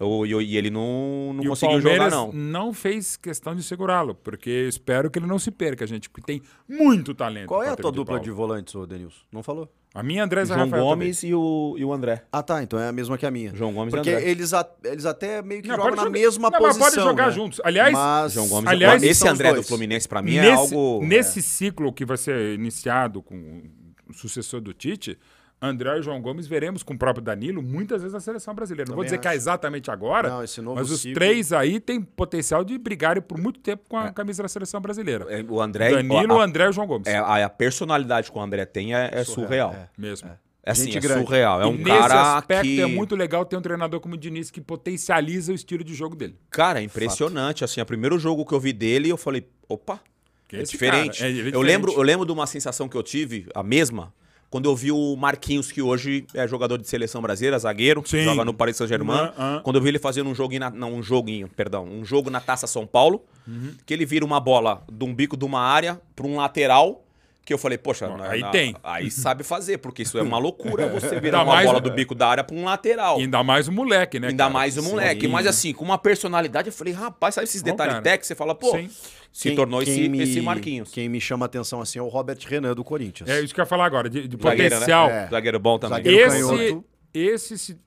Speaker 2: O- E, e ele não, não
Speaker 4: E o
Speaker 2: conseguiu jogar,
Speaker 4: Palmeiras
Speaker 2: não.
Speaker 4: fez questão de segurá-lo, porque espero que ele não se perca, gente, porque tem muito talento.
Speaker 3: Qual é a
Speaker 4: Patrick
Speaker 3: tua dupla
Speaker 4: Paula.
Speaker 3: de volantes, ô Denilson? Não falou?
Speaker 4: A minha André Zé
Speaker 2: João
Speaker 4: é Rafael
Speaker 2: Gomes e o, e o André.
Speaker 3: Ah, tá. Então é a mesma que a minha.
Speaker 2: João Gomes e
Speaker 3: Porque
Speaker 2: André.
Speaker 3: eles, a- eles até meio que
Speaker 4: Não,
Speaker 3: jogam
Speaker 4: pode
Speaker 3: na
Speaker 4: jogar-
Speaker 3: mesma
Speaker 4: não, mas
Speaker 3: posição.
Speaker 4: podem jogar
Speaker 3: né?
Speaker 4: juntos. Aliás,
Speaker 3: Mas-
Speaker 2: João Gomes
Speaker 4: Aliás,
Speaker 2: e o Esse
Speaker 3: são os
Speaker 2: André do
Speaker 3: dois.
Speaker 2: Fluminense, pra mim,
Speaker 4: também.
Speaker 2: é
Speaker 4: nesse,
Speaker 2: algo.
Speaker 4: nesse ciclo que vai ser iniciado com o sucessor do Tite, André e João Gomes veremos com o próprio Danilo muitas vezes na seleção brasileira. Não vou dizer que é exatamente agora,
Speaker 3: Não, esse novo
Speaker 4: mas os
Speaker 3: ciclo-
Speaker 4: três aí têm potencial de brigarem por muito tempo com a camisa da seleção brasileira.
Speaker 2: É, o André.
Speaker 4: Danilo,
Speaker 2: a,
Speaker 4: André e João Gomes.
Speaker 2: é, a, a personalidade que o André tem é, é surreal. É,
Speaker 4: Mesmo.
Speaker 2: assim,
Speaker 3: Gente
Speaker 2: é
Speaker 3: grande.
Speaker 2: surreal. É
Speaker 4: E
Speaker 2: um
Speaker 4: nesse
Speaker 2: cara
Speaker 4: aspecto
Speaker 2: que.
Speaker 4: é muito legal ter um treinador como o Diniz que potencializa o estilo de jogo dele.
Speaker 2: Cara, é impressionante. Assim, o primeiro jogo que eu vi dele, eu falei, opa,
Speaker 4: Que
Speaker 2: é
Speaker 4: esse
Speaker 2: diferente.
Speaker 4: cara, é, ele é
Speaker 2: Eu, lembro,
Speaker 4: diferente.
Speaker 2: eu lembro de uma sensação que eu tive, a mesma, quando eu vi o Marquinhos, que hoje é jogador de seleção brasileira, zagueiro,
Speaker 4: Sim.
Speaker 2: joga no Paris Saint-Germain.
Speaker 4: Ah, ah.
Speaker 2: Quando eu vi ele fazendo um joguinho, na- não, um joguinho, perdão, um jogo na Taça São Paulo,
Speaker 4: Uhum.
Speaker 2: que ele vira uma bola de um bico de uma área para um lateral, que eu falei, poxa,
Speaker 4: Bom, aí tem.
Speaker 2: Aí sabe fazer, porque isso é uma loucura você virar
Speaker 4: Ainda
Speaker 2: uma
Speaker 4: mais- é.
Speaker 2: bola do bico da área para um lateral.
Speaker 4: E ainda mais o moleque, né?
Speaker 2: Ainda
Speaker 4: cara?
Speaker 2: mais o
Speaker 4: Sim.
Speaker 2: moleque. Mas assim, com uma personalidade, eu falei, rapaz, sabe esses
Speaker 4: Bom,
Speaker 2: detalhes
Speaker 4: cara.
Speaker 2: técnicos? Você fala, pô,
Speaker 4: Sim.
Speaker 2: se
Speaker 3: Quem-
Speaker 2: tornou
Speaker 3: quem
Speaker 2: esse,
Speaker 3: me-
Speaker 2: esse Marquinhos.
Speaker 3: Quem me chama atenção assim é o Robert Renan do Corinthians.
Speaker 4: É isso que eu ia falar agora, de, de
Speaker 2: Zagueiro,
Speaker 4: potencial.
Speaker 2: né? Zagueiro bom também.
Speaker 3: Zagueiro
Speaker 4: Esse,
Speaker 3: canhoto.
Speaker 4: esse, se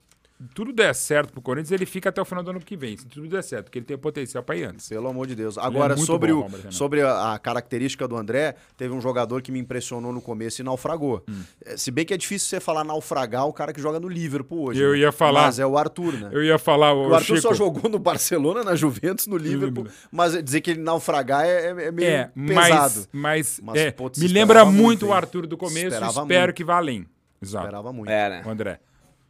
Speaker 4: tudo der certo pro Corinthians, ele fica até o final do ano que vem. Se tudo der certo, porque ele tem potencial pra ir antes.
Speaker 3: Pelo amor de Deus. Agora,
Speaker 4: é muito
Speaker 3: sobre,
Speaker 4: bom,
Speaker 3: o-
Speaker 4: Robert Renan.
Speaker 3: sobre a, a característica do André, teve um jogador que me impressionou no começo e naufragou.
Speaker 4: Hum.
Speaker 3: Eh, Se bem que é difícil você falar naufragar o cara que joga no Liverpool hoje.
Speaker 4: Eu
Speaker 3: né?
Speaker 4: ia falar-
Speaker 3: Mas é o Arthur, né?
Speaker 4: Eu ia falar, o,
Speaker 3: O Arthur
Speaker 4: Chico,
Speaker 3: só jogou no Barcelona, na Juventus, no Liverpool, mas dizer que ele naufragar é, é- é meio
Speaker 4: é,
Speaker 3: pesado.
Speaker 4: mas, mas,
Speaker 3: Mas,
Speaker 4: é,
Speaker 3: putz,
Speaker 4: me
Speaker 3: esperava
Speaker 4: lembra muito,
Speaker 3: muito,
Speaker 4: o
Speaker 3: hein?
Speaker 4: Arthur do começo,
Speaker 3: Esperava
Speaker 4: espero
Speaker 3: muito.
Speaker 4: que vá além. Exato.
Speaker 3: Esperava muito.
Speaker 2: É, né?
Speaker 4: O André.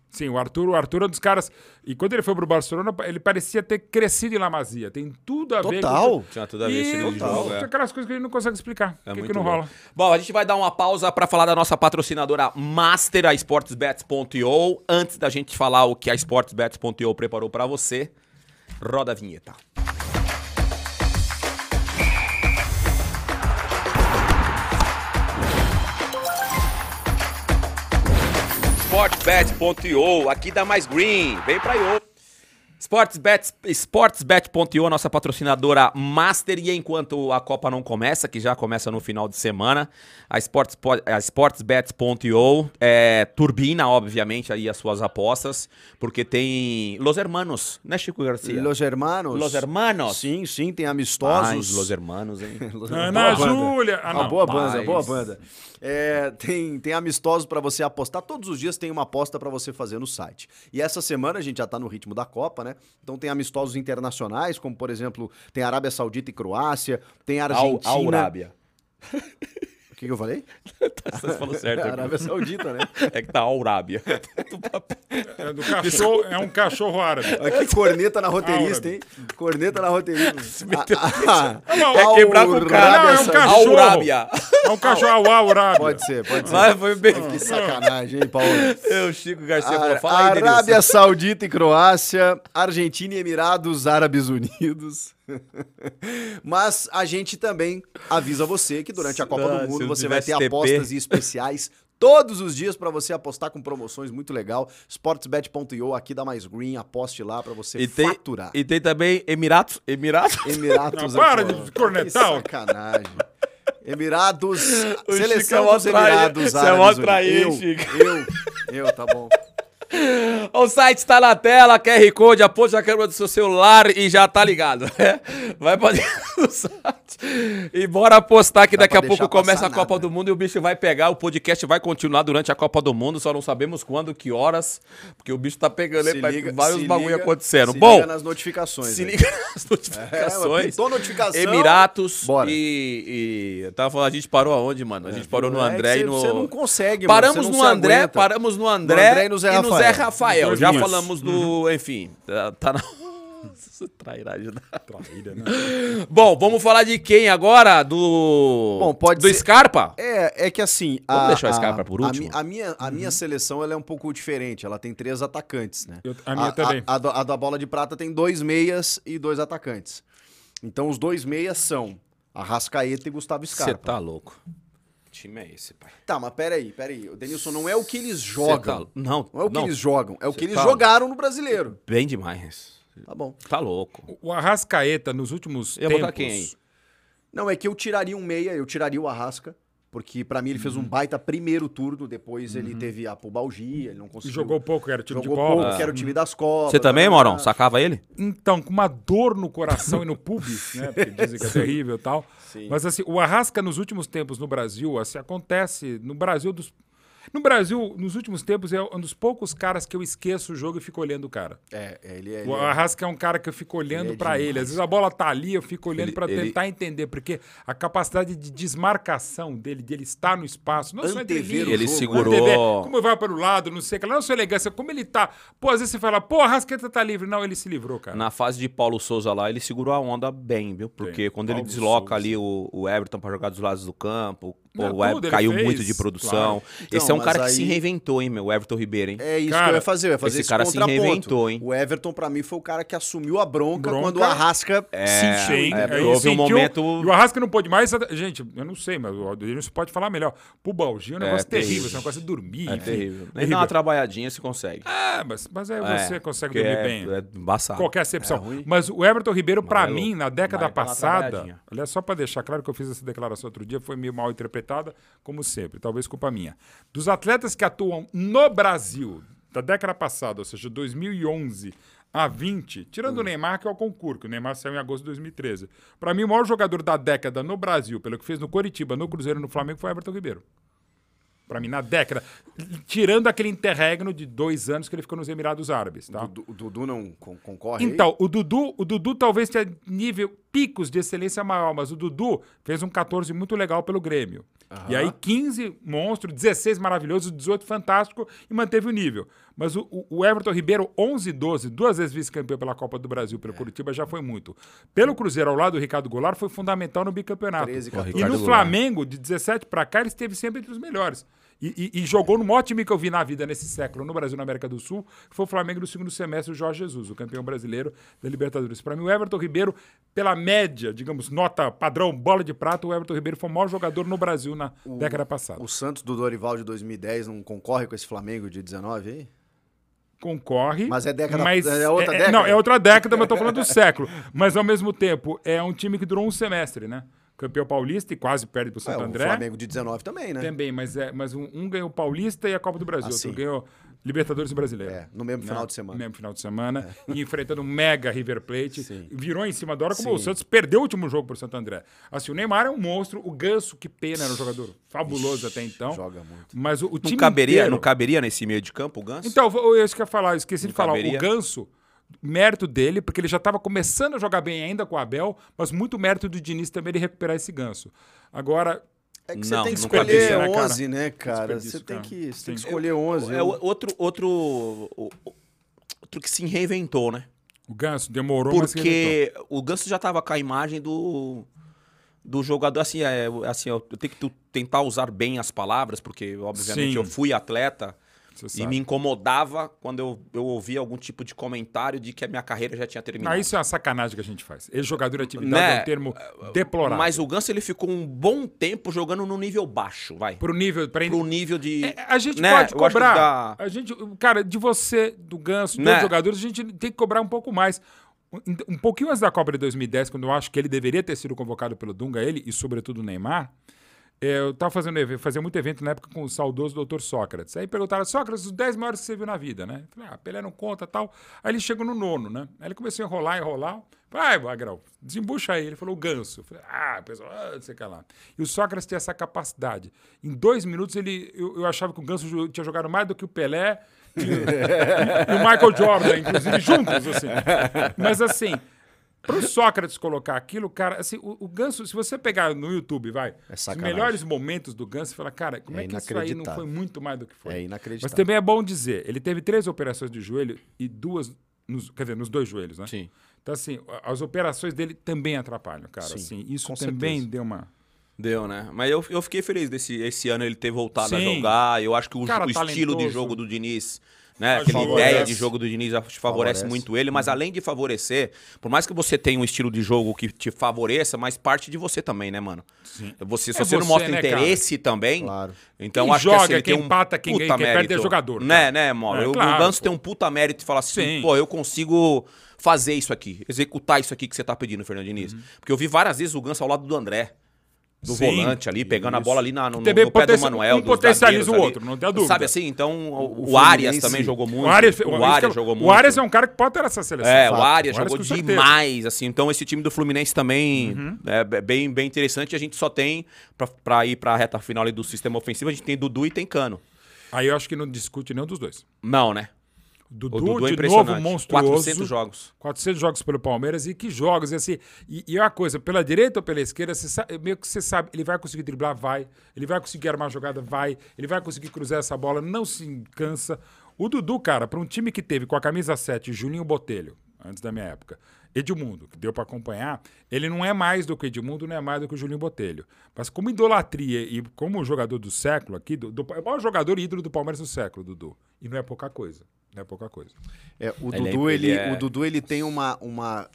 Speaker 4: Sim, o Arthur, o Arthur é um dos caras. E quando ele foi pro Barcelona, ele parecia ter crescido em La Masia. Tem tudo a ver
Speaker 3: Total.
Speaker 4: com.
Speaker 2: Tinha tudo a ver, estilo de
Speaker 4: total.
Speaker 2: jogo, é.
Speaker 4: Aquelas coisas que ele não consegue explicar.
Speaker 2: É
Speaker 4: Por que,
Speaker 2: muito
Speaker 4: que não
Speaker 2: bom.
Speaker 4: rola?
Speaker 2: Bom, a gente vai dar uma pausa para falar da nossa patrocinadora Master, a Sportsbets.io. Antes da gente falar o que a Sportsbets.io preparou para você, roda a vinheta. Sportsbet.io, aqui dá mais green, vem pra io. Sportsbet, Sportsbet.io, nossa patrocinadora master. E enquanto a Copa não começa, que já começa no final de semana, a, Sports, a Sportsbet.io é, turbina, obviamente, aí as suas apostas, porque tem Los Hermanos, né, Chico Garcia?
Speaker 3: Los Hermanos.
Speaker 2: Los Hermanos.
Speaker 3: Sim, sim, tem amistosos.
Speaker 2: Paz, Los Hermanos, hein?
Speaker 4: Ana
Speaker 3: Boa banda.
Speaker 4: Júlia! Ah,
Speaker 3: Uma
Speaker 4: não.
Speaker 3: boa
Speaker 2: paz.
Speaker 3: banda, boa banda. É, tem, tem amistosos para você apostar. Todos os dias tem uma aposta para você fazer no site. E essa semana a gente já tá no ritmo da Copa, né? Então tem amistosos internacionais, como por exemplo, tem Arábia Saudita e Croácia, tem Argentina.
Speaker 2: Aurábia.
Speaker 3: O que, que eu falei?
Speaker 2: Você falou Tá, certo. agora.
Speaker 3: Arábia Saudita, né?
Speaker 2: É que tá Aurábia.
Speaker 4: É, do cachorro, é um cachorro árabe.
Speaker 3: Olha que corneta na roteirista, hein? Corneta na roteirista. Ah, ah,
Speaker 4: Não,
Speaker 2: Quer É quebrar com o cara.
Speaker 4: Não, é um
Speaker 3: Saudita.
Speaker 4: cachorro.
Speaker 2: Aurábia.
Speaker 4: É um cachorro au, árabe.
Speaker 3: Pode ser, pode ser.
Speaker 2: Vai, foi bem.
Speaker 3: Que sacanagem, hein, Paulo?
Speaker 2: Eu, Chico Garcia, falou,
Speaker 3: Ar-
Speaker 2: fala aí, Denilson.
Speaker 3: Ah, Arábia Saudita e Croácia, Argentina e Emirados Árabes Unidos. Mas a gente também avisa você que durante a Copa
Speaker 2: Ah, se
Speaker 3: do Mundo
Speaker 2: eu
Speaker 3: você vai ter
Speaker 2: tivesse TP.
Speaker 3: apostas especiais todos os dias para você apostar com promoções muito legal. Sportsbet.io aqui dá mais green, aposte lá para você
Speaker 2: E tem,
Speaker 3: faturar.
Speaker 2: e tem também Emiratos. Emiratos.
Speaker 3: Emirados
Speaker 4: Não, para
Speaker 3: Arabes-
Speaker 4: de cornetar, ó.
Speaker 3: Que sacanagem. Emirados,
Speaker 2: O Chico é
Speaker 3: seleção
Speaker 2: mó
Speaker 3: dos
Speaker 2: traí-
Speaker 3: Emirados
Speaker 2: você é mó
Speaker 3: Árabes
Speaker 2: traíra,
Speaker 3: Unidos.
Speaker 2: Chico.
Speaker 3: Eu, eu, eu, tá bom.
Speaker 2: O site tá na tela, QR Code, aponte a câmera do seu celular e já tá ligado. né? Vai pra dentro do site e bora apostar que
Speaker 3: Dá
Speaker 2: daqui a
Speaker 3: pra
Speaker 2: pouco
Speaker 3: deixar
Speaker 2: começa a
Speaker 3: passar
Speaker 2: Copa
Speaker 3: nada.
Speaker 2: do Mundo e o bicho vai pegar, o podcast vai continuar durante a Copa do Mundo, só não sabemos quando, que horas, porque o bicho tá pegando aí,
Speaker 3: Se
Speaker 2: vai-
Speaker 3: liga-
Speaker 2: vários
Speaker 3: se
Speaker 2: bagulho
Speaker 3: liga-
Speaker 2: acontecendo.
Speaker 3: se
Speaker 2: Bom,
Speaker 3: liga nas notificações.
Speaker 2: se
Speaker 3: né?
Speaker 2: liga nas
Speaker 3: É,
Speaker 2: notificações.
Speaker 3: pintou notificação.
Speaker 2: Emiratos
Speaker 3: Bora.
Speaker 2: e, e- eu tava falando, a gente parou aonde, mano? A gente parou no
Speaker 3: É que
Speaker 2: André
Speaker 3: cê-
Speaker 2: e no
Speaker 3: cê não consegue, mano,
Speaker 2: Paramos
Speaker 3: cê não
Speaker 2: no
Speaker 3: se
Speaker 2: André,
Speaker 3: aguenta.
Speaker 2: paramos no André,
Speaker 3: André e no Zé Rafael.
Speaker 2: Rafael.
Speaker 4: Dois
Speaker 2: Já
Speaker 4: linhas.
Speaker 2: falamos do, enfim, tá, tá na trairagem da
Speaker 4: Traíra, né?
Speaker 2: Bom, vamos falar de quem agora? Do
Speaker 3: Bom, pode
Speaker 2: do
Speaker 3: ser-
Speaker 2: Scarpa?
Speaker 3: É, é que assim.
Speaker 2: Vamos deixar o Scarpa por
Speaker 3: a
Speaker 2: último? Uhum.
Speaker 3: mi- A, minha, a minha seleção ela é um pouco diferente. Ela tem três atacantes, né?
Speaker 4: Eu- a minha também.
Speaker 3: A, do- a da bola de prata tem dois meias e dois atacantes. Então os dois meias são Arrascaeta e Gustavo
Speaker 2: Você
Speaker 3: Scarpa. Tá...
Speaker 2: tá louco. Que time é esse, pai?
Speaker 3: mas peraí, peraí. O Denilson não é o que eles
Speaker 2: Cê
Speaker 3: jogam.
Speaker 2: Tá... Não,
Speaker 3: Não é o que
Speaker 2: não,
Speaker 3: eles jogam, é o que
Speaker 2: Cê
Speaker 3: eles
Speaker 2: tá-
Speaker 3: jogaram no brasileiro.
Speaker 2: bem demais.
Speaker 3: Tá bom.
Speaker 2: Tá louco.
Speaker 4: O Arrascaeta, nos últimos
Speaker 2: Eu ia
Speaker 4: tempos...
Speaker 2: botar quem aí?
Speaker 3: Não, é que eu tiraria um meia, eu tiraria o Arrasca, porque pra mim ele fez um
Speaker 4: Uhum.
Speaker 3: baita primeiro turno, depois ele teve a pubalgia, ele não
Speaker 4: E
Speaker 3: conseguiu.
Speaker 4: jogou pouco, era time
Speaker 3: Jogou
Speaker 4: de Uhum. Copa.
Speaker 3: pouco, que era o time das Copas.
Speaker 2: Você também,
Speaker 3: tá, tá,
Speaker 2: Mourão?
Speaker 3: tá.
Speaker 2: Sacava ele?
Speaker 4: Então, com uma dor no coração e no pubis, né? Porque dizem que é terrível e tal. Mas assim, o Arrasca nos últimos tempos no Brasil, assim, acontece no Brasil dos no Brasil, nos últimos tempos, é um dos poucos caras que eu esqueço o jogo e fico olhando o cara.
Speaker 3: É, é, ele é. ele
Speaker 4: O
Speaker 3: é-
Speaker 4: Arrasca é um cara que eu fico olhando
Speaker 3: é
Speaker 4: pra para ele. Às vezes a bola tá ali, eu fico olhando
Speaker 2: Ele-
Speaker 4: pra
Speaker 2: ele-
Speaker 4: tentar entender, porque a capacidade de desmarcação dele, de ele estar no espaço, não só
Speaker 3: Antever
Speaker 4: dele,
Speaker 3: o
Speaker 2: Ele
Speaker 3: jogo,
Speaker 2: segurou.
Speaker 4: TV, como vai para o lado, não sei o que lá, não sua elegância, como ele tá. Pô, às vezes você fala, pô, a Rasqueta tá livre. Não, ele se livrou, cara.
Speaker 2: Na fase de Paulo Souza lá, ele segurou a onda bem, viu? Porque
Speaker 4: Bem,
Speaker 2: quando ele
Speaker 4: Paulo
Speaker 2: desloca
Speaker 4: Souza.
Speaker 2: ali o, o Everton pra jogar dos lados do campo, pô,
Speaker 4: Não,
Speaker 2: o
Speaker 4: tudo
Speaker 2: Everton
Speaker 4: ele
Speaker 2: caiu
Speaker 4: fez,
Speaker 2: muito de produção.
Speaker 4: claro. Então,
Speaker 2: Esse é um
Speaker 3: mas
Speaker 2: cara que
Speaker 3: aí-
Speaker 2: se reinventou, hein, meu? O Everton Ribeiro, hein?
Speaker 3: É isso que eu
Speaker 4: Cara,
Speaker 3: ia fazer, eu ia fazer
Speaker 2: esse
Speaker 3: esse,
Speaker 2: cara se
Speaker 3: contraponto.
Speaker 2: reinventou, hein?
Speaker 3: O Everton, pra mim, foi o cara que assumiu a bronca,
Speaker 4: Bronca.
Speaker 3: quando o Arrasca se encheu.
Speaker 4: Sim,
Speaker 2: é,
Speaker 4: aí
Speaker 2: houve um
Speaker 4: sentiu,
Speaker 2: momento-
Speaker 4: E o Arrasca não pôde mais. Gente, eu não sei, mas o Denilson pode falar melhor. Pubalgia é um negócio
Speaker 2: terrível.
Speaker 4: terrível, você não consegue dormir.
Speaker 2: É
Speaker 4: enfim.
Speaker 2: terrível. Nem dá uma trabalhadinha se consegue.
Speaker 4: Ah, mas, mas aí você
Speaker 2: É,
Speaker 4: consegue
Speaker 2: porque
Speaker 4: dormir
Speaker 2: é-
Speaker 4: bem.
Speaker 2: É embaçado.
Speaker 4: Qualquer acepção. Mas o Everton Ribeiro, pra
Speaker 2: É Amarelo.
Speaker 4: mim, na década
Speaker 2: Amarelo pela
Speaker 4: passada,
Speaker 2: trabalhadinha.
Speaker 4: olha só pra deixar claro que eu fiz essa declaração outro dia, foi meio mal interpretada, como sempre, talvez culpa minha. Dos atletas que atuam no Brasil da década passada, ou seja, 2011 a 20,
Speaker 2: Hum.
Speaker 4: tirando o Neymar, que é o concurso, que o Neymar saiu em agosto de 2013. Pra mim, o maior jogador da década no Brasil, pelo que fez no Coritiba, no Cruzeiro e no Flamengo, foi o Everton Ribeiro. Pra mim, na década. Tirando aquele interregno de dois anos que ele ficou nos Emirados Árabes, tá?
Speaker 3: O Du- o Dudu não con- concorre. aí?
Speaker 4: Então, o Dudu, o Dudu talvez tenha nível picos de excelência maior, mas o Dudu fez um 14 muito legal pelo Grêmio. E aí 15 monstro, 16 maravilhoso, 18 fantástico e manteve o nível. Mas o, o- o Everton Ribeiro, 11 e 12, duas vezes vice-campeão pela Copa do Brasil, pelo Curitiba, já foi muito. Pelo Cruzeiro, ao lado do Ricardo Goulart, foi fundamental no bicampeonato.
Speaker 3: 13,
Speaker 4: e
Speaker 3: 14.
Speaker 4: no
Speaker 2: Ricardo Goulart.
Speaker 4: Flamengo, de 17 pra cá, ele esteve sempre entre os melhores. E, e- e jogou no maior time que eu vi na vida nesse século, no Brasil, na América do Sul, que foi o Flamengo no segundo semestre, o Jorge Jesus, o campeão brasileiro da Libertadores. Pra mim, o Everton Ribeiro, pela média, digamos, nota padrão, bola de prata, o Everton Ribeiro foi o maior jogador no Brasil na década passada.
Speaker 3: O Santos do Dorival de 2010 não concorre com esse Flamengo de 19 aí?
Speaker 4: concorre.
Speaker 3: Mas é década-
Speaker 4: mas
Speaker 3: é outra década?
Speaker 4: Não, é outra década, mas eu tô falando do século. Mas ao mesmo tempo, é um time que durou um semestre, né? Campeão paulista e quase perde pro
Speaker 3: É,
Speaker 4: Santo
Speaker 3: o
Speaker 4: André.
Speaker 3: Flamengo de 19 também, né?
Speaker 4: Também, mas, é, mas um, um ganhou Paulista e a Copa do
Speaker 2: Ah,
Speaker 4: Brasil,
Speaker 3: Assim.
Speaker 4: outro ganhou Libertadores e Brasileiro.
Speaker 3: É, no mesmo final de semana.
Speaker 4: No mesmo final de semana.
Speaker 2: É.
Speaker 4: E enfrentando o mega River Plate. Virou em cima da hora, como o Santos perdeu o último jogo pro Santo André. Assim, o Neymar é um monstro, o Ganso, que pena, era um jogador fabuloso até então.
Speaker 3: joga muito.
Speaker 4: Mas o, o
Speaker 2: Não
Speaker 4: time
Speaker 2: caberia,
Speaker 4: inteiro-
Speaker 2: não caberia nesse meio de campo o Ganso?
Speaker 4: Então, eu- eu isso que eu ia falar, eu esqueci de falar.
Speaker 2: caberia.
Speaker 4: O Ganso, mérito dele, porque ele já estava começando a jogar bem ainda com o Abel, mas muito mérito do Diniz também ele recuperar esse Ganso. Agora,
Speaker 3: É que
Speaker 2: Não,
Speaker 3: você tem que
Speaker 2: nunca
Speaker 3: escolher
Speaker 4: vi, né, cara?
Speaker 3: 11, né, cara? Você
Speaker 4: desperdício,
Speaker 3: tem
Speaker 4: cara.
Speaker 3: que, você tem que
Speaker 4: Sim.
Speaker 3: escolher 11.
Speaker 2: É
Speaker 3: Eu-
Speaker 2: o- outro, outro, o- o- outro que se reinventou, né?
Speaker 4: o Ganso demorou, mas ele
Speaker 2: Porque o Ganso já tava com a imagem do, do jogador, assim, é, assim eu tenho que tu- tentar usar bem as palavras, porque obviamente
Speaker 4: Sim.
Speaker 2: eu fui atleta
Speaker 4: Você
Speaker 2: e
Speaker 4: sabe.
Speaker 2: me incomodava quando eu, eu ouvia algum tipo de comentário de que a minha carreira já tinha terminado.
Speaker 4: Ah, isso é uma sacanagem que a gente faz. Ele jogador de atividade
Speaker 2: Né?
Speaker 4: é um termo deplorável.
Speaker 2: Mas o Ganso ele ficou um bom tempo jogando no nível baixo, vai. Pro,
Speaker 4: Pro nível, pra
Speaker 2: nível de.
Speaker 4: É, A gente
Speaker 2: né,
Speaker 4: pode
Speaker 2: eu acho que
Speaker 4: cobrar.
Speaker 2: dá-
Speaker 4: A gente, cara, de você, do Ganso, de
Speaker 2: Né?
Speaker 4: outros jogadores, a gente tem que cobrar um pouco mais. Um, um pouquinho antes da Copa de 2010, quando eu acho que ele deveria ter sido convocado pelo Dunga, ele e sobretudo o Neymar, é, eu tava fazendo eve- fazia muito evento na época com o saudoso Dr. Sócrates. Aí perguntaram, Sócrates, os 10 maiores que você viu na vida, né? Eu falei, ah, Pelé não conta tal. Aí ele chegou no nono, né? Aí ele começou a enrolar, enrolar. Vai, Magrão, desembucha aí. Ele falou, o ganso. Eu falei, ah, pessoal, ah, não sei o que lá. E o Sócrates tinha essa capacidade. Em dois minutos, ele, eu, eu achava que o ganso jo- tinha jogado mais do que o Pelé e, o- e o Michael Jordan, inclusive, juntos, assim. Mas assim. Pro Sócrates colocar aquilo, cara, assim, o, o Ganso, se você pegar no YouTube, vai,
Speaker 2: É
Speaker 4: os
Speaker 3: sacanagem.
Speaker 4: melhores melhores momentos do Ganso, você fala, cara, como é,
Speaker 3: É
Speaker 4: que isso aí não
Speaker 3: inacreditável.
Speaker 4: foi muito mais do que foi?
Speaker 3: É inacreditável.
Speaker 4: Mas também é bom dizer, ele teve três operações de joelho e duas, nos, quer dizer, nos dois joelhos, né?
Speaker 2: Sim.
Speaker 4: Então, assim, a- as operações dele também atrapalham, cara. assim, isso
Speaker 3: com
Speaker 4: também
Speaker 3: certeza.
Speaker 4: deu uma...
Speaker 2: Deu, né? Mas eu, eu fiquei feliz desse esse ano ele ter voltado a
Speaker 4: Sim.
Speaker 2: jogar. Eu acho que o,
Speaker 4: Cara
Speaker 2: o estilo de
Speaker 4: talentoso.
Speaker 2: jogo do Diniz, né?
Speaker 4: Acho
Speaker 2: Aquela
Speaker 4: que favorece.
Speaker 2: ideia de jogo do Diniz acho que favorece,
Speaker 3: Favorece. Uhum.
Speaker 2: muito ele, mas além de favorecer, por mais que você tenha um estilo de jogo que te favoreça, mas parte de você também, né, mano? Você, se
Speaker 4: É
Speaker 2: você, não
Speaker 4: você,
Speaker 2: mostra
Speaker 4: né,
Speaker 2: interesse também,
Speaker 3: Claro.
Speaker 2: então
Speaker 4: Quem
Speaker 2: acho que
Speaker 4: joga,
Speaker 2: assim, ele
Speaker 4: quem
Speaker 2: tem um
Speaker 4: empata, quem
Speaker 2: puta
Speaker 4: ganha, quem perde é
Speaker 2: mérito.
Speaker 4: jogador,
Speaker 2: Né,
Speaker 4: cara.
Speaker 2: né, Mauro?
Speaker 4: É,
Speaker 2: Eu- o
Speaker 4: claro,
Speaker 2: Ganso
Speaker 4: pô.
Speaker 2: tem um puta mérito e fala assim,
Speaker 4: Sim.
Speaker 2: pô, eu consigo fazer isso aqui, executar isso aqui que você tá pedindo, Fernando Diniz.
Speaker 4: Uhum.
Speaker 2: Porque eu vi várias vezes o Ganso ao lado do André do
Speaker 4: Sim,
Speaker 2: volante ali, pegando a bola ali na, no,
Speaker 4: Que também
Speaker 2: no pé do
Speaker 4: potencia-
Speaker 2: Manuel.
Speaker 4: um
Speaker 2: dos
Speaker 4: potencializa
Speaker 2: zagueiros
Speaker 4: o
Speaker 2: ali.
Speaker 4: outro, não tenha dúvida.
Speaker 2: Sabe assim, então o, o
Speaker 3: Fluminense-
Speaker 2: Arias também jogou muito.
Speaker 4: O Arias,
Speaker 2: o Arias jogou muito.
Speaker 4: O Arias é um cara que pode ter essa seleção.
Speaker 2: É, o
Speaker 4: Fato.
Speaker 2: Arias jogou
Speaker 4: com certeza. Uhum.
Speaker 2: demais, assim. Então esse time do Fluminense também é b- bem, bem interessante. A gente só tem, pra, pra ir pra reta final ali do sistema ofensivo, a gente tem Dudu e tem Cano.
Speaker 4: Aí eu acho que não discute nenhum dos dois.
Speaker 2: Não, né?
Speaker 4: Dudu,
Speaker 2: O Dudu, é
Speaker 4: de
Speaker 2: impressionante.
Speaker 4: novo, monstruoso.
Speaker 2: 400 jogos.
Speaker 4: 400 jogos pelo Palmeiras e que jogos, e assim, e, e uma coisa, pela direita ou pela esquerda, você sa- meio que você sabe, ele vai conseguir driblar, vai, ele vai conseguir armar a jogada, vai, ele vai conseguir cruzar essa bola, não se cansa. O Dudu, cara, para um time que teve com a camisa 7, Julinho Botelho, antes da minha época, Edmundo, que deu para acompanhar, ele não é mais do que o Edmundo, não é mais do que o Julinho Botelho. Mas como idolatria e como jogador do século aqui, do, do, é o maior jogador e ídolo do Palmeiras do século, Dudu. E não é pouca coisa. Não é pouca coisa.
Speaker 3: É, o,
Speaker 2: Ele é-
Speaker 3: Dudu, ele,
Speaker 2: ele é-
Speaker 3: o Dudu, ele tem uma, uma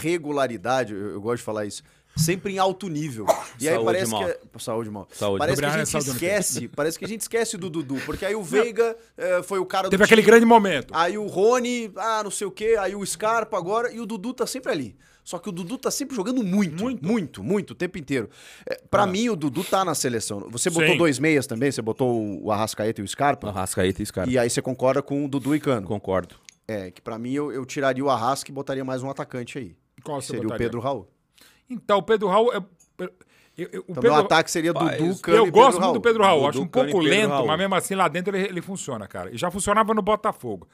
Speaker 3: regularidade, eu, eu gosto de falar isso, sempre em alto nível. E aí
Speaker 2: Saúde,
Speaker 3: parece
Speaker 2: mal.
Speaker 3: que... é- Saúde, mal.
Speaker 2: Saúde.
Speaker 3: Parece que a
Speaker 4: Gabriel,
Speaker 3: gente
Speaker 4: saúde, Antônio.
Speaker 3: esquece, parece que a gente esquece do Dudu, porque aí o Veiga eh, foi o cara do
Speaker 4: Teve aquele
Speaker 3: time,
Speaker 4: grande momento.
Speaker 3: Aí o Rony, ah, não sei o quê, aí o Scarpa agora, e o Dudu tá sempre ali. Só que o Dudu tá sempre jogando muito, muito, muito, o tempo inteiro. É, pra mim, o Dudu tá na seleção. Você botou
Speaker 4: Sim.
Speaker 3: dois meias também, você botou o Arrascaeta e o Scarpa,
Speaker 2: Arrascaeta e Scarpa.
Speaker 3: e aí você concorda com o Dudu e Cano.
Speaker 2: Concordo.
Speaker 3: É, que pra mim eu, eu tiraria o Arrasca e botaria mais um atacante aí.
Speaker 4: Qual
Speaker 3: que
Speaker 4: você
Speaker 3: seria
Speaker 4: botaria?
Speaker 3: o Pedro Raul.
Speaker 4: Então, o Pedro Raul é. eu- eu- o
Speaker 3: Então
Speaker 4: Pedro-
Speaker 3: meu ataque seria
Speaker 2: Rapaz,
Speaker 3: Dudu, Cano
Speaker 4: eu
Speaker 3: e
Speaker 4: gosto
Speaker 3: Pedro
Speaker 4: muito
Speaker 3: Raul.
Speaker 4: do Pedro Raul,
Speaker 2: Dudu,
Speaker 4: acho um
Speaker 2: Cano e
Speaker 4: pouco
Speaker 2: Pedro
Speaker 4: lento,
Speaker 2: Raul.
Speaker 4: mas mesmo assim lá dentro ele, ele funciona, cara. E já funcionava no Botafogo.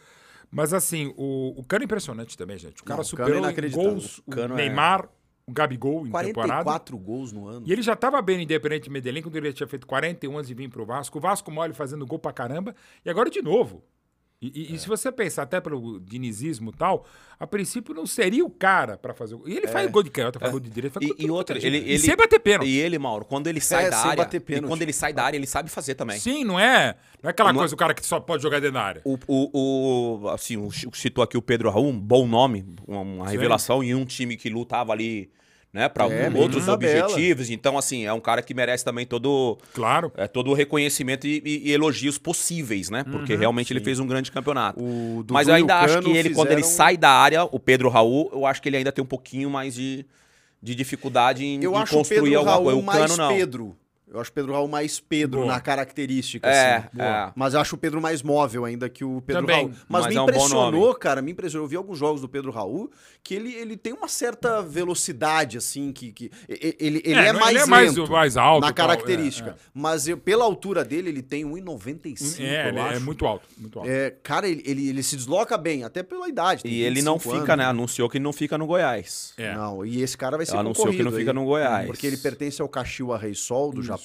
Speaker 4: Mas assim, o, o Cano é impressionante também, gente. O cara
Speaker 3: Não, o Cano é
Speaker 4: superou em
Speaker 3: inacreditável.
Speaker 4: gols
Speaker 2: O
Speaker 4: o,
Speaker 2: Cano é-
Speaker 4: Neymar, o Gabigol em temporada.
Speaker 3: 44 gols no ano.
Speaker 4: E ele já estava bem no Independente Medellín, quando ele tinha feito 41 antes de vir pro Vasco. O Vasco mole fazendo gol pra caramba. E agora de novo.
Speaker 2: É.
Speaker 4: E, e- e se você pensar até pelo dinizismo e tal, a princípio não seria o cara pra fazer o gol. E ele faz gol de canhota, faz gol de direita. faz
Speaker 2: É. E,
Speaker 4: gol de
Speaker 2: e
Speaker 4: tudo
Speaker 2: outra,
Speaker 4: que é
Speaker 2: ele,
Speaker 4: jeito.
Speaker 2: ele.
Speaker 4: E sem bater pênalti.
Speaker 2: E ele, Mauro, quando ele sai
Speaker 3: É,
Speaker 2: da
Speaker 3: sem
Speaker 2: área.
Speaker 3: bater
Speaker 2: e
Speaker 3: pênalti.
Speaker 2: quando ele sai da área, ele sabe fazer também.
Speaker 4: Sim, não é? Não é aquela coisa, o cara que só pode jogar dentro da área.
Speaker 2: O, o, o- assim, o Chico citou aqui o Pedro Raul, um bom nome, uma, uma revelação, e um time que lutava ali né? Para
Speaker 3: É, meio
Speaker 2: outros
Speaker 3: de tabela.
Speaker 2: objetivos. Então, assim, é um cara que merece também todo,
Speaker 4: Claro.
Speaker 2: é, todo o reconhecimento e, e- e elogios possíveis, né? Porque realmente ele fez um grande campeonato.
Speaker 3: Uhum, O Dudu
Speaker 2: Mas
Speaker 3: e
Speaker 2: eu ainda
Speaker 3: o
Speaker 2: acho
Speaker 3: Cano
Speaker 2: que ele, quando ele
Speaker 3: fizeram-
Speaker 2: sai da área, o Pedro Raul, eu acho que ele ainda tem um pouquinho mais de, de dificuldade em,
Speaker 3: Eu
Speaker 2: em
Speaker 3: acho o
Speaker 2: construir
Speaker 3: Pedro
Speaker 2: alguma
Speaker 3: Raul
Speaker 2: coisa. O
Speaker 3: mais
Speaker 2: Cano, não.
Speaker 3: Pedro. Eu acho o Pedro Raul mais Pedro
Speaker 4: Boa.
Speaker 3: na característica,
Speaker 2: É,
Speaker 3: assim.
Speaker 2: é.
Speaker 3: Mas eu acho o Pedro mais móvel ainda que o Pedro
Speaker 4: Também,
Speaker 3: Raul. Mas,
Speaker 2: mas é
Speaker 3: me
Speaker 2: um bom
Speaker 3: impressionou, cara, me impressionou. Eu vi alguns jogos do Pedro Raul que ele, ele tem uma certa velocidade, assim, que... que e- e- ele, ele é,
Speaker 4: não-
Speaker 3: mais
Speaker 4: ele é mais,
Speaker 3: lento
Speaker 4: mais alto.
Speaker 3: na
Speaker 4: tal, é,
Speaker 3: característica. Mas eu- pela altura dele, ele tem 1,95,
Speaker 4: É, é,
Speaker 3: eu
Speaker 4: ele é
Speaker 3: acho.
Speaker 4: muito alto. Muito alto.
Speaker 3: É, cara, ele, ele, ele se desloca bem, até pela idade. tem
Speaker 2: E ele não
Speaker 3: 25
Speaker 2: fica,
Speaker 3: anos.
Speaker 2: né? Anunciou que não fica no Goiás.
Speaker 4: É.
Speaker 3: Não, e esse cara vai ser
Speaker 2: Anunciou que
Speaker 3: concorrido
Speaker 2: não fica
Speaker 3: aí,
Speaker 2: no Goiás.
Speaker 3: Porque ele pertence ao Kashiwa Reysol do Japão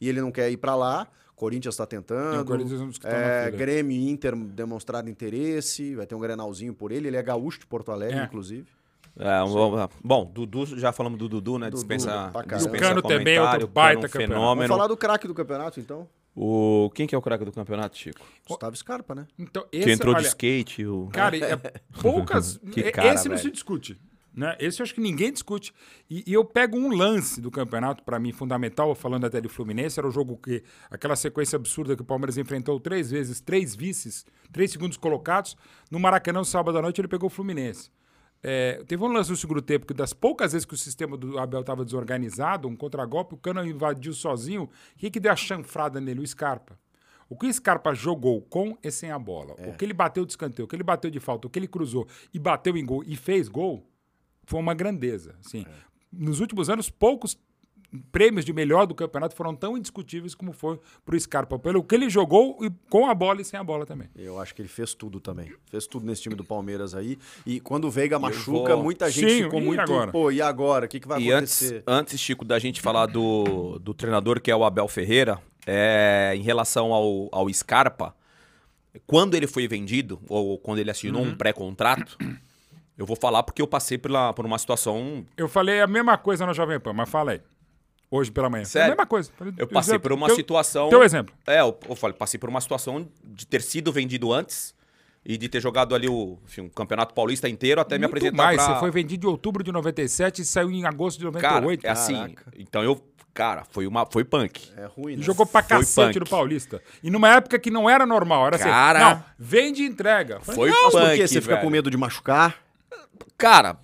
Speaker 3: e ele não quer ir pra lá. Corinthians tá
Speaker 4: É, o
Speaker 3: tentando.
Speaker 4: Corinthians é um dos que tá na
Speaker 3: é,
Speaker 4: fila.
Speaker 3: Grêmio e Inter demonstraram interesse. Vai ter um grenalzinho por ele. Ele é gaúcho de Porto Alegre,
Speaker 4: É.
Speaker 3: inclusive.
Speaker 2: É, um- bom, bom, Dudu, já falamos do Dudu, né?
Speaker 3: Dudu,
Speaker 2: Dispensa,
Speaker 3: pra caramba.
Speaker 2: dispensa
Speaker 3: E o
Speaker 4: Cano também é
Speaker 2: comentário,
Speaker 4: outro
Speaker 2: o Cano
Speaker 4: baita
Speaker 2: é um
Speaker 4: campeão.
Speaker 3: Vamos
Speaker 2: fenômeno.
Speaker 3: falar do craque do campeonato, então?
Speaker 2: O... Quem que é o craque do campeonato, Chico?
Speaker 3: Gustavo Scarpa, né?
Speaker 4: Então,
Speaker 2: Que
Speaker 4: esse,
Speaker 2: entrou
Speaker 4: olha,
Speaker 2: de skate, o...
Speaker 4: Cara, é poucas.
Speaker 2: Que
Speaker 4: é-
Speaker 2: cara,
Speaker 4: esse não se
Speaker 2: velho.
Speaker 4: discute. Né? Esse eu acho que ninguém discute. E, e eu pego um lance do campeonato, pra mim, fundamental, falando até de Fluminense, era o jogo que. Aquela sequência absurda que o Palmeiras enfrentou três vezes, três vices, três segundos colocados. No Maracanã, sábado à noite, ele pegou o Fluminense. É, teve um lance no segundo tempo que, das poucas vezes que o sistema do Abel estava desorganizado, um contragolpe, o Cano invadiu sozinho. Quem que deu a chanfrada nele? O Scarpa. O que o Scarpa jogou com e sem a bola,
Speaker 2: É.
Speaker 4: o que ele bateu de escanteio, o que ele bateu de falta, o que ele cruzou e bateu em gol e fez gol, foi uma grandeza. Assim,
Speaker 2: É.
Speaker 4: Nos últimos anos, poucos prêmios de melhor do campeonato foram tão indiscutíveis como foi pro Scarpa, pelo que ele jogou e com a bola e sem a bola também.
Speaker 3: Eu acho que ele fez tudo também. Fez tudo nesse time do Palmeiras aí. E quando o Veiga machuca,
Speaker 2: vou-
Speaker 3: muita gente
Speaker 4: Sim,
Speaker 3: ficou
Speaker 4: e
Speaker 3: muito.
Speaker 4: agora?
Speaker 3: Pô, e agora? O que, que vai
Speaker 2: E antes,
Speaker 3: acontecer?
Speaker 2: antes, Chico, da gente falar do, do treinador, que é o Abel Ferreira, é, em relação ao, ao Scarpa, quando ele foi vendido, ou quando ele assinou
Speaker 4: Uhum.
Speaker 2: um pré-contrato, eu vou falar porque eu passei pela, por uma situação
Speaker 4: Eu falei a mesma coisa na Jovem Pan, mas fala aí. Hoje pela manhã. Foi
Speaker 2: Sério?
Speaker 4: A mesma coisa. Falei,
Speaker 2: Eu passei por uma
Speaker 4: teu-
Speaker 2: situação.
Speaker 4: Teu exemplo.
Speaker 2: É, eu, eu falei, passei por uma situação de ter sido vendido antes e de ter jogado ali o, enfim, o Campeonato Paulista inteiro até me
Speaker 4: Muito
Speaker 2: apresentar
Speaker 4: mais,
Speaker 2: pra-
Speaker 4: você foi vendido em outubro de 97 e saiu em agosto de
Speaker 2: Cara,
Speaker 4: 98.
Speaker 2: é assim. Então eu, cara, foi uma foi punk.
Speaker 3: É ruim,
Speaker 4: E
Speaker 3: né?
Speaker 4: jogou pra
Speaker 2: Foi
Speaker 4: cacete
Speaker 2: punk.
Speaker 4: no Paulista. E numa época que não era normal, era
Speaker 2: Cara.
Speaker 4: assim. Não, vende e entrega. Falei,
Speaker 2: Foi
Speaker 3: Mas
Speaker 2: punk,
Speaker 3: por que você fica
Speaker 2: velho.
Speaker 3: com medo de machucar?
Speaker 2: Cara,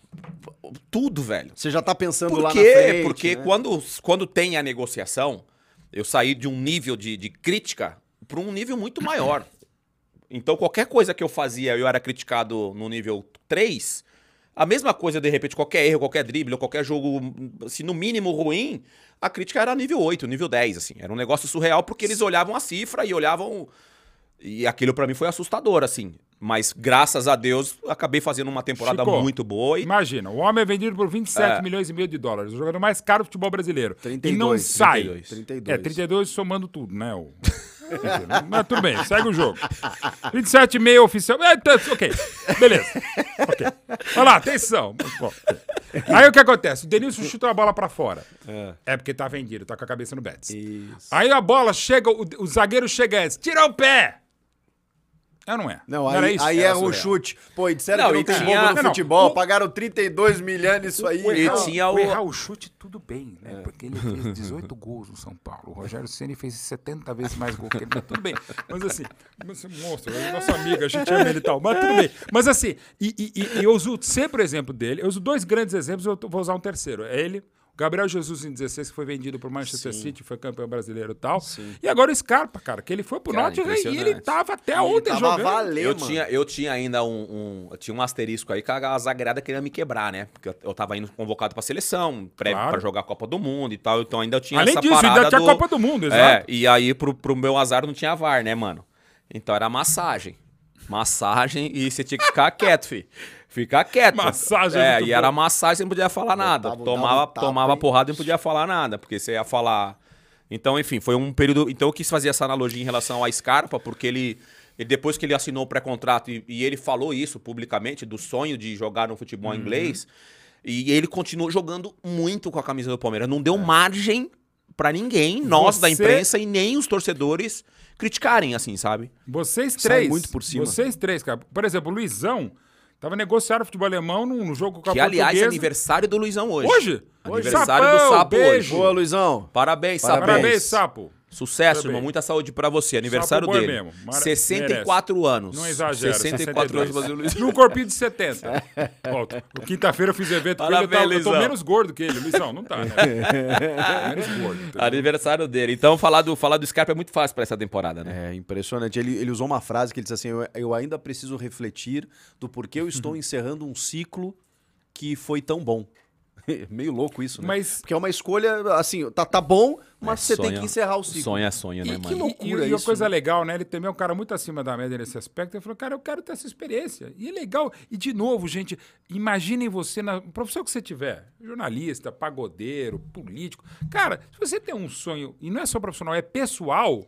Speaker 2: tudo, velho.
Speaker 3: Você já tá pensando
Speaker 2: Por
Speaker 3: lá na
Speaker 2: quê?
Speaker 3: frente,
Speaker 2: Porque
Speaker 3: né?
Speaker 2: quando, quando tem a negociação, eu saí de um nível de, de crítica para um nível muito maior. Então, qualquer coisa que eu fazia, eu era criticado no nível 3. A mesma coisa, de repente, qualquer erro, qualquer drible, ou qualquer jogo, assim, no mínimo ruim, a crítica era nível 8, nível 10, assim. Era um negócio surreal, porque eles olhavam a cifra e olhavam... E aquilo pra mim foi assustador, assim. Mas, graças a Deus, acabei fazendo uma temporada
Speaker 4: Chico,
Speaker 2: muito boa. E...
Speaker 4: Imagina, o homem é vendido por 27 milhões e meio de dólares, o jogador mais caro do futebol brasileiro.
Speaker 3: 32,
Speaker 4: e não sai.
Speaker 3: 32. 32.
Speaker 4: É, 32 somando tudo, né? O... Mas tudo bem, segue o jogo. 27,5 oficial. É, tá, ok, beleza. Ok. Olha lá, atenção. Bom, Aí o que acontece? O Denilson chutou a bola pra fora. É. porque tá vendido, tá com a cabeça no Betis. Aí a bola chega, o, o zagueiro chega antes, tira o pé. É ou não é?
Speaker 3: Não,
Speaker 4: era
Speaker 3: aí,
Speaker 4: isso?
Speaker 3: aí
Speaker 4: Era
Speaker 3: erra o
Speaker 4: surreal.
Speaker 3: chute. Pô, e disseram
Speaker 2: Não,
Speaker 3: que não
Speaker 2: e
Speaker 3: tem
Speaker 2: tinha-
Speaker 3: bobo no
Speaker 4: Não, não,
Speaker 3: futebol.
Speaker 4: o-
Speaker 3: Pagaram 32 milhões nisso aí.
Speaker 4: O
Speaker 2: E
Speaker 4: errar-
Speaker 2: tinha
Speaker 4: o
Speaker 2: o- É.
Speaker 4: errar o chute, tudo bem, né? Porque ele fez 18 gols no São Paulo. O Rogério Ceni fez 70 vezes mais gol que ele. Mas tudo bem. Mas assim, mas, monstro, ele é nosso amigo, a gente ama ele e tal. Mas tudo bem. Mas assim, e, e- e- e eu uso sempre o exemplo dele. Eu uso dois grandes exemplos, eu tô- vou usar um terceiro. É ele. o Gabriel Jesus em 16, que foi vendido pro Manchester City, foi campeão brasileiro e tal. E agora o Scarpa, cara, que ele foi pro
Speaker 2: Cara,
Speaker 4: Nottingham e ele
Speaker 2: é impressionante.
Speaker 4: tava até ontem
Speaker 3: tava
Speaker 4: jogando.
Speaker 3: valendo,
Speaker 2: Eu
Speaker 3: mano.
Speaker 2: tinha, eu tinha ainda um, um- eu tinha um asterisco aí que a zagrada queria me quebrar, né? Porque eu, eu tava indo convocado pra seleção, prévio
Speaker 4: Claro.
Speaker 2: pra jogar a Copa do Mundo e tal. Então ainda eu tinha
Speaker 4: Além
Speaker 2: essa
Speaker 4: disso, ainda
Speaker 2: parada
Speaker 4: tinha a
Speaker 2: do...
Speaker 4: Copa do Mundo,
Speaker 2: É,
Speaker 4: exato.
Speaker 2: e aí pro, pro meu azar não tinha VAR, né, mano? Então era massagem. Massagem e você tinha que ficar quieto, fi. Ficar quieto.
Speaker 4: Massagem é
Speaker 2: É,
Speaker 4: muito
Speaker 2: e
Speaker 4: bom.
Speaker 2: era massagem, você não podia falar nada.
Speaker 3: Botava-
Speaker 2: tomava
Speaker 3: dava um tapa
Speaker 2: tomava
Speaker 3: e-
Speaker 2: porrada e não podia falar nada, porque você ia falar. Então, enfim, foi um período. Então eu quis fazer essa analogia em relação ao Scarpa, porque ele. ele- depois que ele assinou o pré-contrato e, e ele falou isso publicamente, do sonho de jogar no futebol
Speaker 4: Uhum.
Speaker 2: inglês, e ele continuou jogando muito com a camisa do Palmeiras. Não deu margem pra ninguém, nós da
Speaker 4: É. Você-
Speaker 2: imprensa e nem os torcedores criticarem, assim, sabe?
Speaker 4: Vocês
Speaker 3: Sai
Speaker 4: três.
Speaker 3: muito por cima.
Speaker 4: Vocês três, cara. Por exemplo, o Luizão, Tava negociado futebol alemão num num jogo com a
Speaker 2: Que, aliás, é
Speaker 4: Portuguesa.
Speaker 2: aniversário do Luizão hoje.
Speaker 4: Hoje?
Speaker 2: Aniversário do Sapo
Speaker 4: beijo.
Speaker 2: hoje.
Speaker 3: Boa, Luizão.
Speaker 2: Parabéns, Sabão.
Speaker 4: Parabéns, Sapo.
Speaker 2: Sucesso,
Speaker 4: Parabéns.
Speaker 2: irmão. Muita saúde pra você. Aniversário
Speaker 4: Sapo boi
Speaker 2: dele.
Speaker 4: mesmo. Mara-
Speaker 2: 64 anos.
Speaker 4: Não exagera. é
Speaker 2: 64 anos,
Speaker 4: 62.
Speaker 2: Brasil Luiz.
Speaker 4: Num corpinho de 70. Volta. Quinta-feira eu fiz evento com
Speaker 2: Parabéns,
Speaker 4: ele. Eu, tava, eu tô
Speaker 2: Luizão.
Speaker 4: menos gordo que ele. Luizão, não tá, né? menos
Speaker 2: Ah,
Speaker 4: gordo.
Speaker 2: Aniversário dele. Então, falar do, falar do Scarpa é muito fácil pra essa temporada, né?
Speaker 3: É impressionante. Ele, ele usou uma frase que ele disse assim: eu, eu ainda preciso refletir do porquê eu estou encerrando um ciclo que foi tão bom. Meio louco isso, né?
Speaker 4: Mas-
Speaker 3: Porque é uma escolha, assim, tá, tá bom,
Speaker 4: É,
Speaker 3: mas você tem
Speaker 2: sonha-
Speaker 3: que encerrar o ciclo.
Speaker 2: Sonha, sonha,
Speaker 3: é
Speaker 2: né, mano?
Speaker 3: loucura
Speaker 4: e, e uma
Speaker 3: isso,
Speaker 4: coisa legal, né? Ele também é um cara muito acima da média nesse aspecto. Ele falou, cara, eu quero ter essa experiência. E é legal. E, de novo, gente, imaginem você, na profissão que você tiver, jornalista, pagodeiro, político. Cara, se você tem um sonho, e não é só profissional, é pessoal,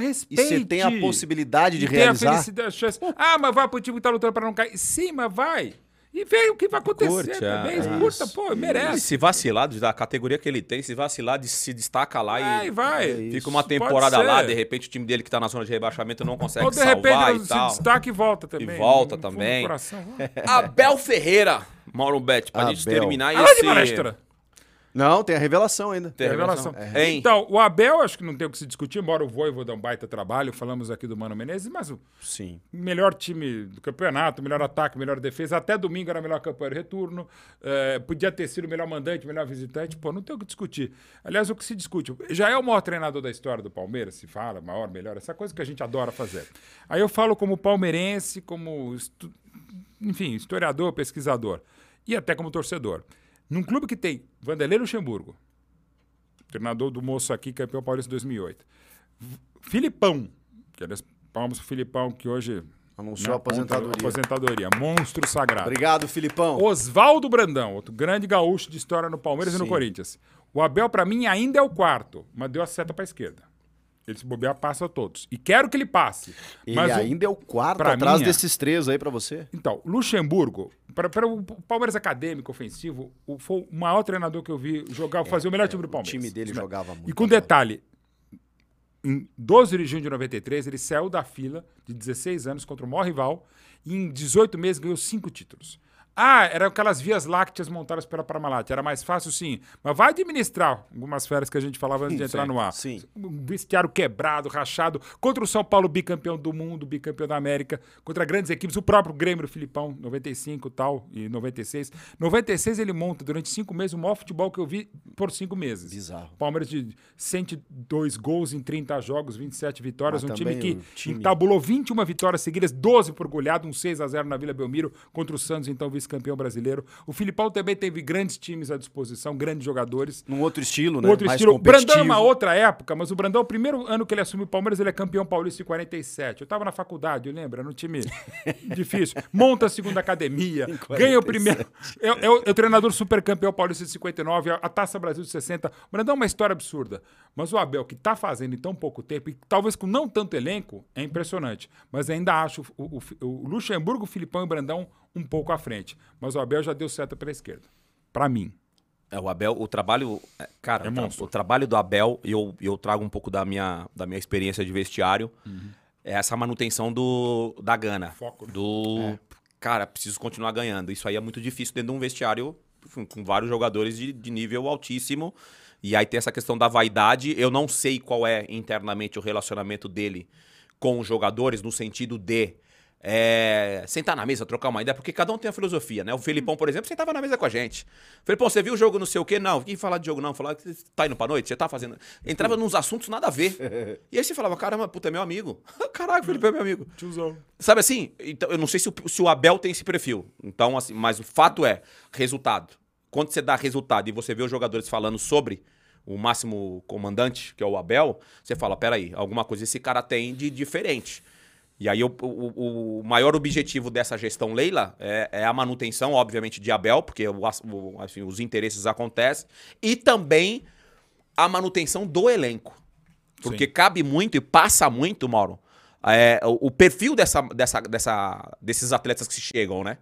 Speaker 3: É. E
Speaker 4: respeite.
Speaker 3: você tem a possibilidade de
Speaker 4: E Tem a
Speaker 3: realizar.
Speaker 4: felicidade, a chance. Ah, mas vai pro time que tá lutando pra não cair. Sim, mas vai. E vê o que vai acontecer
Speaker 2: Curte,
Speaker 3: é.
Speaker 4: também.
Speaker 2: ah,
Speaker 4: Curta, pô,
Speaker 2: E
Speaker 4: merece.
Speaker 2: se vacilar, da categoria que ele tem, se vacilar, de- se destaca lá
Speaker 4: Vai,
Speaker 2: e
Speaker 4: É, vai.
Speaker 3: É
Speaker 2: fica
Speaker 4: Isso.
Speaker 2: uma
Speaker 4: Pode
Speaker 2: temporada lá,
Speaker 4: ser.
Speaker 2: de repente o time dele que tá na zona de rebaixamento não consegue
Speaker 4: Ou de
Speaker 2: salvar
Speaker 4: repente
Speaker 2: e
Speaker 4: se
Speaker 2: tal.
Speaker 4: destaca e volta também.
Speaker 2: E volta
Speaker 4: No fundo do
Speaker 2: também.
Speaker 4: coração, né? vai.
Speaker 2: Abel Ferreira, Mauro Bet, pra gente
Speaker 3: Abel.
Speaker 2: terminar
Speaker 4: Fala é de
Speaker 2: esse...
Speaker 4: palestra.
Speaker 3: Não, tem a revelação ainda.
Speaker 2: Tem
Speaker 4: Revelação.
Speaker 2: É, Hein?
Speaker 4: Então, o Abel, acho que não tem o que se discutir, embora o Voivo dê um baita trabalho, falamos aqui do Mano Menezes, mas o
Speaker 3: Sim.
Speaker 4: melhor time do campeonato, melhor ataque, melhor defesa, até domingo era a melhor campanha de retorno, eh, podia ter sido o melhor mandante, melhor visitante, pô, não tem o que discutir. Aliás, o que se discute, já é o maior treinador da história do Palmeiras, se fala, maior, melhor, essa coisa que a gente adora fazer. Aí eu falo como palmeirense, como estu- enfim, historiador, pesquisador e até como torcedor. Num clube que tem Vanderlei Luxemburgo, treinador do moço aqui, campeão paulista em 2008. V- Filipão, que aliás, palmas pro Filipão, que hoje...
Speaker 3: Anunciou
Speaker 4: né,
Speaker 3: a aposentadoria.
Speaker 4: aposentadoria, monstro sagrado.
Speaker 3: Obrigado, Filipão.
Speaker 4: Oswaldo Brandão, outro grande gaúcho de história no Palmeiras e no
Speaker 3: Sim.
Speaker 4: Corinthians. O Abel, pra mim, ainda é o quarto, mas deu a seta pra esquerda. Ele se bobear, passa a todos. E quero que ele passe.
Speaker 3: Ele
Speaker 4: mas o-
Speaker 3: ainda é o quarto
Speaker 4: pra
Speaker 3: atrás
Speaker 4: mim é.
Speaker 3: desses três aí pra você.
Speaker 4: Então, Luxemburgo, para o Palmeiras acadêmico, ofensivo, o- foi o maior treinador que eu vi jogar, fazer o melhor time do Palmeiras.
Speaker 3: É,
Speaker 4: Né?
Speaker 3: time dele
Speaker 4: Isso mesmo.
Speaker 3: jogava
Speaker 4: E
Speaker 3: muita
Speaker 4: com
Speaker 3: bola.
Speaker 4: detalhe, em 12 de junho de 93, ele saiu da fila de 16 anos contra o maior rival e em 18 meses ganhou cinco títulos. Ah, eram aquelas vias lácteas montadas pela Parmalat. Era mais fácil, sim. Mas vai administrar algumas férias que a gente falava antes de entrar no ar.
Speaker 3: sim.
Speaker 4: Um vestiário quebrado, rachado, contra o São Paulo bicampeão do mundo, bicampeão da América, contra grandes equipes, o próprio Grêmio, o Filipão, 95 e tal, e 96. 96 ele monta durante cinco meses o maior futebol que eu vi por cinco meses.
Speaker 3: Bizarro.
Speaker 4: Palmeiras de 102 gols em 30 jogos, 27 vitórias,
Speaker 3: Mas
Speaker 4: um time
Speaker 3: também
Speaker 4: que
Speaker 3: o time-
Speaker 4: entabulou 21 vitórias seguidas, 12 por goleada, um 6 a 0 na Vila Belmiro contra o Santos, então vice-campeão brasileiro. O Filipão também teve grandes times à disposição, grandes jogadores.
Speaker 3: Num outro estilo, né?
Speaker 4: Um Outro
Speaker 3: Mais
Speaker 4: estilo. Brandão é
Speaker 3: competitivo.
Speaker 4: uma outra época, mas o Brandão, o primeiro ano que ele assumiu o Palmeiras, ele é campeão paulista em 47. Eu tava na faculdade, eu lembro, era um time difícil. Monta a segunda academia, ganha o primeiro. É, é o, é o treinador super campeão paulista de 59, a, a Taça Brasil de 60. O Brandão é uma história absurda. Mas o Abel, que tá fazendo em tão pouco tempo, e talvez com não tanto elenco, é impressionante. Mas ainda acho o, o- o Luxemburgo, o Filipão e o Brandão um pouco à frente. Mas o Abel já deu seta pela esquerda. Pra mim.
Speaker 2: É, o Abel, o trabalho. é, Cara,
Speaker 4: É
Speaker 2: o, tra-
Speaker 4: monstro.
Speaker 2: o trabalho do Abel, e eu, eu trago um pouco da minha, da minha experiência de vestiário, é essa manutenção do, da gana.
Speaker 4: Uhum. Foco, né?
Speaker 2: Do. Cara, preciso continuar ganhando. Isso aí é muito difícil dentro de um vestiário enfim, com vários jogadores de, de nível altíssimo. E aí tem essa questão da vaidade. Eu não sei qual é internamente o relacionamento dele com os jogadores, no sentido de. é, sentar na mesa, trocar uma ideia, porque cada um tem a filosofia, né? O Felipão, por exemplo, sentava na mesa com a gente. Felipão, você viu o jogo não sei o quê? Não. E falar de jogo não? Falar que você tá indo pra noite? Você tá fazendo. Entrava nos assuntos nada a ver. E aí você falava, caramba, puta, é meu amigo. Caraca, o Felipe é meu amigo.
Speaker 4: Tiozão.
Speaker 2: Sabe assim? Então, eu não sei se o, se o Abel tem esse perfil. Então, assim, mas o fato é, resultado. Quando você dá resultado e você vê os jogadores falando sobre o máximo comandante, que é o Abel, você fala, peraí, alguma coisa esse cara tem de diferente. E aí o, o- o maior objetivo dessa gestão Leila é, é a manutenção, obviamente, de Abel, porque o as- o- assim, os interesses acontecem, e também a manutenção do elenco. Porque cabe muito e passa muito, Mauro, é, o, o perfil dessa, dessa, dessa, desses atletas que chegam, né?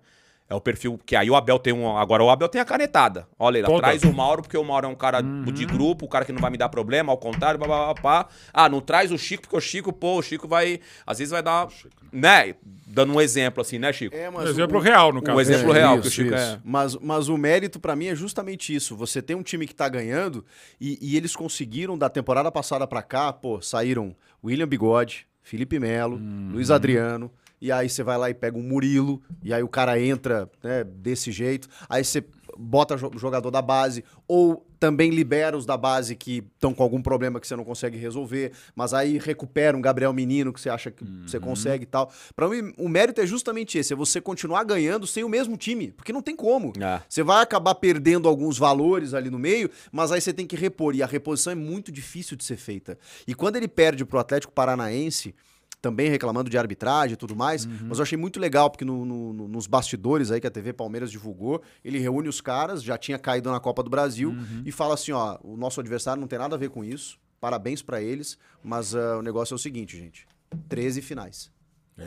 Speaker 2: É o perfil que aí o Abel tem um. Agora o Abel tem a canetada. Olha ele,
Speaker 4: Toda.
Speaker 2: traz o Mauro, porque o Mauro é um cara
Speaker 4: Uhum.
Speaker 2: de grupo, o cara que não vai me dar problema, ao contrário, blá, blá, blá, pá. Ah, não traz o Chico, porque o Chico, pô, o Chico vai. Às vezes vai dar. né? dando um exemplo assim, né, Chico?
Speaker 3: É,
Speaker 4: Um
Speaker 3: mas
Speaker 4: exemplo
Speaker 3: o-
Speaker 4: real, no caso.
Speaker 2: Um exemplo
Speaker 3: É,
Speaker 2: real
Speaker 3: isso,
Speaker 2: que o Chico
Speaker 3: isso.
Speaker 2: é.
Speaker 3: Mas, mas o mérito pra mim é justamente isso. Você tem um time que tá ganhando e, e eles conseguiram, da temporada passada pra cá, pô, saíram William Bigode, Felipe Melo,
Speaker 2: Uhum.
Speaker 3: Luiz Adriano. E aí você vai lá e pega um Murilo, e aí o cara entra né, desse jeito. Aí você bota jo- jogador da base, ou também libera os da base que estão com algum problema que você não consegue resolver, mas aí recupera um Gabriel Menino que você acha que você consegue e tal. Pra mim, o mérito é justamente esse, é você continuar ganhando sem o mesmo time, porque não tem como.
Speaker 2: Ah.
Speaker 3: Você vai acabar perdendo alguns valores ali no meio, mas aí você tem que repor, e a reposição é muito difícil de ser feita. E quando ele perde pro Atlético Paranaense, também reclamando de arbitragem e tudo mais,
Speaker 2: Uhum.
Speaker 3: mas eu achei muito legal, porque no- no- no- nos bastidores aí que a TV Palmeiras divulgou, ele reúne os caras, já tinha caído na Copa do Brasil,
Speaker 2: Uhum.
Speaker 3: e fala assim: ó, o nosso adversário não tem nada a ver com isso, parabéns pra eles, mas ah, o negócio é o seguinte, gente: 13 finais.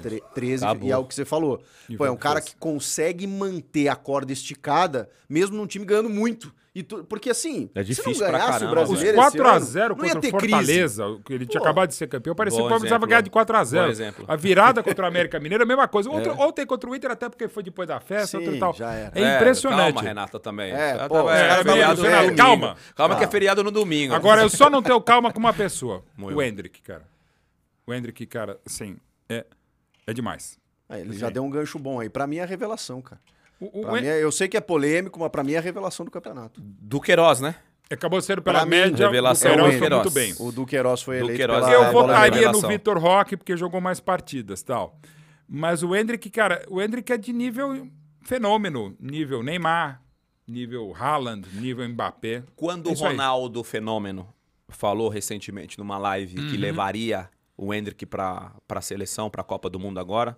Speaker 3: Tre 13,
Speaker 2: Acabou.
Speaker 3: e é o que você falou.
Speaker 4: E
Speaker 3: Pô, é
Speaker 4: vai
Speaker 3: um cara
Speaker 4: força.
Speaker 3: que consegue manter a corda esticada, mesmo num time ganhando muito. E tu- porque assim,
Speaker 2: É
Speaker 3: se
Speaker 2: difícil
Speaker 3: não
Speaker 2: pra
Speaker 3: ganhasse o
Speaker 2: caramba. né?
Speaker 4: Os
Speaker 3: brasileiro. esse ano,
Speaker 4: 4x0
Speaker 3: não ia
Speaker 4: contra o
Speaker 3: ter
Speaker 4: Fortaleza, o que ele tinha
Speaker 3: Pô.
Speaker 4: acabado de ser campeão, parecia
Speaker 2: Bom
Speaker 4: que o Palmeiras precisava
Speaker 2: exemplo,
Speaker 4: ganhar de
Speaker 2: bom
Speaker 4: 4x0.
Speaker 2: exemplo.
Speaker 4: A, virada contra o América Mineiro é a mesma coisa. Outro, Ontem contra o Inter, até porque foi depois da festa,
Speaker 3: Sim,
Speaker 4: outro e tal.
Speaker 3: já era.
Speaker 4: É impressionante.
Speaker 2: Calma, Renata, também.
Speaker 3: É,
Speaker 2: Tá-
Speaker 3: pô, os
Speaker 2: é,
Speaker 3: caras
Speaker 2: é
Speaker 3: tão
Speaker 2: feriado
Speaker 4: fazendo
Speaker 2: no
Speaker 4: feriado.
Speaker 2: domingo.
Speaker 4: Calma. Ah.
Speaker 2: Calma que é feriado no domingo.
Speaker 4: Agora, eu só não tenho calma com uma pessoa. o Hendrick, cara. O Hendrick, cara, assim, é, é demais.
Speaker 3: Aí, ele já deu um gancho bom aí. Pra mim é a revelação, cara.
Speaker 4: O, o,
Speaker 3: Pra mim é- eu sei que é polêmico, mas pra mim é a revelação do campeonato.
Speaker 2: do Queiroz, né?
Speaker 4: Acabou sendo pela
Speaker 3: Pra mim,
Speaker 4: média,
Speaker 2: revelação
Speaker 4: o Queiroz
Speaker 2: é o
Speaker 4: foi muito
Speaker 2: Queiroz.
Speaker 4: bem.
Speaker 3: O Duqueiroz foi eleito
Speaker 2: Duqueiroz
Speaker 3: pela
Speaker 2: é
Speaker 4: Eu
Speaker 2: a
Speaker 3: bola de
Speaker 4: votaria
Speaker 3: ouro.
Speaker 4: no
Speaker 2: revelação.
Speaker 4: Vitor Roque, porque jogou mais partidas tal. Mas o Hendrick, cara, o Hendrick é de nível fenômeno. Nível Neymar, nível Haaland, nível Mbappé.
Speaker 2: Quando
Speaker 4: É
Speaker 2: o
Speaker 4: isso aí.
Speaker 2: Ronaldo Fenômeno falou recentemente numa live
Speaker 4: Uhum.
Speaker 2: que levaria o Hendrick pra, pra seleção, pra Copa do Mundo agora,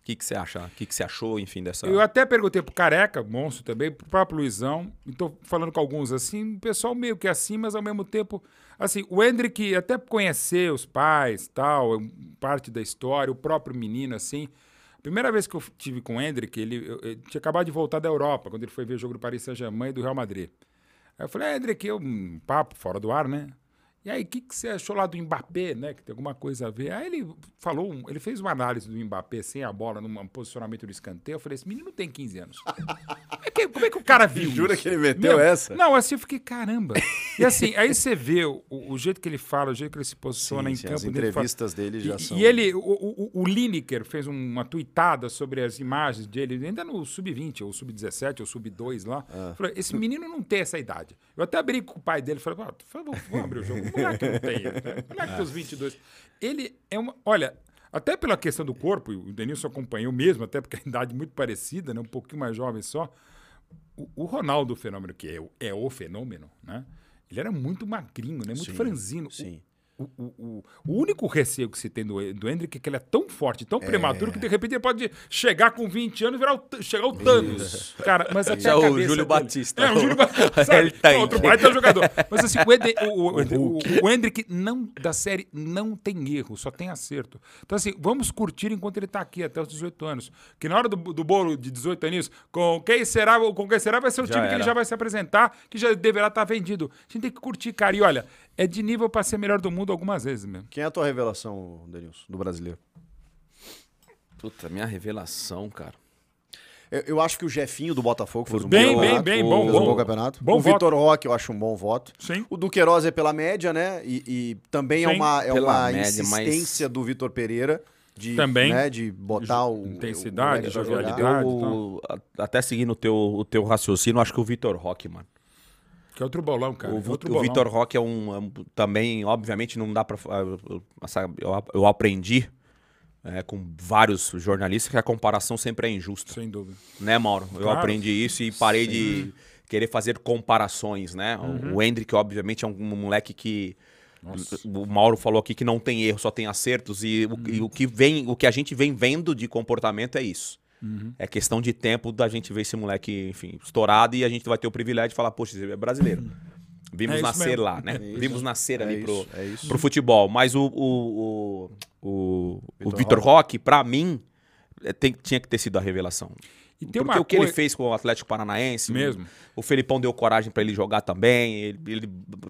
Speaker 2: o que que você acha? O que que você achou, enfim, dessa...
Speaker 4: Eu até perguntei pro Careca, monstro também, pro próprio Luizão, e tô falando com alguns assim, o pessoal meio que assim, mas ao mesmo tempo, assim, o Hendrick até conhecer os pais, tal, é um parte da história, o próprio menino, assim. A primeira vez que eu tive com o Hendrick, ele, eu- ele tinha acabado de voltar da Europa, quando ele foi ver o jogo do Paris Saint-Germain e do Real Madrid. Aí eu falei, ah, Hendrick, eu, um papo fora do ar, né? E aí, o que, que você achou lá do Mbappé, né? Que tem alguma coisa a ver. Aí ele falou, um- ele fez uma análise do Mbappé sem a bola, num posicionamento do escanteio. Eu falei, esse menino tem 15 anos. Como é que, como é que o cara viu
Speaker 3: Jura
Speaker 4: isso?
Speaker 3: que ele meteu essa?
Speaker 4: Não, assim eu fiquei, caramba. E assim, aí você vê o, o jeito que ele fala, o jeito que ele se posiciona
Speaker 3: Sim,
Speaker 4: em
Speaker 3: sim,
Speaker 4: campo.
Speaker 3: as
Speaker 4: dele, ele fala-
Speaker 3: entrevistas dele já
Speaker 4: e,
Speaker 3: são-
Speaker 4: E ele, o, o, o Lineker fez um, uma tuitada sobre as imagens dele, ainda no sub-20, ou sub-17, ou sub-2 lá.
Speaker 3: Ah.
Speaker 4: Falou, esse menino não tem essa idade. Eu até abri com o pai dele, falei, "Pô, vamos, vamos abrir o jogo. Moleque não tem. né? Moleque dos 22. Ele é uma... Olha, até pela questão do corpo, e o Denilson acompanhou mesmo, até porque a idade é muito parecida, né? um pouquinho mais jovem só. O, o Ronaldo Fenômeno, que é, o- é o fenômeno, né? Ele era muito magrinho, né? Muito franzino. O-
Speaker 3: sim.
Speaker 4: O, o, o- o único receio que se tem do, do Hendrick é que ele é tão forte, tão prematuro, que de repente ele pode chegar com 20 anos e virar o, T- chegar o Thanos. Cara, mas até
Speaker 2: É
Speaker 4: a
Speaker 2: o
Speaker 4: cabeça
Speaker 2: Júlio
Speaker 4: dele-
Speaker 2: Batista.
Speaker 4: É, o Júlio Batista. sabe?
Speaker 2: Ele tá aí.
Speaker 4: Outro baita jogador. Mas assim, o, Ed, o, o- o- o Hendrick não, da série não tem erro, só tem acerto. Então assim, vamos curtir enquanto ele tá aqui, até os 18 anos. Que na hora do, do bolo de 18 aninhos, com quem será, com quem será vai ser o time que ele
Speaker 2: era.
Speaker 4: já vai se apresentar, que já deverá estar vendido. A gente tem que curtir, cara. E olha, é de nível pra ser melhor do mundo algumas vezes mesmo.
Speaker 3: Quem é a tua revelação, Denilson, do brasileiro?
Speaker 2: Puta, minha revelação, cara.
Speaker 3: Eu, eu acho que o Jefinho do Botafogo fez um
Speaker 4: Bem,
Speaker 3: bom
Speaker 4: bem,
Speaker 3: campeonato.
Speaker 4: bem, bom,
Speaker 3: fez um
Speaker 4: bom.
Speaker 3: bom campeonato.
Speaker 4: Bom
Speaker 3: o
Speaker 4: voto.
Speaker 3: Vitor Roque eu acho um bom voto.
Speaker 4: Sim.
Speaker 3: O Duqueiroz é pela média, né? E, e também é
Speaker 4: Sim.
Speaker 3: uma, é
Speaker 2: Pela
Speaker 3: uma
Speaker 2: média, mas-
Speaker 3: insistência do Vitor Pereira de,
Speaker 4: Também.
Speaker 3: né, de botar o...
Speaker 4: Intensidade,
Speaker 3: o moleque pra jogar.
Speaker 4: jovialidade.
Speaker 2: Eu,
Speaker 4: então.
Speaker 2: a- até seguindo o teu, o teu raciocínio, acho que o Vitor Roque, mano.
Speaker 4: Que é outro bolão, cara.
Speaker 2: O,
Speaker 4: é
Speaker 2: Vi-
Speaker 4: outro
Speaker 2: o
Speaker 4: bolão.
Speaker 2: Vitor Roque é um, é um- Também, obviamente, não dá pra. fa- eu- eu- essa- Eu, ap- eu aprendi é, com vários jornalistas que a comparação sempre é injusta.
Speaker 4: Sem dúvida.
Speaker 2: Né, Mauro? Eu
Speaker 4: Claro.
Speaker 2: aprendi isso e parei de querer fazer comparações, né? O-
Speaker 4: Uhum.
Speaker 2: O Hendrick, obviamente, é um moleque que. O Mauro falou aqui que não tem erro, só tem acertos. E, o,
Speaker 4: Uhum.
Speaker 2: e o que vem, o que a gente vem vendo de comportamento é isso.
Speaker 4: Uhum.
Speaker 2: É questão de tempo da gente ver esse moleque, enfim, estourado e a gente vai ter o privilégio de falar, poxa, ele é brasileiro. Vimos
Speaker 4: É isso
Speaker 2: nascer
Speaker 4: mesmo.
Speaker 2: lá, né? Vimos nascer ali
Speaker 3: É
Speaker 2: pro,
Speaker 3: isso, é isso.
Speaker 2: pro futebol. Mas o, o, o, o, o Vitor Roque, pra mim, é, tem- tinha que ter sido a revelação.
Speaker 4: E tem
Speaker 2: Porque
Speaker 4: uma
Speaker 2: o que
Speaker 4: coisa-
Speaker 2: ele fez com o Atlético Paranaense,
Speaker 4: Mesmo.
Speaker 2: o Felipão deu coragem pra ele jogar também, ele, ele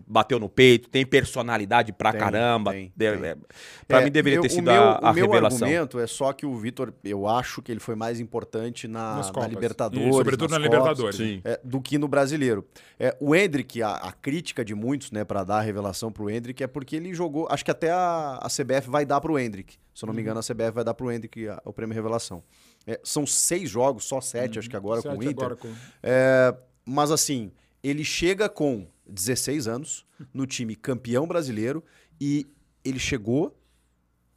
Speaker 2: bateu no peito, tem personalidade pra
Speaker 3: Tem,
Speaker 2: caramba.
Speaker 3: tem,
Speaker 2: Deve-
Speaker 3: tem.
Speaker 2: Pra
Speaker 3: É,
Speaker 2: mim deveria
Speaker 3: eu-
Speaker 2: ter
Speaker 3: o
Speaker 2: sido
Speaker 3: meu-
Speaker 2: a, a
Speaker 3: O meu
Speaker 2: revelação.
Speaker 3: argumento é só que o Vitor, eu acho que ele foi mais importante na,
Speaker 4: Nas
Speaker 3: na
Speaker 4: Copas.
Speaker 3: Libertadores.
Speaker 4: E sobretudo
Speaker 3: nas
Speaker 4: na
Speaker 3: Copas,
Speaker 4: Libertadores.
Speaker 2: Sim.
Speaker 3: é, do que no brasileiro. É, o Hendrick, a, a crítica de muitos, né, para dar a revelação pro Hendrick, é porque ele jogou. Acho que até a, a CBF vai dar pro Hendrick. Se eu
Speaker 4: Uhum.
Speaker 3: não me engano, a CBF vai dar pro Hendrick a- o prêmio Revelação. É, são seis jogos, só sete, acho que agora com o
Speaker 4: Uhum. Sete
Speaker 3: Inter.
Speaker 4: agora com-
Speaker 3: É, mas assim, ele chega com 16 anos no time campeão brasileiro e ele chegou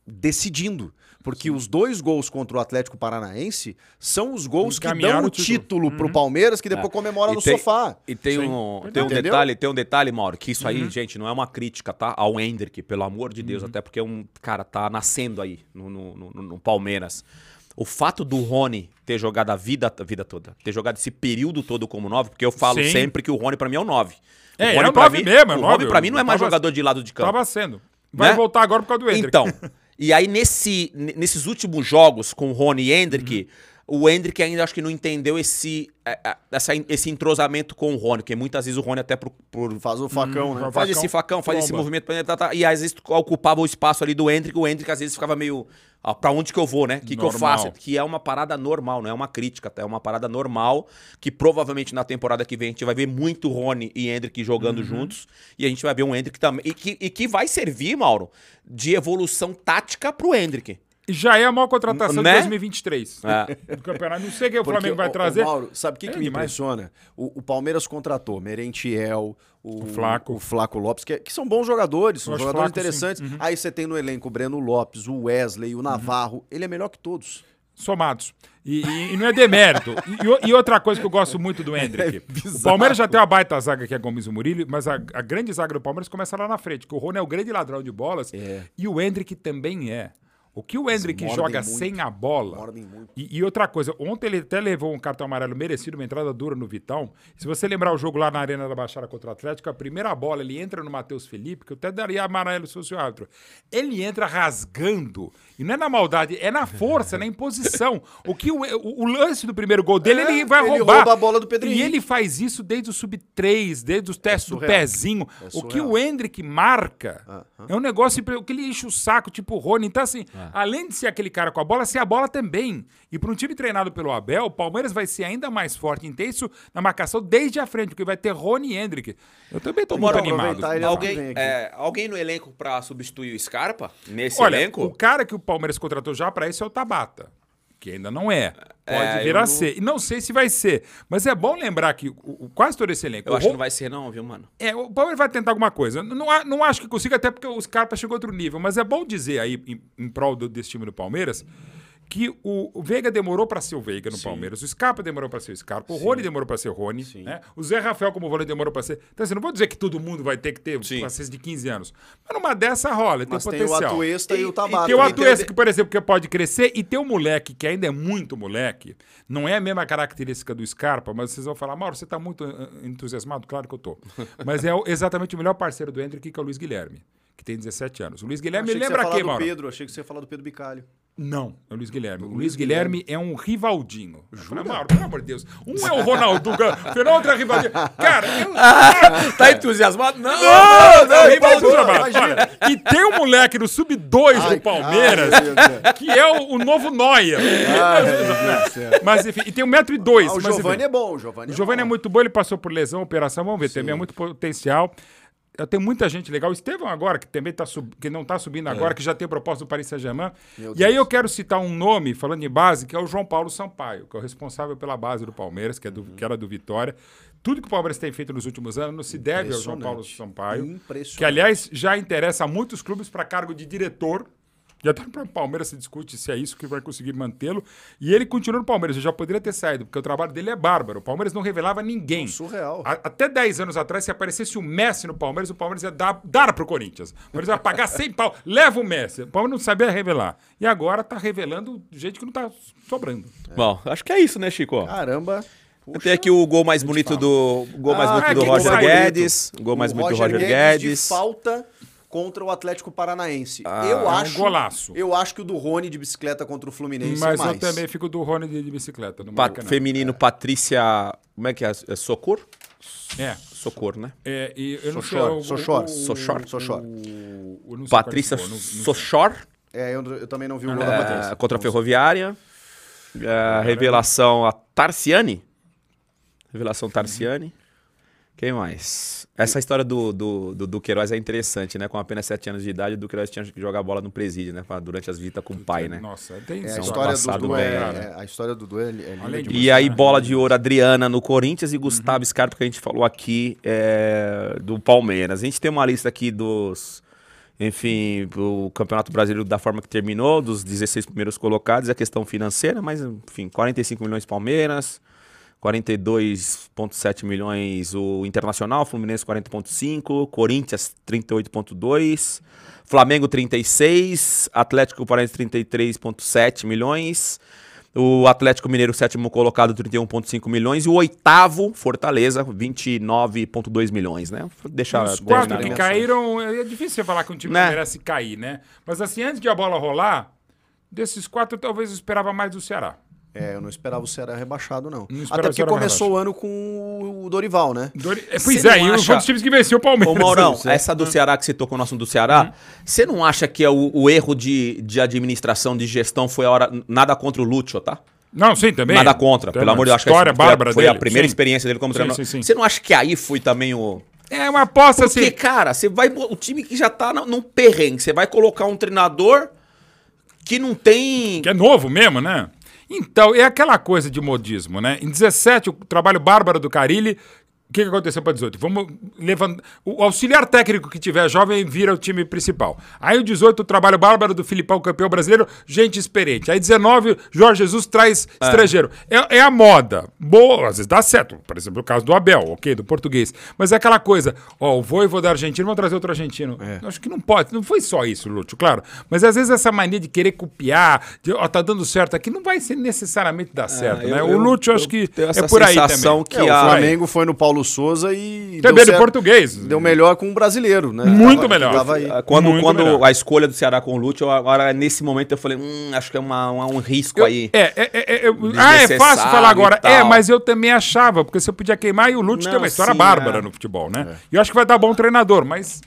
Speaker 3: decidindo. Porque os dois gols contra o Atlético Paranaense são os gols que dão
Speaker 4: Encaminharam
Speaker 3: o
Speaker 4: o título.
Speaker 3: título pro Palmeiras, que depois comemora
Speaker 2: E
Speaker 3: no
Speaker 2: tem-
Speaker 3: sofá.
Speaker 2: E tem
Speaker 4: Sim. Uhum.
Speaker 2: um, tem um
Speaker 3: Entendeu?
Speaker 2: detalhe, tem um detalhe, Mauro, que isso aí, gente, não é uma crítica, tá? Ao Hendrick, pelo amor de Deus, até porque é um cara tá nascendo aí no, no- no- no Palmeiras. O fato do Rony ter jogado a vida, a vida toda, ter jogado esse período todo como nove, porque eu falo
Speaker 4: Sim.
Speaker 2: sempre que o Rony pra mim é o nove. o
Speaker 4: É, ele
Speaker 2: Rony
Speaker 4: é um
Speaker 2: pra
Speaker 4: nove
Speaker 2: mim,
Speaker 4: mesmo, é
Speaker 2: o
Speaker 4: nove,
Speaker 2: Rony pra mim não é
Speaker 4: eu
Speaker 2: mais
Speaker 4: tava-
Speaker 2: jogador de lado de campo.
Speaker 4: Tava sendo. Vai
Speaker 2: Né?
Speaker 4: voltar agora por causa do Hendrick.
Speaker 2: Então, e aí nesse, n- nesses últimos jogos com o Rony e Hendrick,
Speaker 4: Uhum.
Speaker 2: o Hendrick ainda acho que não entendeu esse, eh, eh, essa in- esse entrosamento com o Rony, porque muitas vezes o Rony até por, por-
Speaker 3: Faz o facão, né?
Speaker 4: faz-
Speaker 2: faz
Speaker 4: facão,
Speaker 2: esse facão, faz esse
Speaker 4: tromba.
Speaker 2: movimento, pra ele, tá, tá, e às vezes ocupava o espaço ali do Hendrick, o Hendrick às vezes ficava meio, ah, pra onde que eu vou, né? O que, que eu
Speaker 4: Normal.
Speaker 2: faço? Que é uma parada normal, não é uma crítica, tá? É uma parada normal, que provavelmente na temporada que vem a gente vai ver muito Rony e Hendrick jogando juntos, e a gente vai ver um Hendrick também, e que, e que vai servir, Mauro, de evolução tática pro Hendrick.
Speaker 4: E já é a maior contratação
Speaker 2: Né?
Speaker 4: de 2023.
Speaker 3: É.
Speaker 4: Do campeonato. Não sei o que o
Speaker 3: Porque
Speaker 4: Flamengo vai
Speaker 3: o-
Speaker 4: trazer.
Speaker 3: O Mauro, sabe o que,
Speaker 4: É
Speaker 3: que me
Speaker 4: demais.
Speaker 3: impressiona? O, o Palmeiras contratou Merentiel, o,
Speaker 4: O Flaco.
Speaker 3: o Flaco Lopes, que, que são bons jogadores, são
Speaker 4: Eu acho
Speaker 3: jogadores
Speaker 4: Flaco, sim. Uhum.
Speaker 3: interessantes. Aí você tem no elenco o Breno Lopes, o Wesley, o Navarro. Ele é melhor que todos.
Speaker 4: somados. E, e- e não é demérito. E, o- e outra coisa que eu gosto muito
Speaker 3: É
Speaker 4: do Hendrick. o Palmeiras já tem uma baita zaga que é Gomes e Murilo, mas a, a grande zaga do Palmeiras começa lá na frente, que o Rony é o grande ladrão de bolas e o Hendrick também é. O que o Hendrick
Speaker 3: É. mordem
Speaker 4: joga
Speaker 3: muito.
Speaker 4: sem a bola.
Speaker 3: Mordem muito.
Speaker 4: E, e outra coisa, ontem ele até levou um cartão amarelo merecido, uma entrada dura no Vitão. Se você lembrar o jogo lá na Arena da Baixada contra o Atlético, a primeira bola ele entra no Matheus Felipe, que eu até daria amarelo se fosse o árbitro. Ele entra rasgando. E não é na maldade, é na força, na imposição. O que o, o- o lance do primeiro gol dele, ele vai
Speaker 3: É, ele
Speaker 4: roubar.
Speaker 3: rouba a bola do Pedrinho.
Speaker 4: E ele faz isso desde o sub-3, desde os testes do
Speaker 3: surreal.
Speaker 4: pezinho. o que o Hendrick marca é um negócio impre- o que ele enche o saco, tipo o Rony. Então, assim,
Speaker 2: É.
Speaker 4: além de ser aquele cara com a bola, ser a bola também. E para um time treinado pelo Abel, o Palmeiras vai ser ainda mais forte e intenso na marcação desde a frente, porque vai ter Rony e Hendrick. Eu também tô muito
Speaker 2: Bora
Speaker 4: animado.
Speaker 3: aproveitar ele vem
Speaker 2: Alguém,
Speaker 3: aqui.
Speaker 2: é, alguém no elenco pra substituir o Scarpa? Nesse
Speaker 4: Olha,
Speaker 2: elenco?
Speaker 4: o cara que o Palmeiras contratou já para isso é o Tabata, que ainda não é. Pode
Speaker 2: É,
Speaker 4: vir
Speaker 2: eu
Speaker 4: a
Speaker 2: não-
Speaker 4: ser. E não sei se vai ser. Mas é bom lembrar que o, o- quase todo esse elenco.
Speaker 2: Eu
Speaker 4: o
Speaker 2: acho que
Speaker 4: Ro-
Speaker 2: não vai ser não, viu, mano?
Speaker 4: É, o Palmeiras vai tentar alguma coisa. Não, a- não acho que consiga, até porque os Scarpa chegou a outro nível. Mas é bom dizer aí, em, em prol do- desse time do Palmeiras, que o, o Veiga demorou para ser o Veiga no Palmeiras, o Scarpa demorou para ser o Scarpa, o Rony demorou para ser o Rony, né? o Zé Rafael como volante demorou para ser... Então, assim, não vou dizer que todo mundo vai ter que ter
Speaker 2: Sim.
Speaker 4: passeios de 15 anos. Mas numa dessa rola, tem
Speaker 3: Mas tem o
Speaker 4: potencial.
Speaker 3: Atuesta e, o
Speaker 4: E
Speaker 3: Tabata.
Speaker 4: tem o
Speaker 3: né?
Speaker 4: Atuesta, que, por exemplo, que pode crescer, e tem um moleque que ainda é muito moleque, não é a mesma característica do Scarpa, mas vocês vão falar, Mauro, você tá muito eh, entusiasmado? Claro que eu tô. Mas é o- exatamente o melhor parceiro do Hendrick, que é o Luiz Guilherme, que tem 17 anos. O Luiz Guilherme
Speaker 3: Achei que você ia
Speaker 4: lembra
Speaker 3: falar
Speaker 4: quem,
Speaker 3: do
Speaker 4: Mauro?
Speaker 3: Pedro, achei que você ia falar do Pedro Bicalho.
Speaker 4: Não, é o Luiz Guilherme. O Luiz Guilherme, é um Rivaldinho. Jura? Mauro, pelo amor de Deus. Um é o Ronaldo, o Fernando outro é o Rivaldinho. Cara, é um eu...
Speaker 2: Tá entusiasmado? Não!
Speaker 4: Não, nem vai
Speaker 3: Ah, Paulo,
Speaker 4: é, trabalho.
Speaker 3: imagina.
Speaker 4: Olha, e tem um moleque no sub-2 do Palmeiras
Speaker 3: ai, meu Deus do céu.
Speaker 4: que é o, o novo Noia.
Speaker 3: Ai, meu Deus do céu.
Speaker 4: Mas enfim, e tem 1,2m.
Speaker 3: Ah, o Giovanni é bom, o Giovanni.
Speaker 4: O Giovanni é muito bom, ele passou por lesão, operação, vamos ver, também é muito potencial. Eu tenho muita gente legal. O Estevão agora, que também tá sub- que não está
Speaker 3: É.
Speaker 4: subindo agora, que já tem proposta do Paris Saint-Germain. E aí eu quero citar um nome, falando em base, que é o João Paulo Sampaio, que é o responsável pela base do Palmeiras, que, é do-
Speaker 3: Uhum.
Speaker 4: que era do Vitória. Tudo que o Palmeiras tem feito nos últimos anos não se deve ao João Paulo Sampaio.
Speaker 3: Impressionante.
Speaker 4: Que, aliás, já interessa a muitos clubes para cargo de diretor. E até para o Palmeiras se discute se é isso que vai conseguir mantê-lo. E ele continua no Palmeiras. Ele já poderia ter saído, porque o trabalho dele é bárbaro. O Palmeiras não revelava ninguém.
Speaker 3: surreal.
Speaker 4: A- até 10 anos atrás, se aparecesse o Messi no Palmeiras, o Palmeiras ia dar, dar para o Corinthians. O Palmeiras ia pagar 100 pau. Leva o Messi. O Palmeiras não sabia revelar. E agora está revelando gente que não está sobrando.
Speaker 2: Bom, acho que é isso, né, Chico?
Speaker 3: Caramba. Puxa.
Speaker 2: Tem aqui o gol mais bonito do. o Gol mais
Speaker 4: Ah,
Speaker 2: bonito
Speaker 4: é,
Speaker 2: do
Speaker 4: quem
Speaker 2: Roger
Speaker 4: saiu?
Speaker 2: Guedes. O gol mais
Speaker 3: O
Speaker 2: bonito do Roger
Speaker 3: de
Speaker 2: Guedes. Ah.
Speaker 3: falta contra o Atlético Paranaense.
Speaker 4: é um
Speaker 3: eu acho.
Speaker 4: golaço.
Speaker 3: Eu acho que o do Rony de bicicleta contra o Fluminense
Speaker 4: Mas
Speaker 3: é mais.
Speaker 4: eu também fico do Rony de, de bicicleta. No
Speaker 2: Pa-
Speaker 4: Maracanã.
Speaker 2: feminino Patrícia. Como é que é? é Socor?
Speaker 4: É.
Speaker 2: Socor, né?
Speaker 4: É, e eu não sei.
Speaker 3: Sochor,
Speaker 4: o- o-
Speaker 3: Sochor,
Speaker 4: o-
Speaker 2: Sochor.
Speaker 3: Sochor.
Speaker 4: o- eu não sei qual
Speaker 2: Patrícia
Speaker 4: que foi, não- não sei.
Speaker 2: Sochor,
Speaker 3: É, eu, eu também não vi o gol da
Speaker 2: é,
Speaker 3: Patrícia.
Speaker 2: contra a Ferroviária. É, revelação a Tarciani. Revelação Tarciani. Quem mais? Essa história do, do, do Duqueiroz é interessante, né? Com apenas 7 anos de idade, o Duqueiroz tinha que jogar bola no presídio, né? Pra- Durante as visitas com o pai, né?
Speaker 4: Nossa, tem
Speaker 3: É, a
Speaker 4: são
Speaker 3: história do
Speaker 2: passado
Speaker 3: Dudu é,
Speaker 4: complicado.
Speaker 3: é, a história do Dudu é, é linda
Speaker 4: Além
Speaker 3: demais.
Speaker 4: de-
Speaker 2: E aí, bola de ouro, Adriana no Corinthians e Gustavo Scarpa, que a gente falou aqui, é, do Palmeiras. A gente tem uma lista aqui dos. Enfim, o Campeonato Brasileiro da forma que terminou, dos 16 primeiros colocados, é questão financeira, mas, enfim, 45 milhões Palmeiras, 42,7 milhões o Internacional, Fluminense 40,5, Corinthians 38,2, Flamengo 36, Atlético Paranaense 33,7 milhões, o Atlético Mineiro, sétimo colocado, 31,5 milhões. E o oitavo, Fortaleza, 29,2 milhões, né? Vou deixar
Speaker 4: Os
Speaker 2: terminar
Speaker 4: quatro que
Speaker 2: minha-
Speaker 4: caíram, é difícil você falar que um time
Speaker 2: Né?
Speaker 4: não merece cair, né? Mas assim, antes de a bola rolar, desses quatro, talvez eu esperava mais do Ceará.
Speaker 3: É, eu não esperava o Ceará rebaixado, não.
Speaker 4: Não
Speaker 3: Até
Speaker 4: esperava o
Speaker 3: porque
Speaker 4: Ceará
Speaker 3: começou o ano com o Dorival, né?
Speaker 4: Dori- é, Pois
Speaker 2: Você
Speaker 4: é,
Speaker 2: não
Speaker 4: e
Speaker 2: acha-
Speaker 4: foi um dos times que venceu o Palmeiras.
Speaker 2: Ô Maurão,
Speaker 4: Você- Uhum.
Speaker 2: essa do Ceará que você tocou no assunto do Ceará, você não acha que é o, o erro de, de administração, de gestão, foi a hora. Nada contra o Lúcio, tá?
Speaker 4: Não, sim, também.
Speaker 2: Nada contra, pelo
Speaker 4: Também.
Speaker 2: amor de Deus. acho que
Speaker 4: História
Speaker 2: foi a-
Speaker 4: bárbara
Speaker 2: Foi
Speaker 4: dele,
Speaker 2: a primeira
Speaker 4: sim.
Speaker 2: experiência dele como
Speaker 4: Sim,
Speaker 2: treinador.
Speaker 4: sim, sim.
Speaker 2: Você não acha que aí foi também o.
Speaker 4: É uma aposta
Speaker 2: Porque,
Speaker 4: assim.
Speaker 2: cara, você vai. bo- O time que já tá no- num perrengue, você vai colocar um treinador que não tem.
Speaker 4: Que é novo mesmo, né? Então, é aquela coisa de modismo, né? Em 17, o trabalho bárbaro do Carilli. O que, que aconteceu para 18? Vamos levantar. O auxiliar técnico que tiver jovem vira o time principal. Aí o 18, o trabalho bárbaro do Filipão, campeão brasileiro, gente experiente. Aí 19, Jorge Jesus traz estrangeiro. É, é a moda. Boa, às vezes dá certo. Por exemplo, o caso do Abel, ok, do português. Mas é aquela coisa, ó, o vou da Argentina, vou trazer outro argentino.
Speaker 2: É.
Speaker 4: Acho que não pode. Não foi só isso, Lúcio, claro. Mas às vezes essa mania de querer copiar, de, ó, tá dando certo aqui, não vai ser necessariamente
Speaker 2: É,
Speaker 4: dar certo, né? o Lúcio, acho que
Speaker 2: tenho
Speaker 4: é por aí também.
Speaker 2: que
Speaker 3: É, o
Speaker 2: a-
Speaker 3: Flamengo foi no Paulo Souza e.
Speaker 4: Também
Speaker 3: deu
Speaker 4: do
Speaker 3: certo-
Speaker 4: português.
Speaker 3: Deu melhor com o brasileiro, né?
Speaker 4: Muito melhor.
Speaker 3: Tava aí.
Speaker 2: Ah, Quando,
Speaker 4: Muito
Speaker 2: quando
Speaker 4: melhor.
Speaker 2: a escolha do Ceará com o Lúcio, eu- agora nesse momento eu falei, hum, acho que é uma, uma- um risco aí.
Speaker 4: É, é, é, é, eu- ah, é fácil falar agora.
Speaker 2: e tal.
Speaker 4: É, mas eu também achava, porque você podia queimar e o Lúcio
Speaker 2: Não,
Speaker 4: tem uma história
Speaker 2: sim,
Speaker 4: bárbara
Speaker 2: é.
Speaker 4: no futebol, né? E eu acho que vai dar bom treinador, mas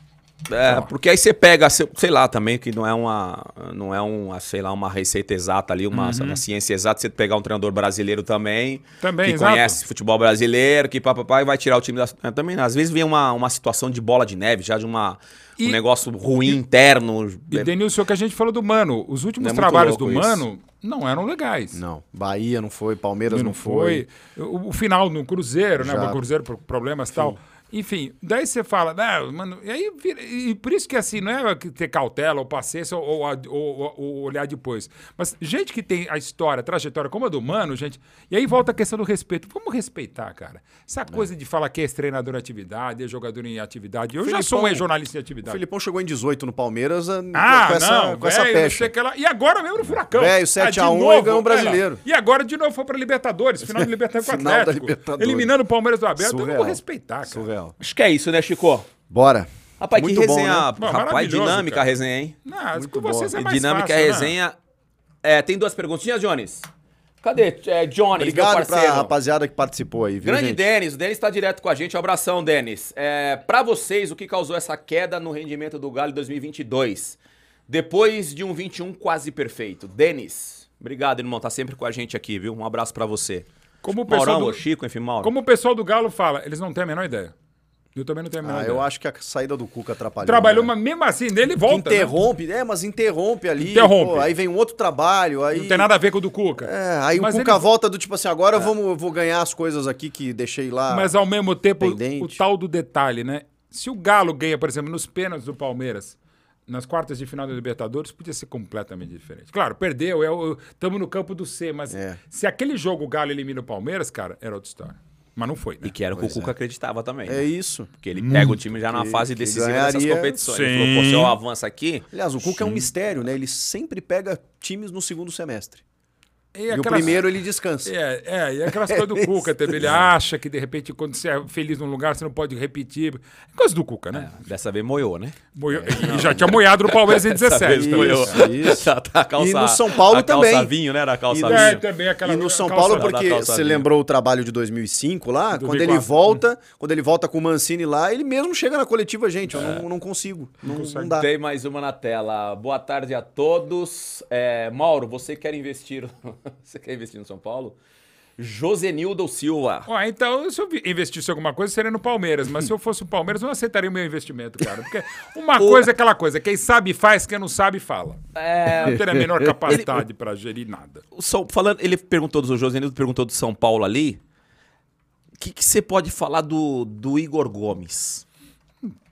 Speaker 2: É, porque aí você pega, se- sei lá, também que não é uma, não é uma, sei lá, uma receita exata ali, uma,
Speaker 4: Uhum.
Speaker 2: uma ciência exata, você pegar um treinador brasileiro também,
Speaker 4: Também,
Speaker 2: que
Speaker 4: exato.
Speaker 2: conhece futebol brasileiro, que papapá, e vai tirar o time da... é, Também, às vezes vem uma, uma situação de bola de neve, já de uma, um
Speaker 4: E-
Speaker 2: negócio ruim interno.
Speaker 4: E Denilson, é o que a gente falou do Mano, os últimos
Speaker 2: É muito
Speaker 4: trabalhos do
Speaker 2: louco isso.
Speaker 4: Mano não eram legais.
Speaker 3: Não. Bahia não foi, Palmeiras não, foi.
Speaker 4: foi. O, o final no Cruzeiro, né?
Speaker 3: Já.
Speaker 4: O Cruzeiro por problemas e tal. Enfim, daí você fala, né, mano, e aí vira- e por isso que assim, não é que ter cautela ou paciência ou, ou, a- ou- ou olhar depois. Mas gente que tem a história, a trajetória como a do Mano, gente, e aí volta a questão do respeito. Vamos respeitar, cara. Essa coisa de falar que é treinador em atividade, é jogador em atividade. Eu já sou um
Speaker 3: Filipão-
Speaker 4: jornalista em
Speaker 3: O
Speaker 4: atividade.
Speaker 3: Filipão chegou em 18 no Palmeiras ah,
Speaker 4: Ah,
Speaker 3: com essa,
Speaker 4: não,
Speaker 3: com essa
Speaker 4: velho, não
Speaker 3: pecha.
Speaker 4: sei o que lá. E agora mesmo no Furacão. Ah,
Speaker 3: Velho,
Speaker 4: de
Speaker 3: 7 a 1 e
Speaker 4: novo,
Speaker 3: ganhou o
Speaker 4: olha lá.
Speaker 3: brasileiro.
Speaker 4: E agora de novo foi pra Libertadores, final de Libertadores com o
Speaker 3: Final da
Speaker 4: Atlético.
Speaker 3: Libertadores.
Speaker 4: Eliminando o Palmeiras do Abel, então eu
Speaker 3: Surreal.
Speaker 4: vou respeitar, cara.
Speaker 3: Surreal.
Speaker 2: Acho que é isso, né, Chico?
Speaker 3: Bora.
Speaker 2: Rapaz,
Speaker 3: Muito
Speaker 2: que
Speaker 3: bom,
Speaker 2: resenha,
Speaker 3: né?
Speaker 4: Bom,
Speaker 2: rapaz,
Speaker 4: maravilhoso,
Speaker 2: dinâmica a
Speaker 4: cara.
Speaker 2: resenha, hein?
Speaker 4: Não, com vocês é
Speaker 2: E
Speaker 4: mais
Speaker 2: dinâmica
Speaker 4: fácil,
Speaker 2: a
Speaker 4: né?
Speaker 2: resenha. É, tem duas perguntinhas, Jones. Cadê, é, Jones, meu
Speaker 3: Obrigado pra
Speaker 2: parceiro?
Speaker 3: rapaziada que participou aí, viu,
Speaker 2: Grande
Speaker 3: gente?
Speaker 2: Denis, o Denis tá direto com a gente. Um abração, Denis. É, para vocês, o que causou essa queda no rendimento do Galo em 2022? Depois de um 21 quase perfeito. Denis, obrigado, irmão. Tá sempre com a gente aqui, viu? Um abraço pra você.
Speaker 4: Como o pessoal
Speaker 2: Maurão,
Speaker 4: do-
Speaker 2: ô, Chico, enfim, Mauro.
Speaker 4: Como o pessoal do Galo fala, eles não têm a menor ideia. Eu também não tenho a menor
Speaker 3: Ah,
Speaker 4: ideia.
Speaker 3: eu acho que a saída do Cuca atrapalhou.
Speaker 4: Trabalhou,
Speaker 3: né?
Speaker 4: mas mesmo assim, nele volta. né?
Speaker 3: Interrompe, é, mas interrompe ali.
Speaker 4: Interrompe.
Speaker 3: aí vem um outro trabalho, aí...
Speaker 4: Não tem nada a ver com o do Cuca.
Speaker 3: É, aí
Speaker 4: Mas
Speaker 3: o
Speaker 4: ele É.
Speaker 3: Cuca volta do tipo assim, agora eu vou, vou ganhar as coisas aqui que deixei lá.
Speaker 4: Mas ao mesmo tempo, o, o
Speaker 3: Pendente.
Speaker 4: tal do detalhe, né? Se o Galo ganha, por exemplo, nos pênaltis do Palmeiras, nas quartas de final da Libertadores, podia ser completamente diferente. Claro, perdeu, estamos no campo do C, mas
Speaker 3: É.
Speaker 4: se aquele jogo o Galo elimina o Palmeiras, cara, era outra história. Mas não foi, né?
Speaker 2: E que era o que o Cuca acreditava também.
Speaker 3: É
Speaker 2: né?
Speaker 3: isso.
Speaker 2: Porque ele pega o time já na fase
Speaker 3: que
Speaker 2: decisiva dessas
Speaker 3: ganharia.
Speaker 2: competições.
Speaker 4: Sim.
Speaker 2: Ele falou, pô, se eu avanço aqui...
Speaker 3: Aliás, o Cuca é um mistério, né? Ele sempre pega times no segundo semestre. E o primeiro É. ele descansa.
Speaker 4: É, é, e aquelas coisas do Cuca também. Ele acha que, de repente, quando você é feliz num lugar, você não pode repetir. É coisa do Cuca, né?
Speaker 2: Dessa vez moiou, né?
Speaker 4: Moiou- e já tinha moiado no Palmeiras em
Speaker 2: Dessa vez
Speaker 4: 17. também.
Speaker 2: moiou.
Speaker 3: isso.
Speaker 2: Tá- tá a calça-
Speaker 3: E no São Paulo
Speaker 2: a calça
Speaker 3: também.
Speaker 2: vinho, né? Era a calça
Speaker 3: E no-
Speaker 2: vinho.
Speaker 4: É, também aquela
Speaker 3: e no São
Speaker 4: calça-
Speaker 3: Paulo,
Speaker 2: da
Speaker 3: porque
Speaker 2: calça
Speaker 3: você
Speaker 4: né?
Speaker 2: vinho.
Speaker 3: lembrou o trabalho de 2005 lá? Quando ele
Speaker 4: 2004.
Speaker 3: volta, quando ele volta com o Mancini lá, ele mesmo chega na coletiva, gente, eu
Speaker 4: É.
Speaker 3: não, não consigo. Não, não dá.
Speaker 2: Tem mais uma na tela. Boa tarde a todos. É, Mauro, você quer investir? você quer investir no São Paulo? Josenildo Silva.
Speaker 4: Ó, então, se eu vi- investisse em alguma coisa, seria no Palmeiras. Mas se eu fosse o Palmeiras, eu não aceitaria o meu investimento, cara. Porque uma coisa é aquela coisa. Quem sabe faz, quem não sabe fala.
Speaker 2: É.
Speaker 4: Não ter a menor capacidade pra gerir nada.
Speaker 2: O São- falando, ele perguntou do o Josenildo perguntou do São Paulo ali. O que que você pode falar do, do Igor Gomes?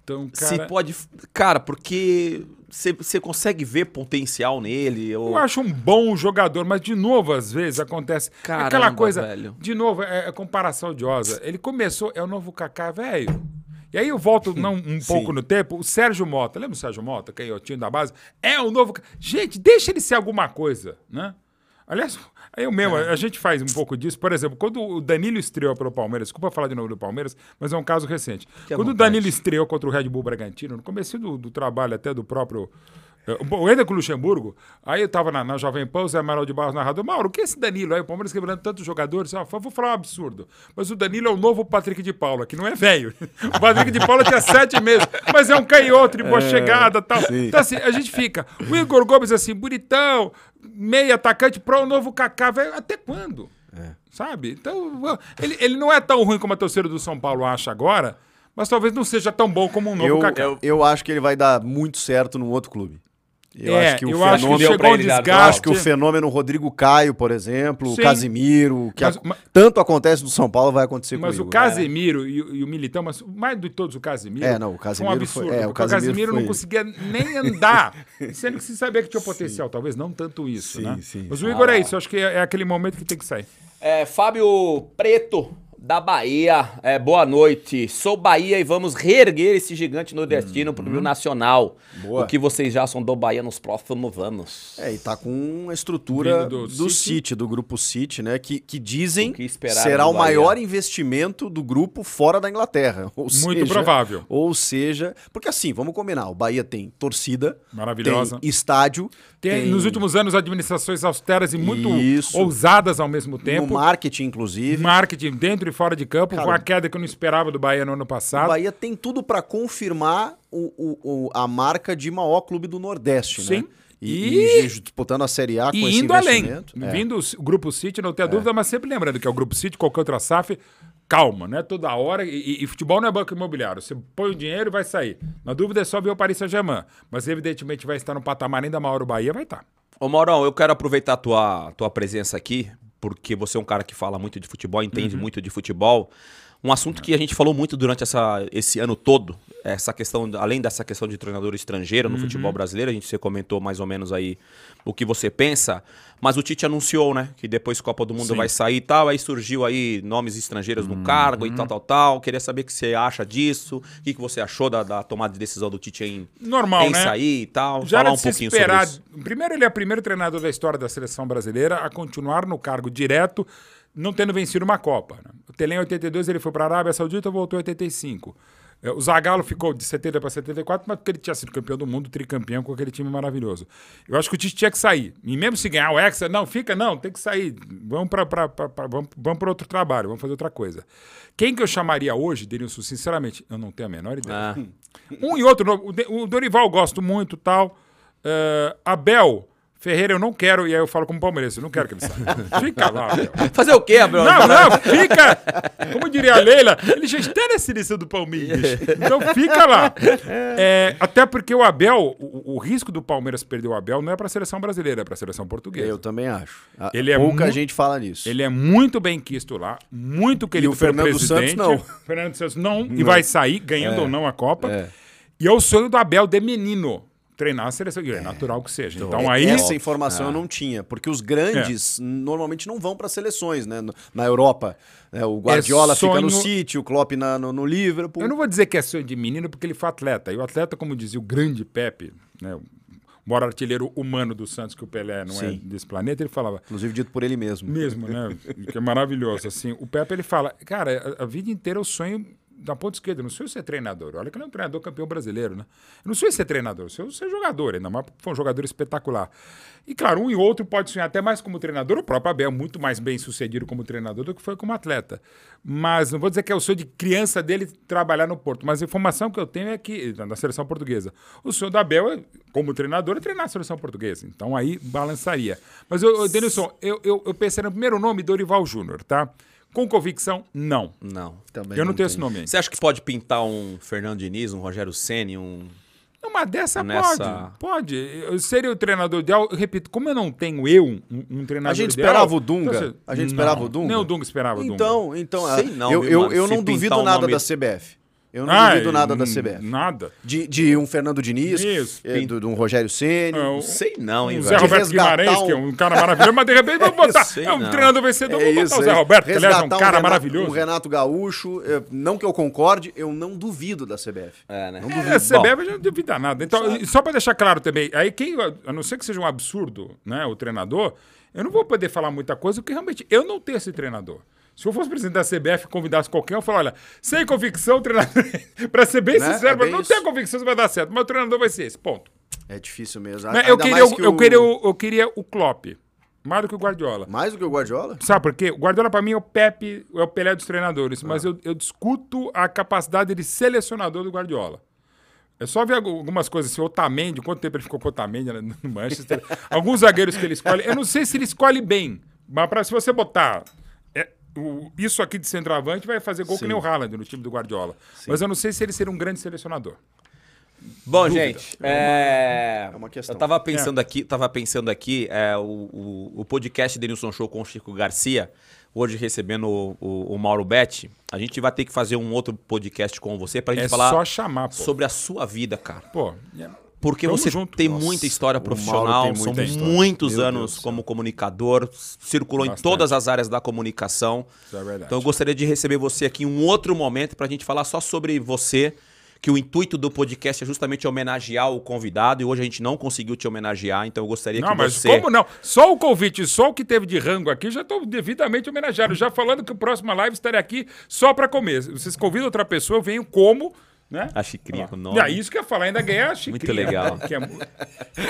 Speaker 4: Então, cara...
Speaker 2: Se pode, cara, porque você- você consegue ver potencial nele? ou-
Speaker 4: Eu acho um bom jogador, mas de novo, às vezes, acontece. aquela
Speaker 2: Caramba,
Speaker 4: coisa.
Speaker 2: velho.
Speaker 4: De novo, é, é comparação odiosa. Ele começou, é o novo Kaká, velho. E aí eu volto não, um pouco no tempo. O Sérgio Mota, lembra o Sérgio Mota, canhotinho da base? É o novo. Ca- Gente, deixa ele ser alguma coisa, né? Aliás, eu mesmo, a gente faz um pouco disso. Por exemplo, quando o Danilo estreou pelo Palmeiras, desculpa falar de novo do Palmeiras, mas é um caso recente. Quando o Danilo estreou contra o Red Bull Bragantino, no começo do, do trabalho até do próprio. eh, o- O Ender com o Luxemburgo, aí eu tava na, na Jovem Pan, o Zé Amaral de Barros narrador. Mauro, o que é esse Danilo? Aí o Palmeiras quebrando tantos jogadores. Ah, vou falar um absurdo. Mas o Danilo é o novo Patrick de Paula, que não é velho. O Patrick de Paula tinha sete meses, mas é um canhoto de boa chegada tal. Então assim, a gente fica. O Igor Gomes, assim, bonitão, meio atacante, pro novo Kaká, velho. Até quando?
Speaker 3: É.
Speaker 4: Sabe? Então, ele, ele não é tão ruim como a torcida do São Paulo acha agora, mas talvez não seja tão bom como um novo
Speaker 3: Eu,
Speaker 4: Kaká.
Speaker 3: eu, eu acho que ele vai dar muito certo num outro clube. Eu
Speaker 4: É,
Speaker 3: acho que o
Speaker 4: eu acho que
Speaker 3: fenômeno.
Speaker 2: deu
Speaker 4: chegou
Speaker 2: pra
Speaker 4: um
Speaker 2: ele dar
Speaker 4: desgaste.
Speaker 3: Eu acho que o fenômeno Rodrigo Caio, por exemplo,
Speaker 4: Sim.
Speaker 3: o Casimiro, que
Speaker 4: Mas-
Speaker 3: a-
Speaker 4: mas-
Speaker 3: tanto acontece no São Paulo, vai acontecer com
Speaker 4: Mas o
Speaker 3: comigo. né?
Speaker 4: Casemiro e, o- e o Militão, mas mais de todos o Casemiro.
Speaker 3: É, não, o
Speaker 4: Foi
Speaker 3: Casemiro
Speaker 4: um absurdo.
Speaker 3: foi- é, o
Speaker 4: porque o
Speaker 3: Casemiro
Speaker 4: Casemiro não
Speaker 3: foi-
Speaker 4: conseguia nem andar, sendo que se sabia que tinha potencial. Talvez não tanto isso,
Speaker 3: Sim,
Speaker 4: né?
Speaker 3: sim. Ah.
Speaker 4: Mas o Igor é isso. eu Acho que é, é aquele momento que tem que sair.
Speaker 2: É, Fábio Preto, da Bahia. É, boa noite. Sou Bahia e vamos reerguer esse gigante nordestino pro nível nacional.
Speaker 3: Boa.
Speaker 2: O que vocês já são do Bahia nos próximos anos.
Speaker 3: É, e tá com uma estrutura
Speaker 4: Vindo do
Speaker 3: do,
Speaker 4: City.
Speaker 3: City. do grupo City, né? Que, que dizem
Speaker 2: O que esperaram
Speaker 3: será
Speaker 2: do
Speaker 3: o
Speaker 2: Bahia.
Speaker 3: maior investimento do grupo fora da Inglaterra. Ou
Speaker 4: Muito provável.
Speaker 3: Ou seja, porque assim, vamos combinar, o Bahia tem torcida,
Speaker 4: Maravilhosa.
Speaker 3: tem estádio,
Speaker 4: Tem, Nos últimos anos, administrações austeras e muito
Speaker 3: Isso.
Speaker 4: ousadas ao
Speaker 3: no
Speaker 4: mesmo tempo.
Speaker 3: marketing, inclusive.
Speaker 4: Marketing dentro e fora de campo.
Speaker 3: Cara,
Speaker 4: foi a queda que eu não esperava do Bahia no ano
Speaker 3: O
Speaker 4: passado.
Speaker 3: Bahia tem tudo pra confirmar o, o- o- a marca de maior clube do Nordeste, né?
Speaker 4: Sim.
Speaker 3: E,
Speaker 4: E-
Speaker 3: e disputando a Série A tá com
Speaker 4: E
Speaker 3: esse
Speaker 4: indo além.
Speaker 3: investimento. É.
Speaker 4: Vindo o C- o Grupo City, não tenha dúvida, mas sempre lembrando que é o Grupo City, qualquer outra SAF, calma, né? Toda hora. E, e- e futebol não é banco imobiliário. Você põe o dinheiro e vai sair. Na dúvida é só ver o Paris Saint-Germain. Mas evidentemente vai estar no patamar ainda maior o Bahia, vai tá. estar.
Speaker 2: Ô Maurão, eu quero aproveitar a tua, tua presença aqui, porque você é um cara que fala muito de futebol, entende
Speaker 4: Uhum.
Speaker 2: muito de futebol. Um assunto que a gente falou muito durante essa, esse ano todo, essa questão, além dessa questão de treinador estrangeiro no
Speaker 4: Uhum.
Speaker 2: futebol brasileiro, a gente você comentou mais ou menos aí o que você pensa, mas o Tite anunciou, né, que depois Copa do Mundo vai sair e tal, aí surgiu aí nomes estrangeiros no cargo e tal,
Speaker 4: Uhum.
Speaker 2: tal, tal. Queria saber o que você acha disso, o que, que você achou da, da tomada de decisão do Tite em,
Speaker 4: Normal,
Speaker 2: em
Speaker 4: né?
Speaker 2: sair e tal.
Speaker 4: Já
Speaker 2: falar
Speaker 4: era
Speaker 2: um
Speaker 4: de se
Speaker 2: pouquinho
Speaker 4: esperar.
Speaker 2: sobre isso.
Speaker 4: Primeiro, ele é o primeiro treinador da história da seleção brasileira a continuar no cargo direto, não tendo vencido uma Copa. né? O Tele em 82 ele foi para a Arábia Saudita, voltou em 85. Eh, O Zagallo ficou de 70 para 74, mas porque ele tinha sido campeão do mundo, tricampeão com aquele time maravilhoso. Eu acho que o Tite tinha que sair. E mesmo se ganhar o Hexa, não, fica, não, tem que sair. Vamos para vamos, vamos pra outro trabalho, vamos fazer outra coisa. Quem que eu chamaria hoje, Denilson? Sinceramente, eu não tenho a menor ideia.
Speaker 2: Ah.
Speaker 4: Um e outro. no- o De- O Dorival eu gosto muito tal. Eh, Abel Ferreira eu não quero, e aí eu falo como palmeirense, eu não quero que ele saia. Fica lá, Abel.
Speaker 2: Fazer o quê, Abel?
Speaker 4: Não, não, fica! Como diria a Leila, ele já está na seleção do Palmeiras. Então fica lá. É, até porque o Abel, o, o risco do Palmeiras perder o Abel não é para a seleção brasileira, é para a seleção portuguesa.
Speaker 3: Eu também acho. A-
Speaker 4: Ele é
Speaker 3: Pouca
Speaker 4: mu-
Speaker 3: gente fala nisso.
Speaker 4: Ele é muito bem quisto lá, muito querido
Speaker 3: o Fernando
Speaker 4: pelo
Speaker 3: Santos,
Speaker 4: presidente.
Speaker 3: não. É.
Speaker 4: O Fernando Santos não, e vai sair, ganhando ou não a Copa. E é o sonho do Abel de menino, treinar a seleção. E é, natural que seja. Então aí...
Speaker 3: é
Speaker 4: É.
Speaker 3: Essa informação eu não tinha, porque os grandes normalmente não vão para seleções, né? No- Na Europa, né, o Guardiola fica no
Speaker 4: É sonho-
Speaker 3: City, o Klopp na- no, no Liverpool.
Speaker 4: Eu não vou dizer que é sonho de menino, porque ele foi atleta. E o atleta, como dizia o grande Pepe, né, o maior artilheiro humano do Santos, que o Pelé não é
Speaker 3: Sim.
Speaker 4: desse planeta, ele falava.
Speaker 3: Inclusive dito por ele mesmo.
Speaker 4: Mesmo, né? Que é maravilhoso. Assim, o Pepe ele fala, cara, a, a vida inteira eu sonho da ponta esquerda. Eu não sonho ser treinador. Olha que ele é um treinador campeão brasileiro, né? Eu não sonho ser treinador, eu sonho ser jogador, ainda mais porque foi um jogador espetacular. E claro, um e outro pode sonhar até mais como treinador. O próprio Abel é muito mais bem sucedido como treinador do que foi como atleta. Mas não vou dizer que eu sou de criança dele trabalhar no Porto. Mas a informação que eu tenho é que, na- na seleção portuguesa, o senhor da Abel, é, como treinador, é treinar a seleção portuguesa. Então aí balançaria. Mas, eu, eu, Denilson, eu, eu, eu pensei no primeiro nome, Dorival Júnior, tá? Com convicção, não.
Speaker 2: Não.
Speaker 3: Também
Speaker 4: eu não tenho esse nome ainda.
Speaker 2: Então, Você acha que pode pintar um Fernando Diniz, um Rogério Ceni, um
Speaker 4: Uma dessa
Speaker 2: Nessa-
Speaker 4: pode. Pode. Eu seria o treinador ideal. Eu repito, como eu não tenho eu um, um treinador
Speaker 3: A gente
Speaker 4: ideal,
Speaker 3: esperava o Dunga.
Speaker 4: então, assim,
Speaker 3: A gente
Speaker 4: não.
Speaker 3: esperava o Dunga.
Speaker 4: Nem o Dunga esperava o Dunga.
Speaker 3: Então, então, ah,
Speaker 2: Sei não,
Speaker 3: eu,
Speaker 2: viu,
Speaker 3: eu,
Speaker 2: mano?
Speaker 3: eu
Speaker 2: Se
Speaker 3: não duvido
Speaker 2: pintar um
Speaker 3: nada
Speaker 2: nome-
Speaker 3: da CBF. Eu não
Speaker 4: Ah,
Speaker 3: duvido nada da
Speaker 4: hum,
Speaker 3: CBF.
Speaker 4: Nada.
Speaker 3: De, de um Fernando Diniz,
Speaker 4: Isso.
Speaker 3: eh, do, de um Rogério Ceni.
Speaker 4: É, o-
Speaker 2: Sei não, hein,
Speaker 4: O Zé
Speaker 2: velho.
Speaker 3: Roberto
Speaker 4: Roberto Guimarães,
Speaker 3: um-
Speaker 4: que é um cara maravilhoso, mas de repente vamos botar.
Speaker 2: sei
Speaker 4: é um
Speaker 2: não.
Speaker 4: treinador vencedor,
Speaker 3: É
Speaker 4: vamos
Speaker 3: isso,
Speaker 4: botar o
Speaker 3: é
Speaker 4: Zé
Speaker 3: isso.
Speaker 4: Roberto, que aliás é um
Speaker 3: Resgatar
Speaker 4: cara
Speaker 3: Renato-
Speaker 4: maravilhoso.
Speaker 3: Um Renato Gaúcho, eh, não que eu concorde, eu não duvido da CBF.
Speaker 2: É, né?
Speaker 4: É, a CBF já não duvida nada. Então, e só para deixar claro também, aí quem, a não ser que seja um absurdo, né, o treinador, eu não vou poder falar muita coisa, porque realmente eu não tenho esse treinador. Se eu fosse presidente da CBF e convidasse qualquer um, eu falaria, olha, sem convicção, treinador. para ser bem
Speaker 3: Né?
Speaker 4: sincero,
Speaker 3: É bem
Speaker 4: eu não
Speaker 3: isso.
Speaker 4: tenho convicção se vai dar certo, mas o treinador vai ser esse. Ponto.
Speaker 3: É difícil mesmo.
Speaker 4: Né,
Speaker 3: Ainda
Speaker 4: eu, queria,
Speaker 3: mais
Speaker 4: o-
Speaker 3: que
Speaker 4: eu,
Speaker 3: o-
Speaker 4: queria, o- eu queria o Klopp, mais do que o Guardiola.
Speaker 3: Mais do que o Guardiola?
Speaker 4: Sabe por quê? O Guardiola, pra mim, é o Pepe, é o Pelé dos treinadores. Mas
Speaker 2: É.
Speaker 4: eu, eu discuto a capacidade de selecionador do Guardiola. É só ver algu- algumas coisas assim, Otamendi, quanto tempo ele ficou com o Otamendi né, no Manchester. Alguns zagueiros que ele escolhe. Eu não sei se ele escolhe bem, mas pra, se você botar é, o- isso aqui de centroavante, vai fazer gol que nem o Haaland no time do Guardiola. Mas eu não sei se ele seria um grande selecionador.
Speaker 2: Bom, gente, é...
Speaker 3: uma questão.
Speaker 2: eu tava
Speaker 4: É.
Speaker 2: pensando aqui, tava pensando aqui, é, o, o, o podcast Denilson Show com o Chico Garcia, hoje recebendo o, o- o Mauro Betti, a gente vai ter que fazer um outro podcast com você pra gente
Speaker 4: É
Speaker 2: falar
Speaker 4: só chamar, pô.
Speaker 2: sobre a sua vida, cara.
Speaker 4: Pô, é-
Speaker 2: Porque
Speaker 4: Tamo
Speaker 2: você
Speaker 4: junto.
Speaker 2: tem
Speaker 4: Nossa,
Speaker 2: muita história profissional,
Speaker 3: Mauro tem muita
Speaker 2: são
Speaker 3: história.
Speaker 2: muitos
Speaker 3: Meu Deus do
Speaker 2: anos
Speaker 3: céu.
Speaker 2: como comunicador, circulou em
Speaker 4: Bastante.
Speaker 2: todas as áreas da comunicação.
Speaker 4: Isso é verdade.
Speaker 2: Então eu gostaria de receber você aqui em um outro momento para a gente falar só sobre você, que o intuito do podcast é justamente homenagear o convidado e hoje a gente não conseguiu te homenagear, então eu gostaria
Speaker 4: Não,
Speaker 2: que
Speaker 4: mas
Speaker 2: você...
Speaker 4: como não? Só o convite, só o que teve de rango aqui, já estou devidamente homenageado. Já falando que o próximo live estarei aqui só para comer. Vocês convidam outra pessoa, eu venho como, né?
Speaker 2: A xicrinha com o nome.
Speaker 4: E é isso que eu ia falar, ainda ganhar a xicrinha.
Speaker 2: legal.
Speaker 4: que é mu-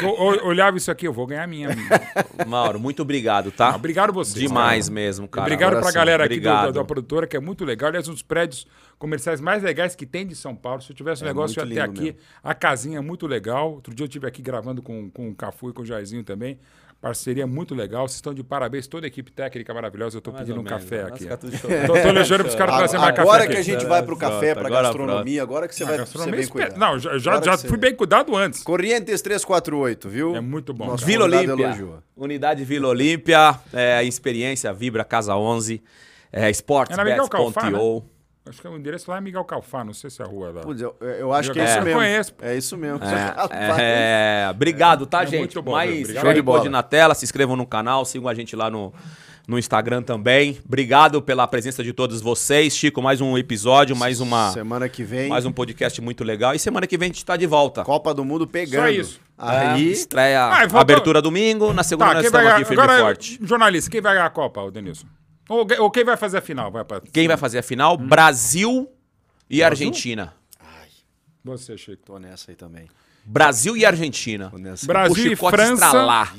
Speaker 4: eu, eu olhava isso aqui, eu vou ganhar a minha. amiga.
Speaker 2: Mauro, muito obrigado, tá?
Speaker 4: Obrigado vocês.
Speaker 2: Demais
Speaker 4: cara.
Speaker 2: mesmo, cara.
Speaker 4: obrigado
Speaker 2: Tá, Agora
Speaker 4: pra
Speaker 2: sim,
Speaker 4: galera aqui do-
Speaker 2: obrigado.
Speaker 4: da, da produtora, que é muito legal. Aliás, um dos prédios comerciais mais legais que tem de São Paulo. Se eu tivesse um
Speaker 2: É
Speaker 4: negócio
Speaker 3: muito
Speaker 4: até
Speaker 3: lindo
Speaker 4: aqui,
Speaker 3: mesmo.
Speaker 4: a casinha é muito legal. Outro dia eu estive aqui gravando com, com o Cafu e com o Jairzinho também. Parceria muito legal. Vocês estão de parabéns. Toda a equipe técnica maravilhosa. Eu tô pedindo um café
Speaker 2: né?
Speaker 4: aqui.
Speaker 2: tá
Speaker 4: Tô, tô deixando pros caras trazerem mais café
Speaker 3: agora
Speaker 4: aqui.
Speaker 3: que a gente vai pro
Speaker 2: Pronto,
Speaker 3: café, pra
Speaker 2: agora
Speaker 3: gastronomia, agora que você vai você
Speaker 4: Gastronomia
Speaker 3: bem
Speaker 4: espe-
Speaker 3: cuidado.
Speaker 4: Não, já, já,
Speaker 3: Agora
Speaker 4: já
Speaker 3: que você-
Speaker 4: fui bem cuidado antes.
Speaker 3: Corrientes 348, viu?
Speaker 4: É muito bom,
Speaker 3: Nosso
Speaker 4: cara.
Speaker 2: Vila
Speaker 3: convidado
Speaker 2: Olímpia.
Speaker 3: elogiou.
Speaker 2: Unidade Vila Olímpia, é, experiência Vibra Casa 11, é,
Speaker 4: Era Miguel Calfá, né?
Speaker 2: sportsbets.io.
Speaker 4: Acho que o endereço lá é Miguel Calfá. Não sei se é a rua lá.
Speaker 3: Putz, eu, eu acho que é
Speaker 4: Eu
Speaker 3: isso mesmo.
Speaker 4: conheço.
Speaker 3: É isso mesmo.
Speaker 2: É, obrigado, tá,
Speaker 4: É
Speaker 2: gente?
Speaker 4: muito bom,
Speaker 2: Mais
Speaker 4: obrigado.
Speaker 2: show de
Speaker 3: tá, Show de
Speaker 2: bola
Speaker 3: bola.
Speaker 2: na tela, se inscrevam no canal, sigam a gente lá no, no Instagram também. Obrigado pela presença de todos vocês. Chico, mais um episódio, mais uma
Speaker 3: Semana que vem,
Speaker 2: mais um podcast muito legal e semana que vem a gente tá de volta.
Speaker 3: Copa do Mundo pegando.
Speaker 4: Só isso.
Speaker 3: Aí,
Speaker 2: É, estreia
Speaker 4: Ah, e volta-
Speaker 2: abertura domingo, na segunda nós
Speaker 4: Tá, quem vai
Speaker 2: estamos aqui
Speaker 4: ganhar,
Speaker 2: firme e
Speaker 4: agora, é
Speaker 2: forte.
Speaker 4: jornalista, quem vai ganhar a Copa, o Denilson? Ou, gue- ou quem vai fazer a final? Vai pra...
Speaker 2: Quem vai fazer a final?
Speaker 4: Hum.
Speaker 2: Brasil e Argentina.
Speaker 4: Você, Chico.
Speaker 3: tô nessa aí também.
Speaker 2: Brasil e Argentina.
Speaker 3: Tô nessa.
Speaker 2: O
Speaker 4: Brasil e
Speaker 2: chicote
Speaker 4: França.
Speaker 2: estralar.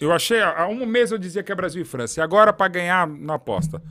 Speaker 4: Eu achei, há um mês eu dizia que é Brasil e França. E agora, pra ganhar na aposta,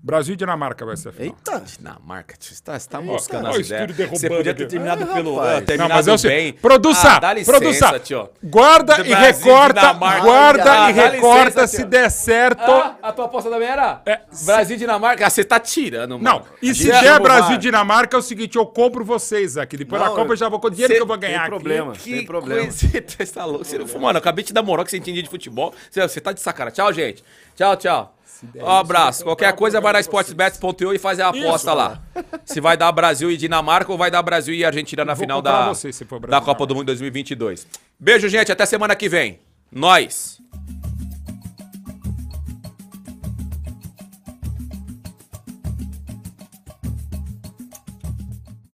Speaker 4: Brasil e Dinamarca vai ser a final.
Speaker 3: Eita,
Speaker 2: Dinamarca, você tá, você tá moscando
Speaker 4: olha
Speaker 2: as
Speaker 4: É, o estúdio
Speaker 2: ideias.
Speaker 4: derrubando
Speaker 2: Você podia ter
Speaker 4: aqui.
Speaker 2: terminado pelo.
Speaker 3: rapaz.
Speaker 2: ah, terminado
Speaker 4: é o
Speaker 2: bem.
Speaker 4: seguinte, Produça!
Speaker 2: Ah, dá licença,
Speaker 4: produça!
Speaker 2: tio.
Speaker 4: Guarda e
Speaker 2: Brasil,
Speaker 4: recorta,
Speaker 2: Dinamarca.
Speaker 4: guarda
Speaker 2: Ah,
Speaker 4: e
Speaker 2: dá
Speaker 4: recorta
Speaker 2: licença,
Speaker 4: se
Speaker 2: tio.
Speaker 4: der certo.
Speaker 2: Ah, a tua aposta também era?
Speaker 4: É,
Speaker 2: Brasil e Dinamarca? Ah, você tá tirando, mano.
Speaker 4: Não, e se
Speaker 3: gente
Speaker 4: der
Speaker 3: chama o
Speaker 4: Brasil e
Speaker 3: VAR.
Speaker 4: Dinamarca, é o seguinte, eu compro vocês aqui. Depois da
Speaker 3: Não,
Speaker 4: Copa eu já vou com o dinheiro
Speaker 2: cê
Speaker 4: que eu vou ganhar aqui.
Speaker 3: problema.
Speaker 2: Que
Speaker 3: Sem problema.
Speaker 2: coisa, Você tá louco. Você não for, mano, eu acabei de dar moral que você entendia de futebol. Você, você tá de sacanagem. Tchau, gente. Tchau, tchau. Um abraço. Qualquer coisa, vai na sportsbet.io e faz a aposta lá. Se vai dar Brasil e Dinamarca ou vai dar Brasil e Argentina na
Speaker 4: Vou
Speaker 2: final
Speaker 4: comprar
Speaker 2: da,
Speaker 4: você, se for Brasil
Speaker 2: da
Speaker 4: e
Speaker 2: Copa do Mundo 2022. Beijo, gente. Até semana que vem. Nós.